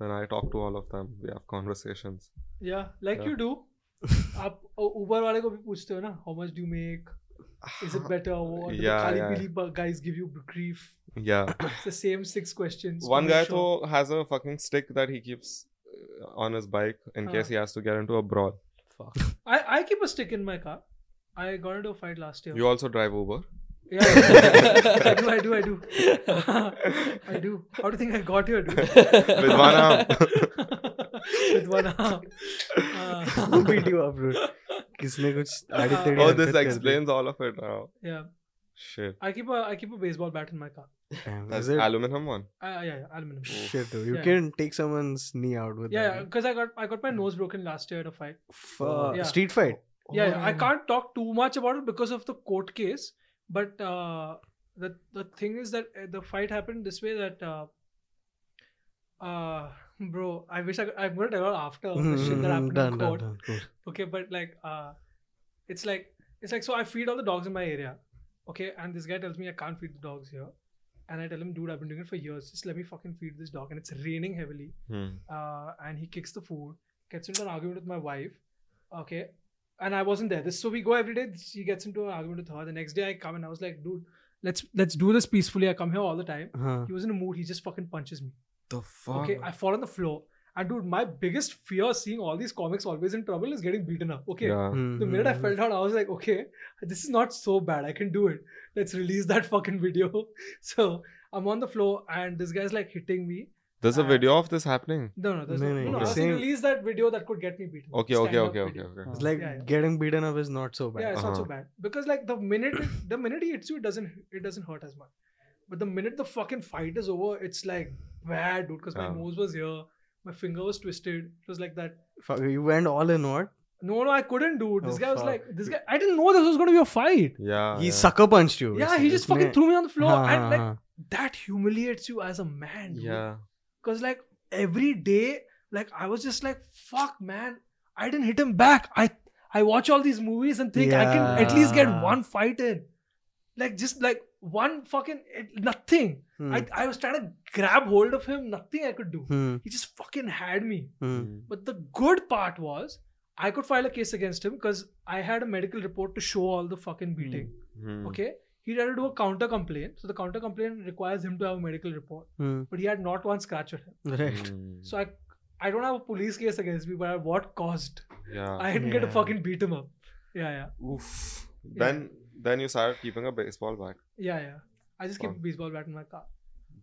Speaker 3: Then I talk to all of them. We have conversations.
Speaker 1: Yeah. Like
Speaker 3: Yeah.
Speaker 1: you do. आप उबर वाले को भी पूछते हो ना how much do make is it better वो
Speaker 3: Yeah,
Speaker 1: खाली
Speaker 3: yeah.
Speaker 1: पीली guys give you grief
Speaker 3: Yeah.
Speaker 1: It's the same six questions
Speaker 3: One guy though has a fucking stick that he keeps uh, on his bike in
Speaker 1: Ah.
Speaker 3: case he has to get into a brawl.
Speaker 4: Fuck.
Speaker 1: I I keep a stick in my car. I got into a fight last year.
Speaker 3: You also drive Uber.
Speaker 1: Yeah, I do, I do, I do. I do. How do you think I got here, dude?
Speaker 3: With one arm.
Speaker 1: With one arm.
Speaker 2: Who
Speaker 1: Uh,
Speaker 2: beat you up, dude? किसने कुछ आड़ी
Speaker 1: Oh,
Speaker 2: टेढ़ी
Speaker 3: Oh,
Speaker 2: हरकत कर
Speaker 3: this
Speaker 2: the?
Speaker 3: explains all of it uh, now.
Speaker 1: yeah,
Speaker 3: Shit.
Speaker 1: I keep a I keep a baseball bat in my car.
Speaker 2: Damn,
Speaker 3: That's
Speaker 2: is it?
Speaker 3: aluminum one.
Speaker 1: Uh, yeah, yeah, aluminum.
Speaker 2: Shit, dude. You
Speaker 1: Yeah.
Speaker 2: can take someone's knee out with
Speaker 1: Yeah,
Speaker 2: that.
Speaker 1: because I got I got my nose broken last year at a fight.
Speaker 2: Fuck.
Speaker 1: Yeah.
Speaker 2: Street fight.
Speaker 1: Yeah, yeah, I
Speaker 2: Oh.
Speaker 1: can't talk too much about it because of the court case. But uh, the the thing is that uh, the fight happened this way that. Uh, uh, bro, I wish I could, I'm gonna tell her after the shit that happened in
Speaker 2: Mm-hmm. done,
Speaker 1: court.
Speaker 2: done, done. Cool.
Speaker 1: okay but like uh it's like it's like so i feed all the dogs in my area okay and this guy tells me i can't feed the dogs here and i tell him dude i've been doing it for years just let me fucking feed this dog and it's raining heavily
Speaker 3: Hmm.
Speaker 1: uh and he kicks the food gets into an argument with my wife okay and i wasn't there this so we go every day she gets into an argument with her the next day i come and i was like dude let's let's do this peacefully i come here all the time
Speaker 2: Huh.
Speaker 1: he was in a mood he just fucking punches me
Speaker 3: The fuck?
Speaker 1: Okay, I fall on the floor. And dude, my biggest fear seeing all these comics always in trouble is getting beaten up. Okay. Hmm.
Speaker 3: Yeah.
Speaker 2: Mm-hmm.
Speaker 1: The minute I fell down, I was like, okay, this is not so bad. I can do it. Let's release that fucking video. So I'm on the floor and this guy's like hitting me.
Speaker 3: There's a
Speaker 1: Uh,
Speaker 3: video of this happening.
Speaker 1: No, no, there's no,
Speaker 2: No,
Speaker 1: no,
Speaker 2: no,
Speaker 1: no, I
Speaker 2: you're
Speaker 1: was saying
Speaker 2: saying-
Speaker 1: release that video that could get me beaten.
Speaker 3: Okay, okay,
Speaker 1: Stand-up
Speaker 3: okay, okay,
Speaker 1: video. Oh.
Speaker 3: okay.
Speaker 4: Uh,
Speaker 2: It's like
Speaker 1: Yeah, yeah.
Speaker 2: getting beaten up is not so bad.
Speaker 1: Yeah, it's not so
Speaker 3: Uh-huh.
Speaker 1: bad because like the minute it, the minute he hits you, it doesn't it doesn't hurt as much. But the minute the fucking fight is over, it's like bad, dude. Because my
Speaker 3: Yeah.
Speaker 1: nose was here, my finger was twisted. It was like that.
Speaker 2: Fuck, you went all in what?
Speaker 1: No, no, I couldn't, dude. This
Speaker 2: Oh,
Speaker 1: guy was
Speaker 2: fuck.
Speaker 1: like, this guy. I didn't know this was gonna be a fight.
Speaker 3: Yeah.
Speaker 2: he
Speaker 3: Ah, yeah.
Speaker 2: sucker punched you.
Speaker 1: Yeah, he just
Speaker 2: इसने-
Speaker 1: fucking threw me on the floor,
Speaker 2: हाँ,
Speaker 1: and
Speaker 2: हाँ,
Speaker 1: like
Speaker 2: हाँ.
Speaker 1: that humiliates you as a man. Dude.
Speaker 3: Yeah.
Speaker 1: Because like every day, like I was just like, fuck, man, I didn't hit him back. I I watch all these movies and think I can at least get
Speaker 2: Yeah.
Speaker 1: one fight in. Like just like one fucking it, nothing.
Speaker 2: Hmm,
Speaker 1: I I was trying to grab hold of him, nothing I could do.
Speaker 2: hmm,
Speaker 1: He just fucking had me.
Speaker 2: hmm.
Speaker 3: Mm.
Speaker 1: But the good part was I could file a case against him because I had a medical report to show all the fucking
Speaker 2: Hmm.
Speaker 1: beating.
Speaker 3: Mm.
Speaker 1: Okay. He tried to do a counter complaint. So the counter complaint requires him to have a medical report.
Speaker 2: Hmm.
Speaker 1: But he had not one scratch on him.
Speaker 2: Right.
Speaker 3: Mm.
Speaker 1: So I I don't have a police case against me, but I- what caused?
Speaker 3: yeah.
Speaker 1: I didn't get to
Speaker 2: Yeah.
Speaker 1: fucking beat him up. Yeah, yeah.
Speaker 3: Oof. Then then you started keeping a baseball bat.
Speaker 1: Yeah, yeah. I just keep
Speaker 3: Wow.
Speaker 1: a baseball bat in my car.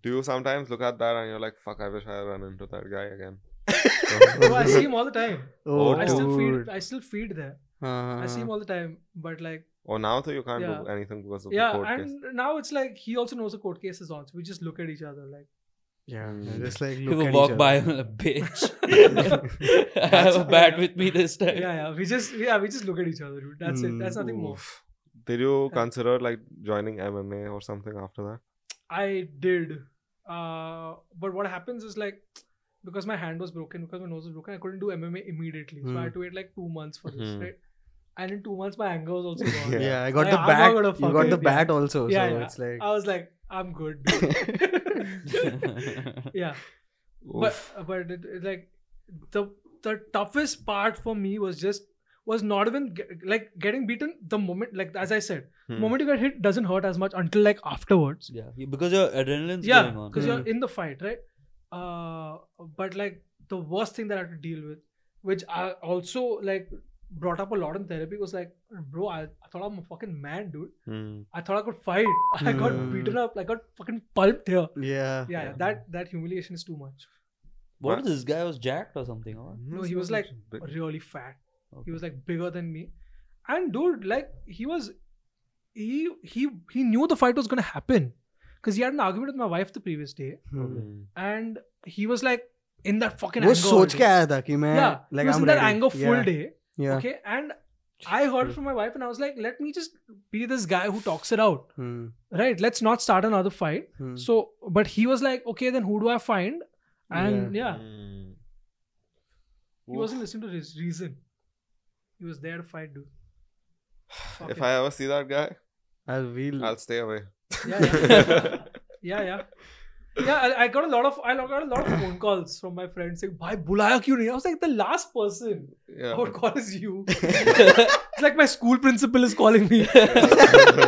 Speaker 3: Do you sometimes look at that and you're like, fuck, I wish I had run into that guy again?
Speaker 1: Bro, I see him all the time.
Speaker 2: Oh,
Speaker 1: I still feed
Speaker 2: dude.
Speaker 1: I still feed there.
Speaker 2: हाँ,
Speaker 1: I see him
Speaker 3: Uh-huh.
Speaker 2: हाँ,
Speaker 1: all the time. But like
Speaker 3: Or now though you can't do
Speaker 1: Yeah.
Speaker 3: anything because of the
Speaker 1: yeah,
Speaker 3: court case.
Speaker 1: and now it's like he also knows the court case is on. So we just look at each other like
Speaker 2: Yeah,
Speaker 3: Hmm.
Speaker 2: just like
Speaker 4: You
Speaker 2: look
Speaker 4: could
Speaker 2: at
Speaker 4: walk
Speaker 2: each
Speaker 4: by
Speaker 2: other.
Speaker 4: him like, bitch. I have a bat with me this time.
Speaker 1: Yeah, yeah. We just yeah, we just look at each other, dude. That's it.
Speaker 2: Hmm.
Speaker 1: That's nothing more.
Speaker 3: Oof. Did you consider like joining MMA or something after that?
Speaker 1: I did. Uh, but what happens is like because my hand was broken, because my nose was broken, I couldn't do MMA immediately. So I
Speaker 3: Hmm.
Speaker 1: had to wait like two months for this,
Speaker 3: Mhm.
Speaker 1: right? And in two months, my anger was also gone.
Speaker 3: Yeah.
Speaker 2: Yeah, I got the
Speaker 1: I'm not
Speaker 2: bat.
Speaker 1: gonna
Speaker 2: You
Speaker 1: fuck
Speaker 2: got
Speaker 1: it,
Speaker 2: the
Speaker 1: yeah.
Speaker 2: bat also,
Speaker 1: Yeah,
Speaker 2: so
Speaker 1: yeah.
Speaker 2: it's like
Speaker 1: I was like, I'm good. dude. yeah, but uh,
Speaker 3: Oof.
Speaker 1: but it, it, like the the toughest part for me was just was not even ge- like getting beaten. The moment, like as I said, the
Speaker 3: Hmm.
Speaker 1: moment you get hit doesn't hurt as much until like afterwards.
Speaker 4: Yeah, you- because your adrenaline's
Speaker 1: yeah
Speaker 4: going on.
Speaker 1: because
Speaker 2: Mm.
Speaker 1: you're in the fight right uh but like the worst thing that i had to deal with which i also like brought up a lot in therapy was like bro i, I thought i'm a fucking man dude
Speaker 3: Hmm.
Speaker 1: i thought i could fight i got
Speaker 2: Mm.
Speaker 1: beaten up i got fucking pulped here
Speaker 2: yeah.
Speaker 1: yeah, yeah that that humiliation is too much
Speaker 4: What if this guy was jacked or something? Or?
Speaker 1: no he was like
Speaker 3: But-
Speaker 1: really fat he
Speaker 4: Okay.
Speaker 1: was like bigger than me and dude like he was he he he knew the fight was gonna happen because he had an argument with my wife the previous day
Speaker 2: Hmm.
Speaker 1: and he was like in that fucking
Speaker 2: वो
Speaker 1: anger all
Speaker 2: सोच
Speaker 1: day.
Speaker 2: के आया था कि मैं
Speaker 1: yeah
Speaker 2: like
Speaker 1: he was
Speaker 2: I'm
Speaker 1: in that
Speaker 2: ready.
Speaker 1: anger full
Speaker 2: yeah,
Speaker 1: day
Speaker 2: Yeah.
Speaker 1: okay and I heard it from my wife and I was like let me just be this guy who talks it out
Speaker 2: Hmm,
Speaker 1: right let's not start another fight
Speaker 2: hmm.
Speaker 1: so but he was like okay then who do I find and yeah,
Speaker 3: Hmm.
Speaker 1: he wasn't listening to his reason he was there to fight dude
Speaker 3: Oof.
Speaker 1: Fuck
Speaker 3: If
Speaker 1: it. Mm.
Speaker 3: I ever see that guy,
Speaker 2: I'll we'll
Speaker 3: I'll stay away.
Speaker 1: yeah yeah yeah yeah yeah I, I got a lot of I got a lot of phone calls from my friends saying bhai bulaya kyun nahi I was like the last person I
Speaker 3: yeah.
Speaker 1: would call is you It's like my school principal is calling me.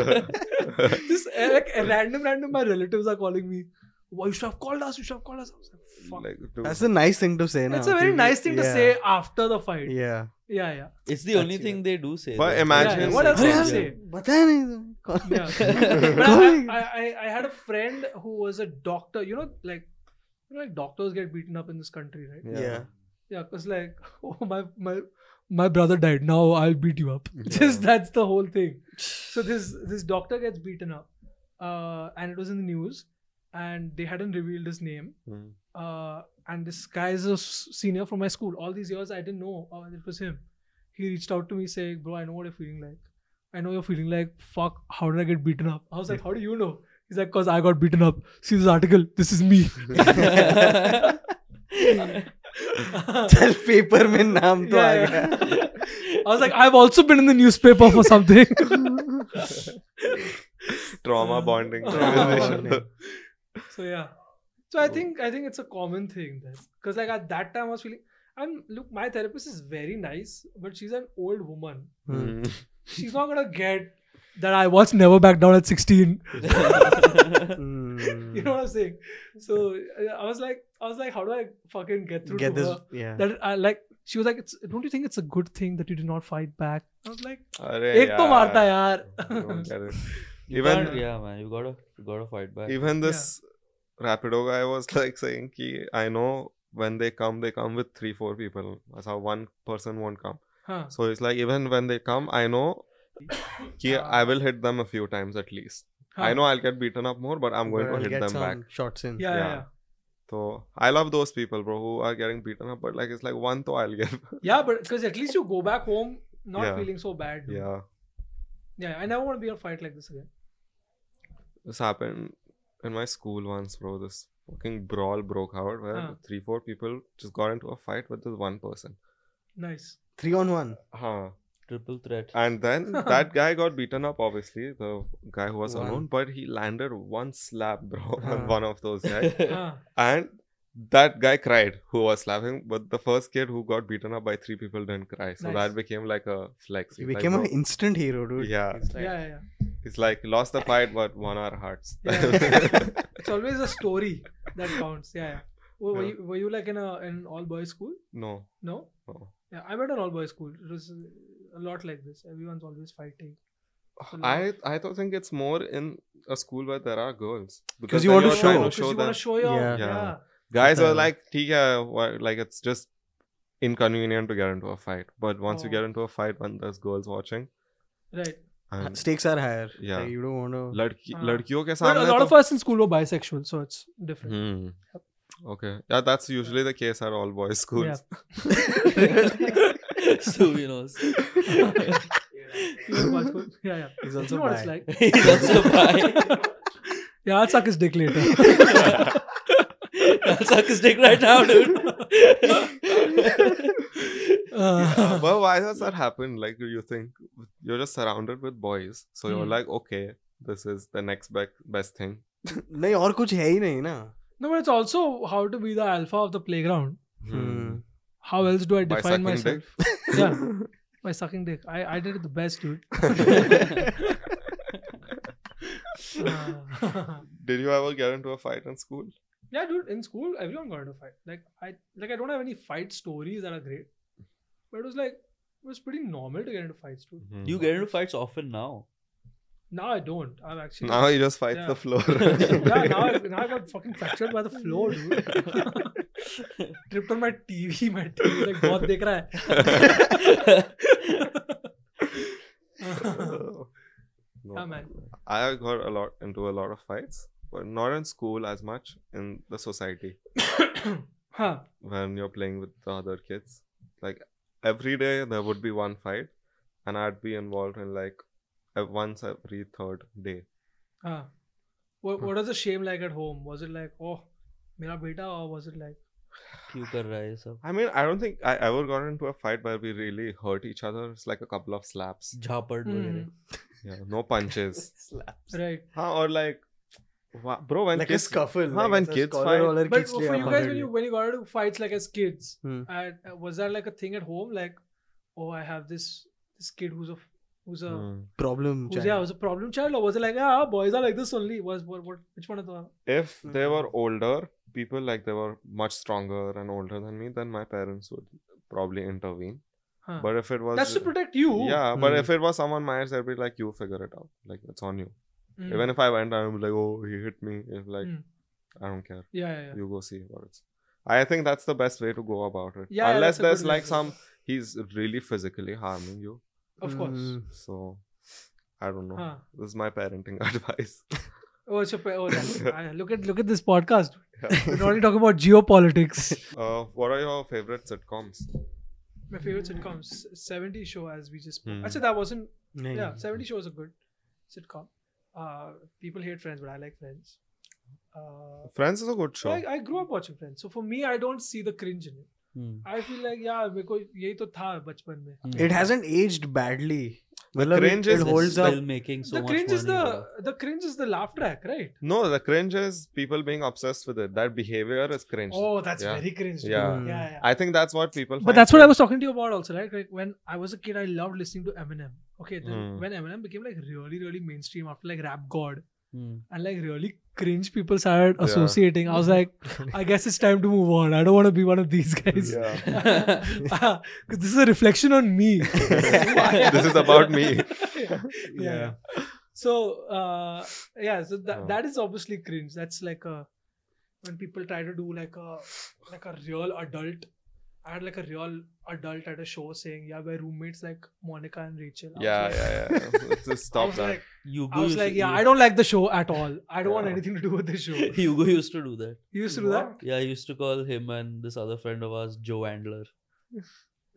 Speaker 1: Just uh, like uh, random, random, my relatives are calling me. Why you should have called us? You should have called us. I was like, Fuck.
Speaker 3: like, dude,
Speaker 2: That's a nice thing to say.
Speaker 1: That's
Speaker 2: now,
Speaker 1: a very
Speaker 2: कि-
Speaker 1: nice thing to
Speaker 2: yeah,
Speaker 1: say after the fight. Yeah,
Speaker 2: Yeah.
Speaker 1: yeah, yeah.
Speaker 4: It's the
Speaker 2: That's
Speaker 4: only
Speaker 2: it.
Speaker 4: thing they do say.
Speaker 3: But
Speaker 4: though.
Speaker 3: imagine-
Speaker 1: what else
Speaker 2: अरे
Speaker 1: can you
Speaker 2: यार,
Speaker 1: say?
Speaker 2: बताया नहीं कौन-
Speaker 1: But I,
Speaker 2: Going.
Speaker 1: I, I, I had a friend who was a doctor. You know, like, you know, like doctors get beaten up in this country, right?
Speaker 2: Yeah.
Speaker 1: Yeah, because like, oh my my my brother died. Now I'll beat you up.
Speaker 3: Yeah.
Speaker 1: Just that's the whole thing. So this this doctor gets beaten up, uh, and it was in the news, and they hadn't revealed his name.
Speaker 3: Hmm.
Speaker 1: Uh, and this guy is a s- senior from my school. All these years I didn't know uh, it was him. He reached out to me saying, "Bro, I know what you're feeling like. I know you're feeling like fuck. How did I get beaten up?" I was like, "How do you know?" He's like, "Cause I got beaten up. See this article. This is me."
Speaker 2: चल paper में नाम तो आ
Speaker 1: Yeah,
Speaker 2: गया
Speaker 1: yeah. I was like, I've also been in the newspaper for something.
Speaker 3: Trauma bonding.
Speaker 1: Trauma
Speaker 3: conversation.
Speaker 2: bonding.
Speaker 1: so yeah. So I think I think it's a common thing that because like at that time I was feeling I'm look my therapist is very nice but she's an old woman.
Speaker 2: Hmm.
Speaker 3: Hmm.
Speaker 1: She's not gonna get that I was never back down at 16.
Speaker 2: Hmm.
Speaker 1: You know what I'm saying? So I- I was like I was like how do I fucking get through
Speaker 2: Get
Speaker 1: to
Speaker 2: this.
Speaker 1: her?
Speaker 2: Yeah.
Speaker 1: That I like she was like it's, don't you think it's a good thing that you did not fight back? I was like
Speaker 3: Arre
Speaker 1: एक तो
Speaker 3: yaar.
Speaker 1: मारता है यार.
Speaker 3: I don't get it.
Speaker 4: You
Speaker 3: Even-
Speaker 4: can't- yeah, man, you gotta, you gotta fight back.
Speaker 3: Even this Rapido guy was like saying, ki, I know when they come, they come with three, four people. That's how one person won't come.
Speaker 1: Huh.
Speaker 3: So it's like, even when they come, I know ki, I will hit them a few times at least. I know I'll get beaten up more, but I'm going
Speaker 2: But
Speaker 3: to
Speaker 2: I'll
Speaker 3: hit
Speaker 2: get
Speaker 3: them
Speaker 2: some
Speaker 3: back.
Speaker 2: Shots in.
Speaker 1: yeah, yeah,
Speaker 3: yeah. So I love those people, bro, who are getting beaten up, but like it's like one to I'll get.
Speaker 1: yeah. Yeah, but because at least you go back home not
Speaker 3: Yeah.
Speaker 1: feeling so bad. dude.
Speaker 3: yeah,
Speaker 1: Yeah, I never want to be in a fight like this again.
Speaker 3: this happened in my school once, bro. This fucking brawl broke out where
Speaker 1: Huh.
Speaker 3: three, four people just got into a fight with this one person.
Speaker 1: Nice.
Speaker 2: Three on one.
Speaker 3: Huh.
Speaker 4: Triple threat.
Speaker 3: And then that guy got beaten up, obviously, the guy who was
Speaker 2: Wow.
Speaker 3: alone, but he landed one slap, bro,
Speaker 2: Huh.
Speaker 3: on one of those guys.
Speaker 1: Ah,
Speaker 3: and that guy cried who was slapping, but the first kid who got beaten up by three people didn't cry. So
Speaker 1: Nice.
Speaker 3: that became like a flex.
Speaker 2: He
Speaker 3: It's
Speaker 2: became
Speaker 3: like,
Speaker 2: an instant hero, dude.
Speaker 3: Yeah.
Speaker 2: It's like-
Speaker 1: yeah, yeah, yeah.
Speaker 3: It's like lost the fight but won our hearts.
Speaker 1: Yeah. It's always a story that counts. Yeah, yeah. Were, were
Speaker 3: Yeah.
Speaker 1: you were you like in a in all boys school?
Speaker 3: no,
Speaker 1: No.
Speaker 3: no.
Speaker 1: Yeah, I went in all boys school. It was a lot like this. Everyone's always fighting. So
Speaker 3: I I don't think it's more in a school where there are girls
Speaker 2: 'Cause you
Speaker 3: then
Speaker 2: want to
Speaker 3: you're trying
Speaker 2: show.
Speaker 1: Because
Speaker 3: show
Speaker 1: you
Speaker 3: them.
Speaker 1: want to show your yeah.
Speaker 2: Yeah.
Speaker 3: Yeah. Guys
Speaker 2: Yeah.
Speaker 3: are like, "ठीक है, why- like it's just inconvenient to get into a fight. But once you
Speaker 1: Oh.
Speaker 3: get into a fight, when there's girls watching,
Speaker 1: right.
Speaker 3: and
Speaker 2: Stakes are higher.
Speaker 3: Yeah.
Speaker 2: Like, you don't want to.
Speaker 3: लड़की
Speaker 1: हाँ.
Speaker 3: लड़कियों के
Speaker 1: But a
Speaker 3: सामने
Speaker 1: lot
Speaker 3: तो-
Speaker 1: of us in school were bisexual, so it's different.
Speaker 3: Hmm. Okay. Yeah, that's usually the case at all boys schools.
Speaker 4: so you know.
Speaker 1: You went to boys school? yeah, yeah.
Speaker 2: He's
Speaker 1: you
Speaker 2: also
Speaker 1: know what it's
Speaker 2: bi.
Speaker 1: like.
Speaker 4: He's also bi.
Speaker 1: Yeah, I'll suck his dick later.
Speaker 4: I'll suck his dick right now, dude.
Speaker 1: Uh,
Speaker 3: But why does that happen? Like you think you're just surrounded with boys, so you're
Speaker 1: Hmm.
Speaker 3: like, okay, this is the next be- best thing.
Speaker 2: नहीं और कुछ है ही नहीं ना
Speaker 1: no, but it's also how to be the alpha of the playground.
Speaker 2: Hmm.
Speaker 1: How else do I
Speaker 3: By
Speaker 1: define
Speaker 3: sucking
Speaker 1: myself?
Speaker 3: dick.
Speaker 1: yeah, by sucking dick. I, I did it the best, dude. Uh,
Speaker 3: Did you ever get into a fight in school?
Speaker 1: yeah, dude. In school, everyone got into fight. Like I like I don't have any fight stories that are great, but it was like it was pretty normal to get into fights, dude.
Speaker 4: you get into fights often now.
Speaker 1: Now I don't. I'm actually
Speaker 3: now you just fight
Speaker 1: Yeah.
Speaker 3: the floor.
Speaker 1: yeah, now I, now I got fucking fractured by the floor, dude. Tripped on my TV, my TV like बहुत देख रहा है.
Speaker 3: No.
Speaker 1: yeah, man.
Speaker 3: I got a lot into a lot of fights, but not in school as much in the society.
Speaker 1: Huh.
Speaker 3: when you're playing with the other kids. Like every day there would be one fight, and I'd be involved in like uh, once every third day.
Speaker 1: Huh. What What was the shame like at home? Was it like oh, मेरा बेटा or was it like
Speaker 4: क्यों कर रहा है ये सब?
Speaker 3: I mean, I don't think I ever got into a fight where we really hurt each other. It's like a couple of slaps.
Speaker 4: झापड़
Speaker 1: hmm,
Speaker 4: वगैरह.
Speaker 3: Yeah, no punches.
Speaker 2: Slaps.
Speaker 1: right?
Speaker 3: huh, or like, wa- bro, when
Speaker 2: Like a
Speaker 3: kids,
Speaker 2: scuffle.
Speaker 3: हाँ,
Speaker 2: like
Speaker 3: when
Speaker 2: ऐसा
Speaker 3: kids
Speaker 2: scholar
Speaker 3: fight-
Speaker 2: वाला
Speaker 1: But
Speaker 2: kids
Speaker 1: for
Speaker 2: ले
Speaker 1: you
Speaker 2: आता
Speaker 1: guys,
Speaker 2: है।
Speaker 1: when you when you got into fights like as kids,
Speaker 2: Hmm.
Speaker 1: and uh, was that like a thing at home? Like, oh, I have this this kid who's a who's a
Speaker 3: Hmm.
Speaker 2: problem
Speaker 1: who's,
Speaker 2: child.
Speaker 1: yeah was a problem child or was it like ah boys are like this only? Was what what which one of the
Speaker 3: if they
Speaker 2: Mhm.
Speaker 3: were older, people like they were much stronger and older than me, then my parents would probably intervene.
Speaker 1: huh.
Speaker 3: But if it was
Speaker 1: that's to protect you.
Speaker 3: yeah, but
Speaker 2: Hmm.
Speaker 3: if it was someone my age, I'd be like, you figure it out. Like it's on you.
Speaker 1: Mm.
Speaker 3: Even if I went, I would be like, oh, he hit me. If like,
Speaker 1: Mm.
Speaker 3: I don't care.
Speaker 1: yeah yeah yeah.
Speaker 3: You go see what it's. I think that's the best way to go about it.
Speaker 1: Yeah, yeah,
Speaker 3: Unless
Speaker 1: that's a
Speaker 3: there's
Speaker 1: good
Speaker 3: like
Speaker 1: method.
Speaker 3: some he's really physically harming you.
Speaker 1: Of
Speaker 3: Hmm.
Speaker 1: course.
Speaker 2: Mm.
Speaker 3: So I don't know.
Speaker 1: Huh.
Speaker 3: This is my parenting advice.
Speaker 1: Oh, it's your pa- oh, that's, I, look at look at this podcast.
Speaker 3: Yeah.
Speaker 1: We're only talking about geopolitics.
Speaker 3: uh, what are your favorite sitcoms?
Speaker 1: My favorite sitcom, S- 70 Show, as we just.
Speaker 3: Hmm.
Speaker 1: Actually, that wasn't.
Speaker 2: नहीं
Speaker 1: Yeah, 70 Show is a good sitcom. Uh, people hate Friends, but I like Friends. Uh,
Speaker 3: Friends is a good show.
Speaker 1: I, I grew up watching Friends, so for me, I don't see the cringe in it.
Speaker 4: Hmm.
Speaker 1: I feel like, yeah, मेरे को यही तो था बचपन में.
Speaker 2: it hasn't aged badly मतलब
Speaker 3: cringe
Speaker 2: it,
Speaker 3: is-
Speaker 2: it holds up
Speaker 4: making so
Speaker 1: the
Speaker 4: much
Speaker 1: cringe is
Speaker 4: money,
Speaker 1: the
Speaker 4: bro.
Speaker 1: the cringe is the laugh track, right?
Speaker 3: no, the cringe is people being obsessed with it. That behavior is cringe.
Speaker 1: Oh, that's
Speaker 3: Yeah.
Speaker 1: very cringe. dude.
Speaker 3: Yeah. Hmm.
Speaker 1: yeah, yeah.
Speaker 3: I think that's what people.
Speaker 1: But that's what I was talking to you about also, right? Like when I was a kid, I loved listening to Eminem. Okay, then
Speaker 3: Hmm.
Speaker 1: when Eminem became like really, really mainstream after like Rap God
Speaker 4: Hmm.
Speaker 1: and like really cringe people started
Speaker 3: Yeah.
Speaker 1: associating, I was like, I guess it's time to move on. I don't want to be one of these guys.
Speaker 3: Mm-hmm. Yeah.
Speaker 1: Because this is a reflection on me.
Speaker 3: this is about me.
Speaker 1: yeah. yeah. So uh, yeah, so that,
Speaker 3: Yeah.
Speaker 1: that is obviously cringe. That's like a when people try to do like a like a real adult. I had like a real adult at a show saying, "Yeah, my roommates like Monica and Rachel." I was like-
Speaker 3: Yeah, yeah, yeah. Just
Speaker 1: I
Speaker 3: stop
Speaker 1: was
Speaker 3: that.
Speaker 1: like,
Speaker 4: Yugo
Speaker 1: I was
Speaker 4: used
Speaker 1: like,
Speaker 4: to,
Speaker 1: yeah,
Speaker 4: Yu-
Speaker 1: I don't like the show at all. I don't want
Speaker 3: Yeah.
Speaker 1: anything to do with this show. You
Speaker 4: Yugo used to do that.
Speaker 1: used to do that?
Speaker 4: Yeah, I used to call him and this other friend of ours, Joe Andler.
Speaker 1: Who,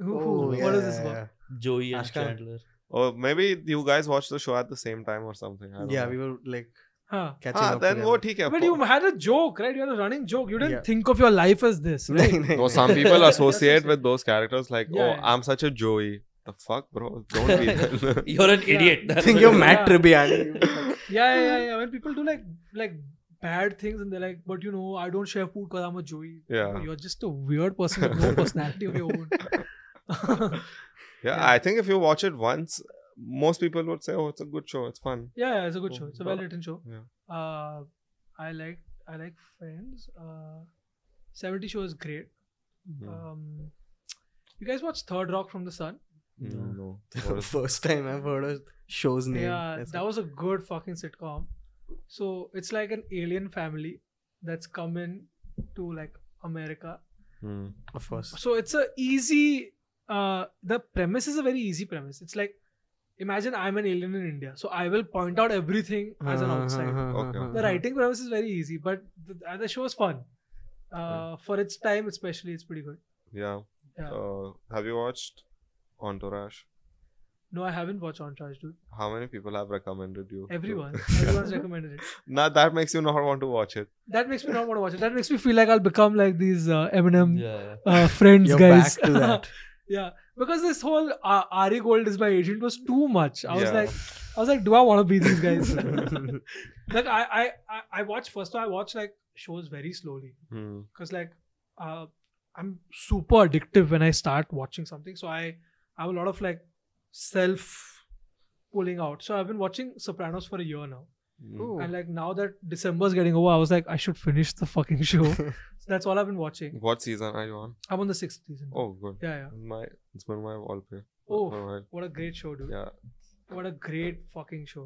Speaker 1: who-
Speaker 2: Oh,
Speaker 1: what is
Speaker 2: yeah,
Speaker 1: this
Speaker 2: yeah,
Speaker 1: about?
Speaker 2: yeah.
Speaker 4: Joey and
Speaker 2: Ashkan.
Speaker 4: Chandler.
Speaker 3: Or maybe you guys watched the show at the same time or something. I don't
Speaker 2: Yeah,
Speaker 3: know.
Speaker 2: we were like
Speaker 1: Huh.
Speaker 2: catching
Speaker 3: Ah,
Speaker 2: up.
Speaker 3: then वो
Speaker 2: together.
Speaker 3: ठीक है.
Speaker 1: But you had a joke, right? You had a running joke. You didn't
Speaker 2: Yeah.
Speaker 1: think of your life as this, right?
Speaker 2: नहीं, नहीं,
Speaker 3: Though
Speaker 2: नहीं.
Speaker 3: some people associate with those characters like,
Speaker 1: Yeah,
Speaker 3: oh,
Speaker 1: yeah.
Speaker 3: I'm such a Joey. The fuck, bro? Don't be that.
Speaker 4: You're an
Speaker 1: Yeah.
Speaker 4: idiot. That's
Speaker 2: think
Speaker 4: what
Speaker 2: you're
Speaker 4: it
Speaker 2: Matt
Speaker 1: Yeah.
Speaker 2: Tribbiani.
Speaker 1: yeah, yeah, yeah, yeah. When people do like like bad things and they're like, but you know, I don't share food because I'm a Joey.
Speaker 3: Yeah.
Speaker 1: You're just a weird person with no personality of your own.
Speaker 3: Yeah,
Speaker 1: Yeah.
Speaker 3: I think if you watch it once, most people would say, "Oh, it's a good show. It's fun."
Speaker 1: yeah, yeah, it's a good
Speaker 3: Oh,
Speaker 1: show. It's a
Speaker 3: wow.
Speaker 1: well written show.
Speaker 3: Yeah.
Speaker 1: Uh, I like I like Friends. Uh, Seventy Show is great.
Speaker 3: Hmm.
Speaker 1: Um, you guys watch Third Rock from the Sun?
Speaker 4: is.
Speaker 3: Mm,
Speaker 4: No.
Speaker 3: no. What
Speaker 2: The
Speaker 3: is-
Speaker 2: First time I've heard a show's name.
Speaker 1: Yeah,
Speaker 2: That's
Speaker 1: that
Speaker 2: it.
Speaker 1: was a good fucking sitcom. So it's like an alien family that's come in to like America
Speaker 3: Mm.
Speaker 2: of course.
Speaker 1: so it's a easy uh the premise is a very easy premise it's like imagine i'm an alien in india so i will point out everything as an
Speaker 2: Uh-huh,
Speaker 1: outsider the writing premise is very easy but the, uh, the show is fun uh for its time especially it's pretty good
Speaker 3: Yeah.
Speaker 1: Yeah.
Speaker 3: Uh, have you watched Entourage?
Speaker 1: no i haven't watched on charge dude
Speaker 3: How many people have recommended you? to-
Speaker 1: everyone everyone's recommended it
Speaker 3: Now that makes you not want to watch it.
Speaker 1: that makes me not want to watch it that makes me feel like i'll become like these uh, eminem
Speaker 4: Yeah.
Speaker 1: uh, friends
Speaker 2: You're
Speaker 1: guys
Speaker 2: back to that.
Speaker 1: yeah because this whole uh, ari gold is my agent was too much i was
Speaker 3: Yeah.
Speaker 1: like i was like do i want to be these guys like I, I I- I watch first I watch like shows very slowly
Speaker 3: Mm.
Speaker 1: because like uh, I'm super addictive when I start watching something. So I I have a lot of like self pulling out. So I've been watching Sopranos for a year now,
Speaker 3: Mm.
Speaker 2: Oh.
Speaker 1: and like now that December's getting over, I was like I should finish the fucking show. so that's all I've been watching.
Speaker 3: What season are you on?
Speaker 1: I'm on the sixth season.
Speaker 3: Mm. Oh, good.
Speaker 1: yeah, yeah.
Speaker 3: My it's been my wallpaper.
Speaker 1: Oh.
Speaker 3: For a while.
Speaker 1: What a great show, dude.
Speaker 3: Yeah.
Speaker 1: What a great fucking show.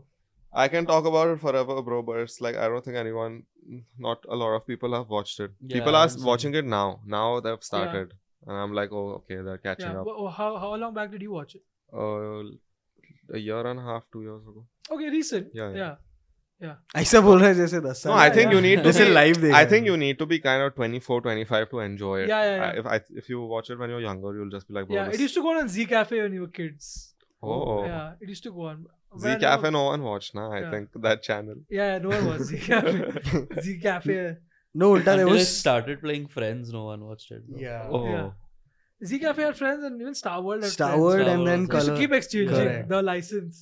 Speaker 3: I can talk about it forever, bro, but it's like I don't think anyone, not a lot of people have watched it.
Speaker 4: Yeah,
Speaker 3: people
Speaker 4: I
Speaker 3: are
Speaker 4: haven't seen
Speaker 3: watching it now. Now they've started. And I'm like, oh, okay, they're catching
Speaker 1: Yeah.
Speaker 3: up.
Speaker 1: wh- how how long back did you watch it?
Speaker 3: Uh, a year and a half, two years ago.
Speaker 1: Okay, recent.
Speaker 3: Yeah, yeah.
Speaker 1: yeah.
Speaker 2: ऐसा बोल रहा है जैसे दस साल
Speaker 3: No, I
Speaker 1: Yeah,
Speaker 3: think
Speaker 1: yeah.
Speaker 3: you need to
Speaker 2: जैसे
Speaker 3: be,
Speaker 2: live देख
Speaker 3: I
Speaker 2: रहे
Speaker 3: think
Speaker 2: हैं।
Speaker 3: you need to be kind of 24, 25 to enjoy it.
Speaker 1: Yeah, yeah, yeah.
Speaker 3: I- if I, if you watch it when you're younger, you'll just be like, bro,
Speaker 1: Yeah,
Speaker 3: this-
Speaker 1: it used to go on on Z Cafe when you were kids.
Speaker 3: oh,
Speaker 1: Yeah, it used to go on. When I
Speaker 3: Z
Speaker 1: know-
Speaker 3: Cafe, no one watched, nah, I
Speaker 1: Yeah.
Speaker 3: think that channel.
Speaker 1: Yeah, yeah, no one was Z Cafe. Z Cafe.
Speaker 2: no ulta there
Speaker 4: Until I
Speaker 2: was
Speaker 4: started playing Friends, no one watched it. bro.
Speaker 2: yeah
Speaker 3: Oh,
Speaker 1: Yeah. Z Cafe had friends and even Star World had
Speaker 2: Star
Speaker 1: friends.
Speaker 2: World
Speaker 4: Star
Speaker 2: and then
Speaker 4: Wars.
Speaker 1: They used to
Speaker 2: color
Speaker 1: keep exchanging
Speaker 2: Correct.
Speaker 1: the license.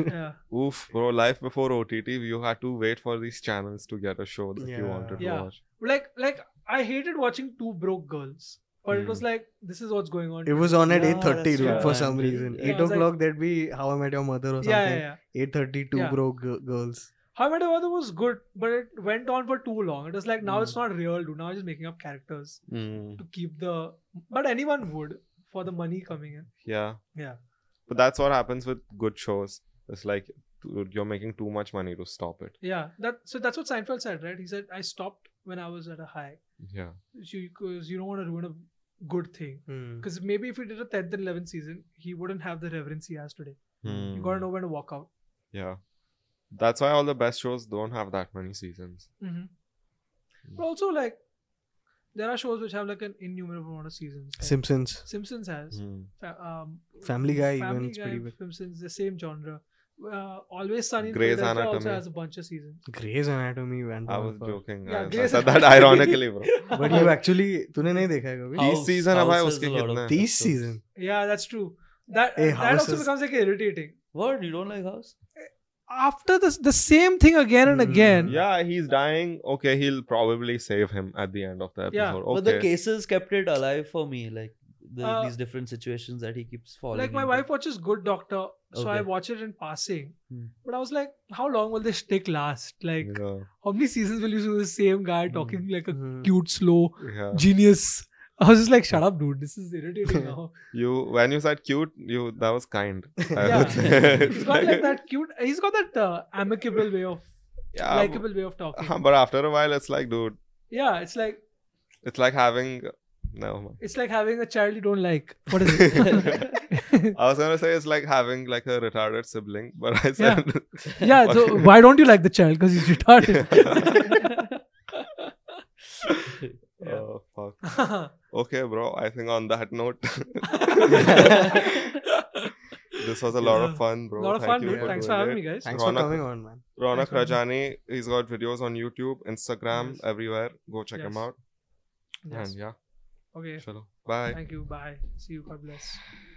Speaker 1: yeah,
Speaker 3: oof, bro, life before OTT, you had to wait for these channels to get a show that you
Speaker 2: Yeah.
Speaker 3: wanted
Speaker 1: Yeah.
Speaker 3: to watch.
Speaker 1: like like I hated watching Two Broke Girls, but it was
Speaker 3: Mm.
Speaker 1: like this is what's going on.
Speaker 2: it was on at
Speaker 4: Yeah,
Speaker 2: 8.30
Speaker 4: that's
Speaker 2: dude
Speaker 1: right.
Speaker 2: for some
Speaker 4: Yeah.
Speaker 2: reason
Speaker 1: Yeah,
Speaker 2: 8
Speaker 1: I was like-
Speaker 2: o'clock that'd be how I met your mother or something
Speaker 1: yeah, yeah, yeah.
Speaker 2: 8.30 two
Speaker 1: Yeah.
Speaker 2: broke gi- girls
Speaker 1: How I Met Your Mother was good, but it went on for too long. It was like now
Speaker 2: Mm.
Speaker 1: it's not real, dude. Now I'm just making up characters
Speaker 3: Mm,
Speaker 1: to keep the. But anyone would for the money coming in.
Speaker 3: yeah.
Speaker 1: Yeah.
Speaker 3: But that's what happens with good shows. It's like dude, you're making too much money to stop it.
Speaker 1: Yeah, that so that's what Seinfeld said, right? He said I stopped when I was at a high.
Speaker 3: Yeah.
Speaker 1: because you don't want to ruin a good thing.
Speaker 3: Hmm.
Speaker 1: Because maybe if he did a 10th and 11th season, he wouldn't have the reverence he has today.
Speaker 3: Mm. Hmm.
Speaker 1: You gotta know when to walk out.
Speaker 3: Yeah. That's why all the best shows don't have that many seasons.
Speaker 1: Mm-hmm. But also, like, there are shows which have like an innumerable amount of seasons. Like
Speaker 2: Simpsons
Speaker 1: Simpsons has.
Speaker 3: Mm.
Speaker 1: fa- Um,
Speaker 2: Family Guy even,
Speaker 1: Family
Speaker 2: it's
Speaker 1: Guy,
Speaker 2: pretty big.
Speaker 1: Simpsons, the same genre. Uh, Always Sunny in
Speaker 3: Grey's
Speaker 1: Philadelphia also
Speaker 3: Anatomy.
Speaker 1: has a bunch of seasons.
Speaker 2: Grey's Anatomy went
Speaker 3: I
Speaker 2: on
Speaker 3: was
Speaker 2: for-
Speaker 3: joking.
Speaker 1: Yeah,
Speaker 3: I, I
Speaker 1: Grey's
Speaker 3: said that
Speaker 1: Anatomy.
Speaker 3: ironically, bro.
Speaker 2: but you actually तूने नहीं देखा है कभी
Speaker 3: House- season अब
Speaker 4: House
Speaker 3: आए,
Speaker 4: has
Speaker 3: उसके
Speaker 4: a lot of
Speaker 3: कितने?
Speaker 2: तीस
Speaker 4: episodes.
Speaker 2: season
Speaker 1: Yeah, that's true. That
Speaker 2: Hey,
Speaker 1: that also
Speaker 2: House is-
Speaker 1: becomes like irritating.
Speaker 4: What? You don't like House?
Speaker 1: After this, the same thing again and
Speaker 2: Mm.
Speaker 1: again.
Speaker 3: Yeah, he's dying. Okay, he'll probably save him at the end of the episode.
Speaker 1: Yeah,
Speaker 3: okay.
Speaker 4: But the cases kept it alive for me, like the,
Speaker 1: Uh,
Speaker 4: these different situations that he keeps falling.
Speaker 1: like my
Speaker 4: into.
Speaker 1: wife watches good doctor so i
Speaker 4: Okay.
Speaker 1: watch it in passing
Speaker 4: Hmm.
Speaker 1: but i was like how long will this stick last like
Speaker 3: yeah.
Speaker 1: how many seasons will you see the same guy
Speaker 4: Hmm.
Speaker 1: talking like a
Speaker 2: Hmm.
Speaker 1: cute slow
Speaker 3: yeah.
Speaker 1: genius i was just like shut up dude this is irritating now
Speaker 3: You when you said cute, you that was kind. I
Speaker 1: Yeah.
Speaker 3: would say.
Speaker 1: he's got like that cute he's got that uh, amicable way of
Speaker 3: Yeah, uh,
Speaker 1: likable way of talking
Speaker 3: but- but after a while, it's like, dude,
Speaker 1: yeah it's like
Speaker 3: it's like having Never mind.
Speaker 1: It's like having a child you don't like. What is it?
Speaker 3: I was gonna say it's like having like a retarded sibling, but I
Speaker 1: Yeah.
Speaker 3: said
Speaker 1: yeah. So why don't you like the child? Because he's retarded. Yeah.
Speaker 3: Oh fuck. Okay, bro. I think on that note, this was a lot of
Speaker 1: Yeah.
Speaker 3: fun, bro.
Speaker 1: lot of fun,
Speaker 3: Thank you
Speaker 1: dude.
Speaker 3: for
Speaker 1: Thanks for
Speaker 3: doing
Speaker 1: having
Speaker 3: it.
Speaker 1: me, guys.
Speaker 2: Thanks
Speaker 3: Ronak-
Speaker 2: for coming on, man.
Speaker 1: Thanks,
Speaker 3: Ronak
Speaker 1: man.
Speaker 3: Rajani, he's got videos on YouTube, Instagram,
Speaker 1: Yes.
Speaker 3: everywhere. Go check him
Speaker 1: Yes.
Speaker 3: out.
Speaker 1: Yes.
Speaker 3: And yeah,
Speaker 1: Okay.
Speaker 3: chalo. Bye.
Speaker 1: Thank you. Bye. See you. God bless.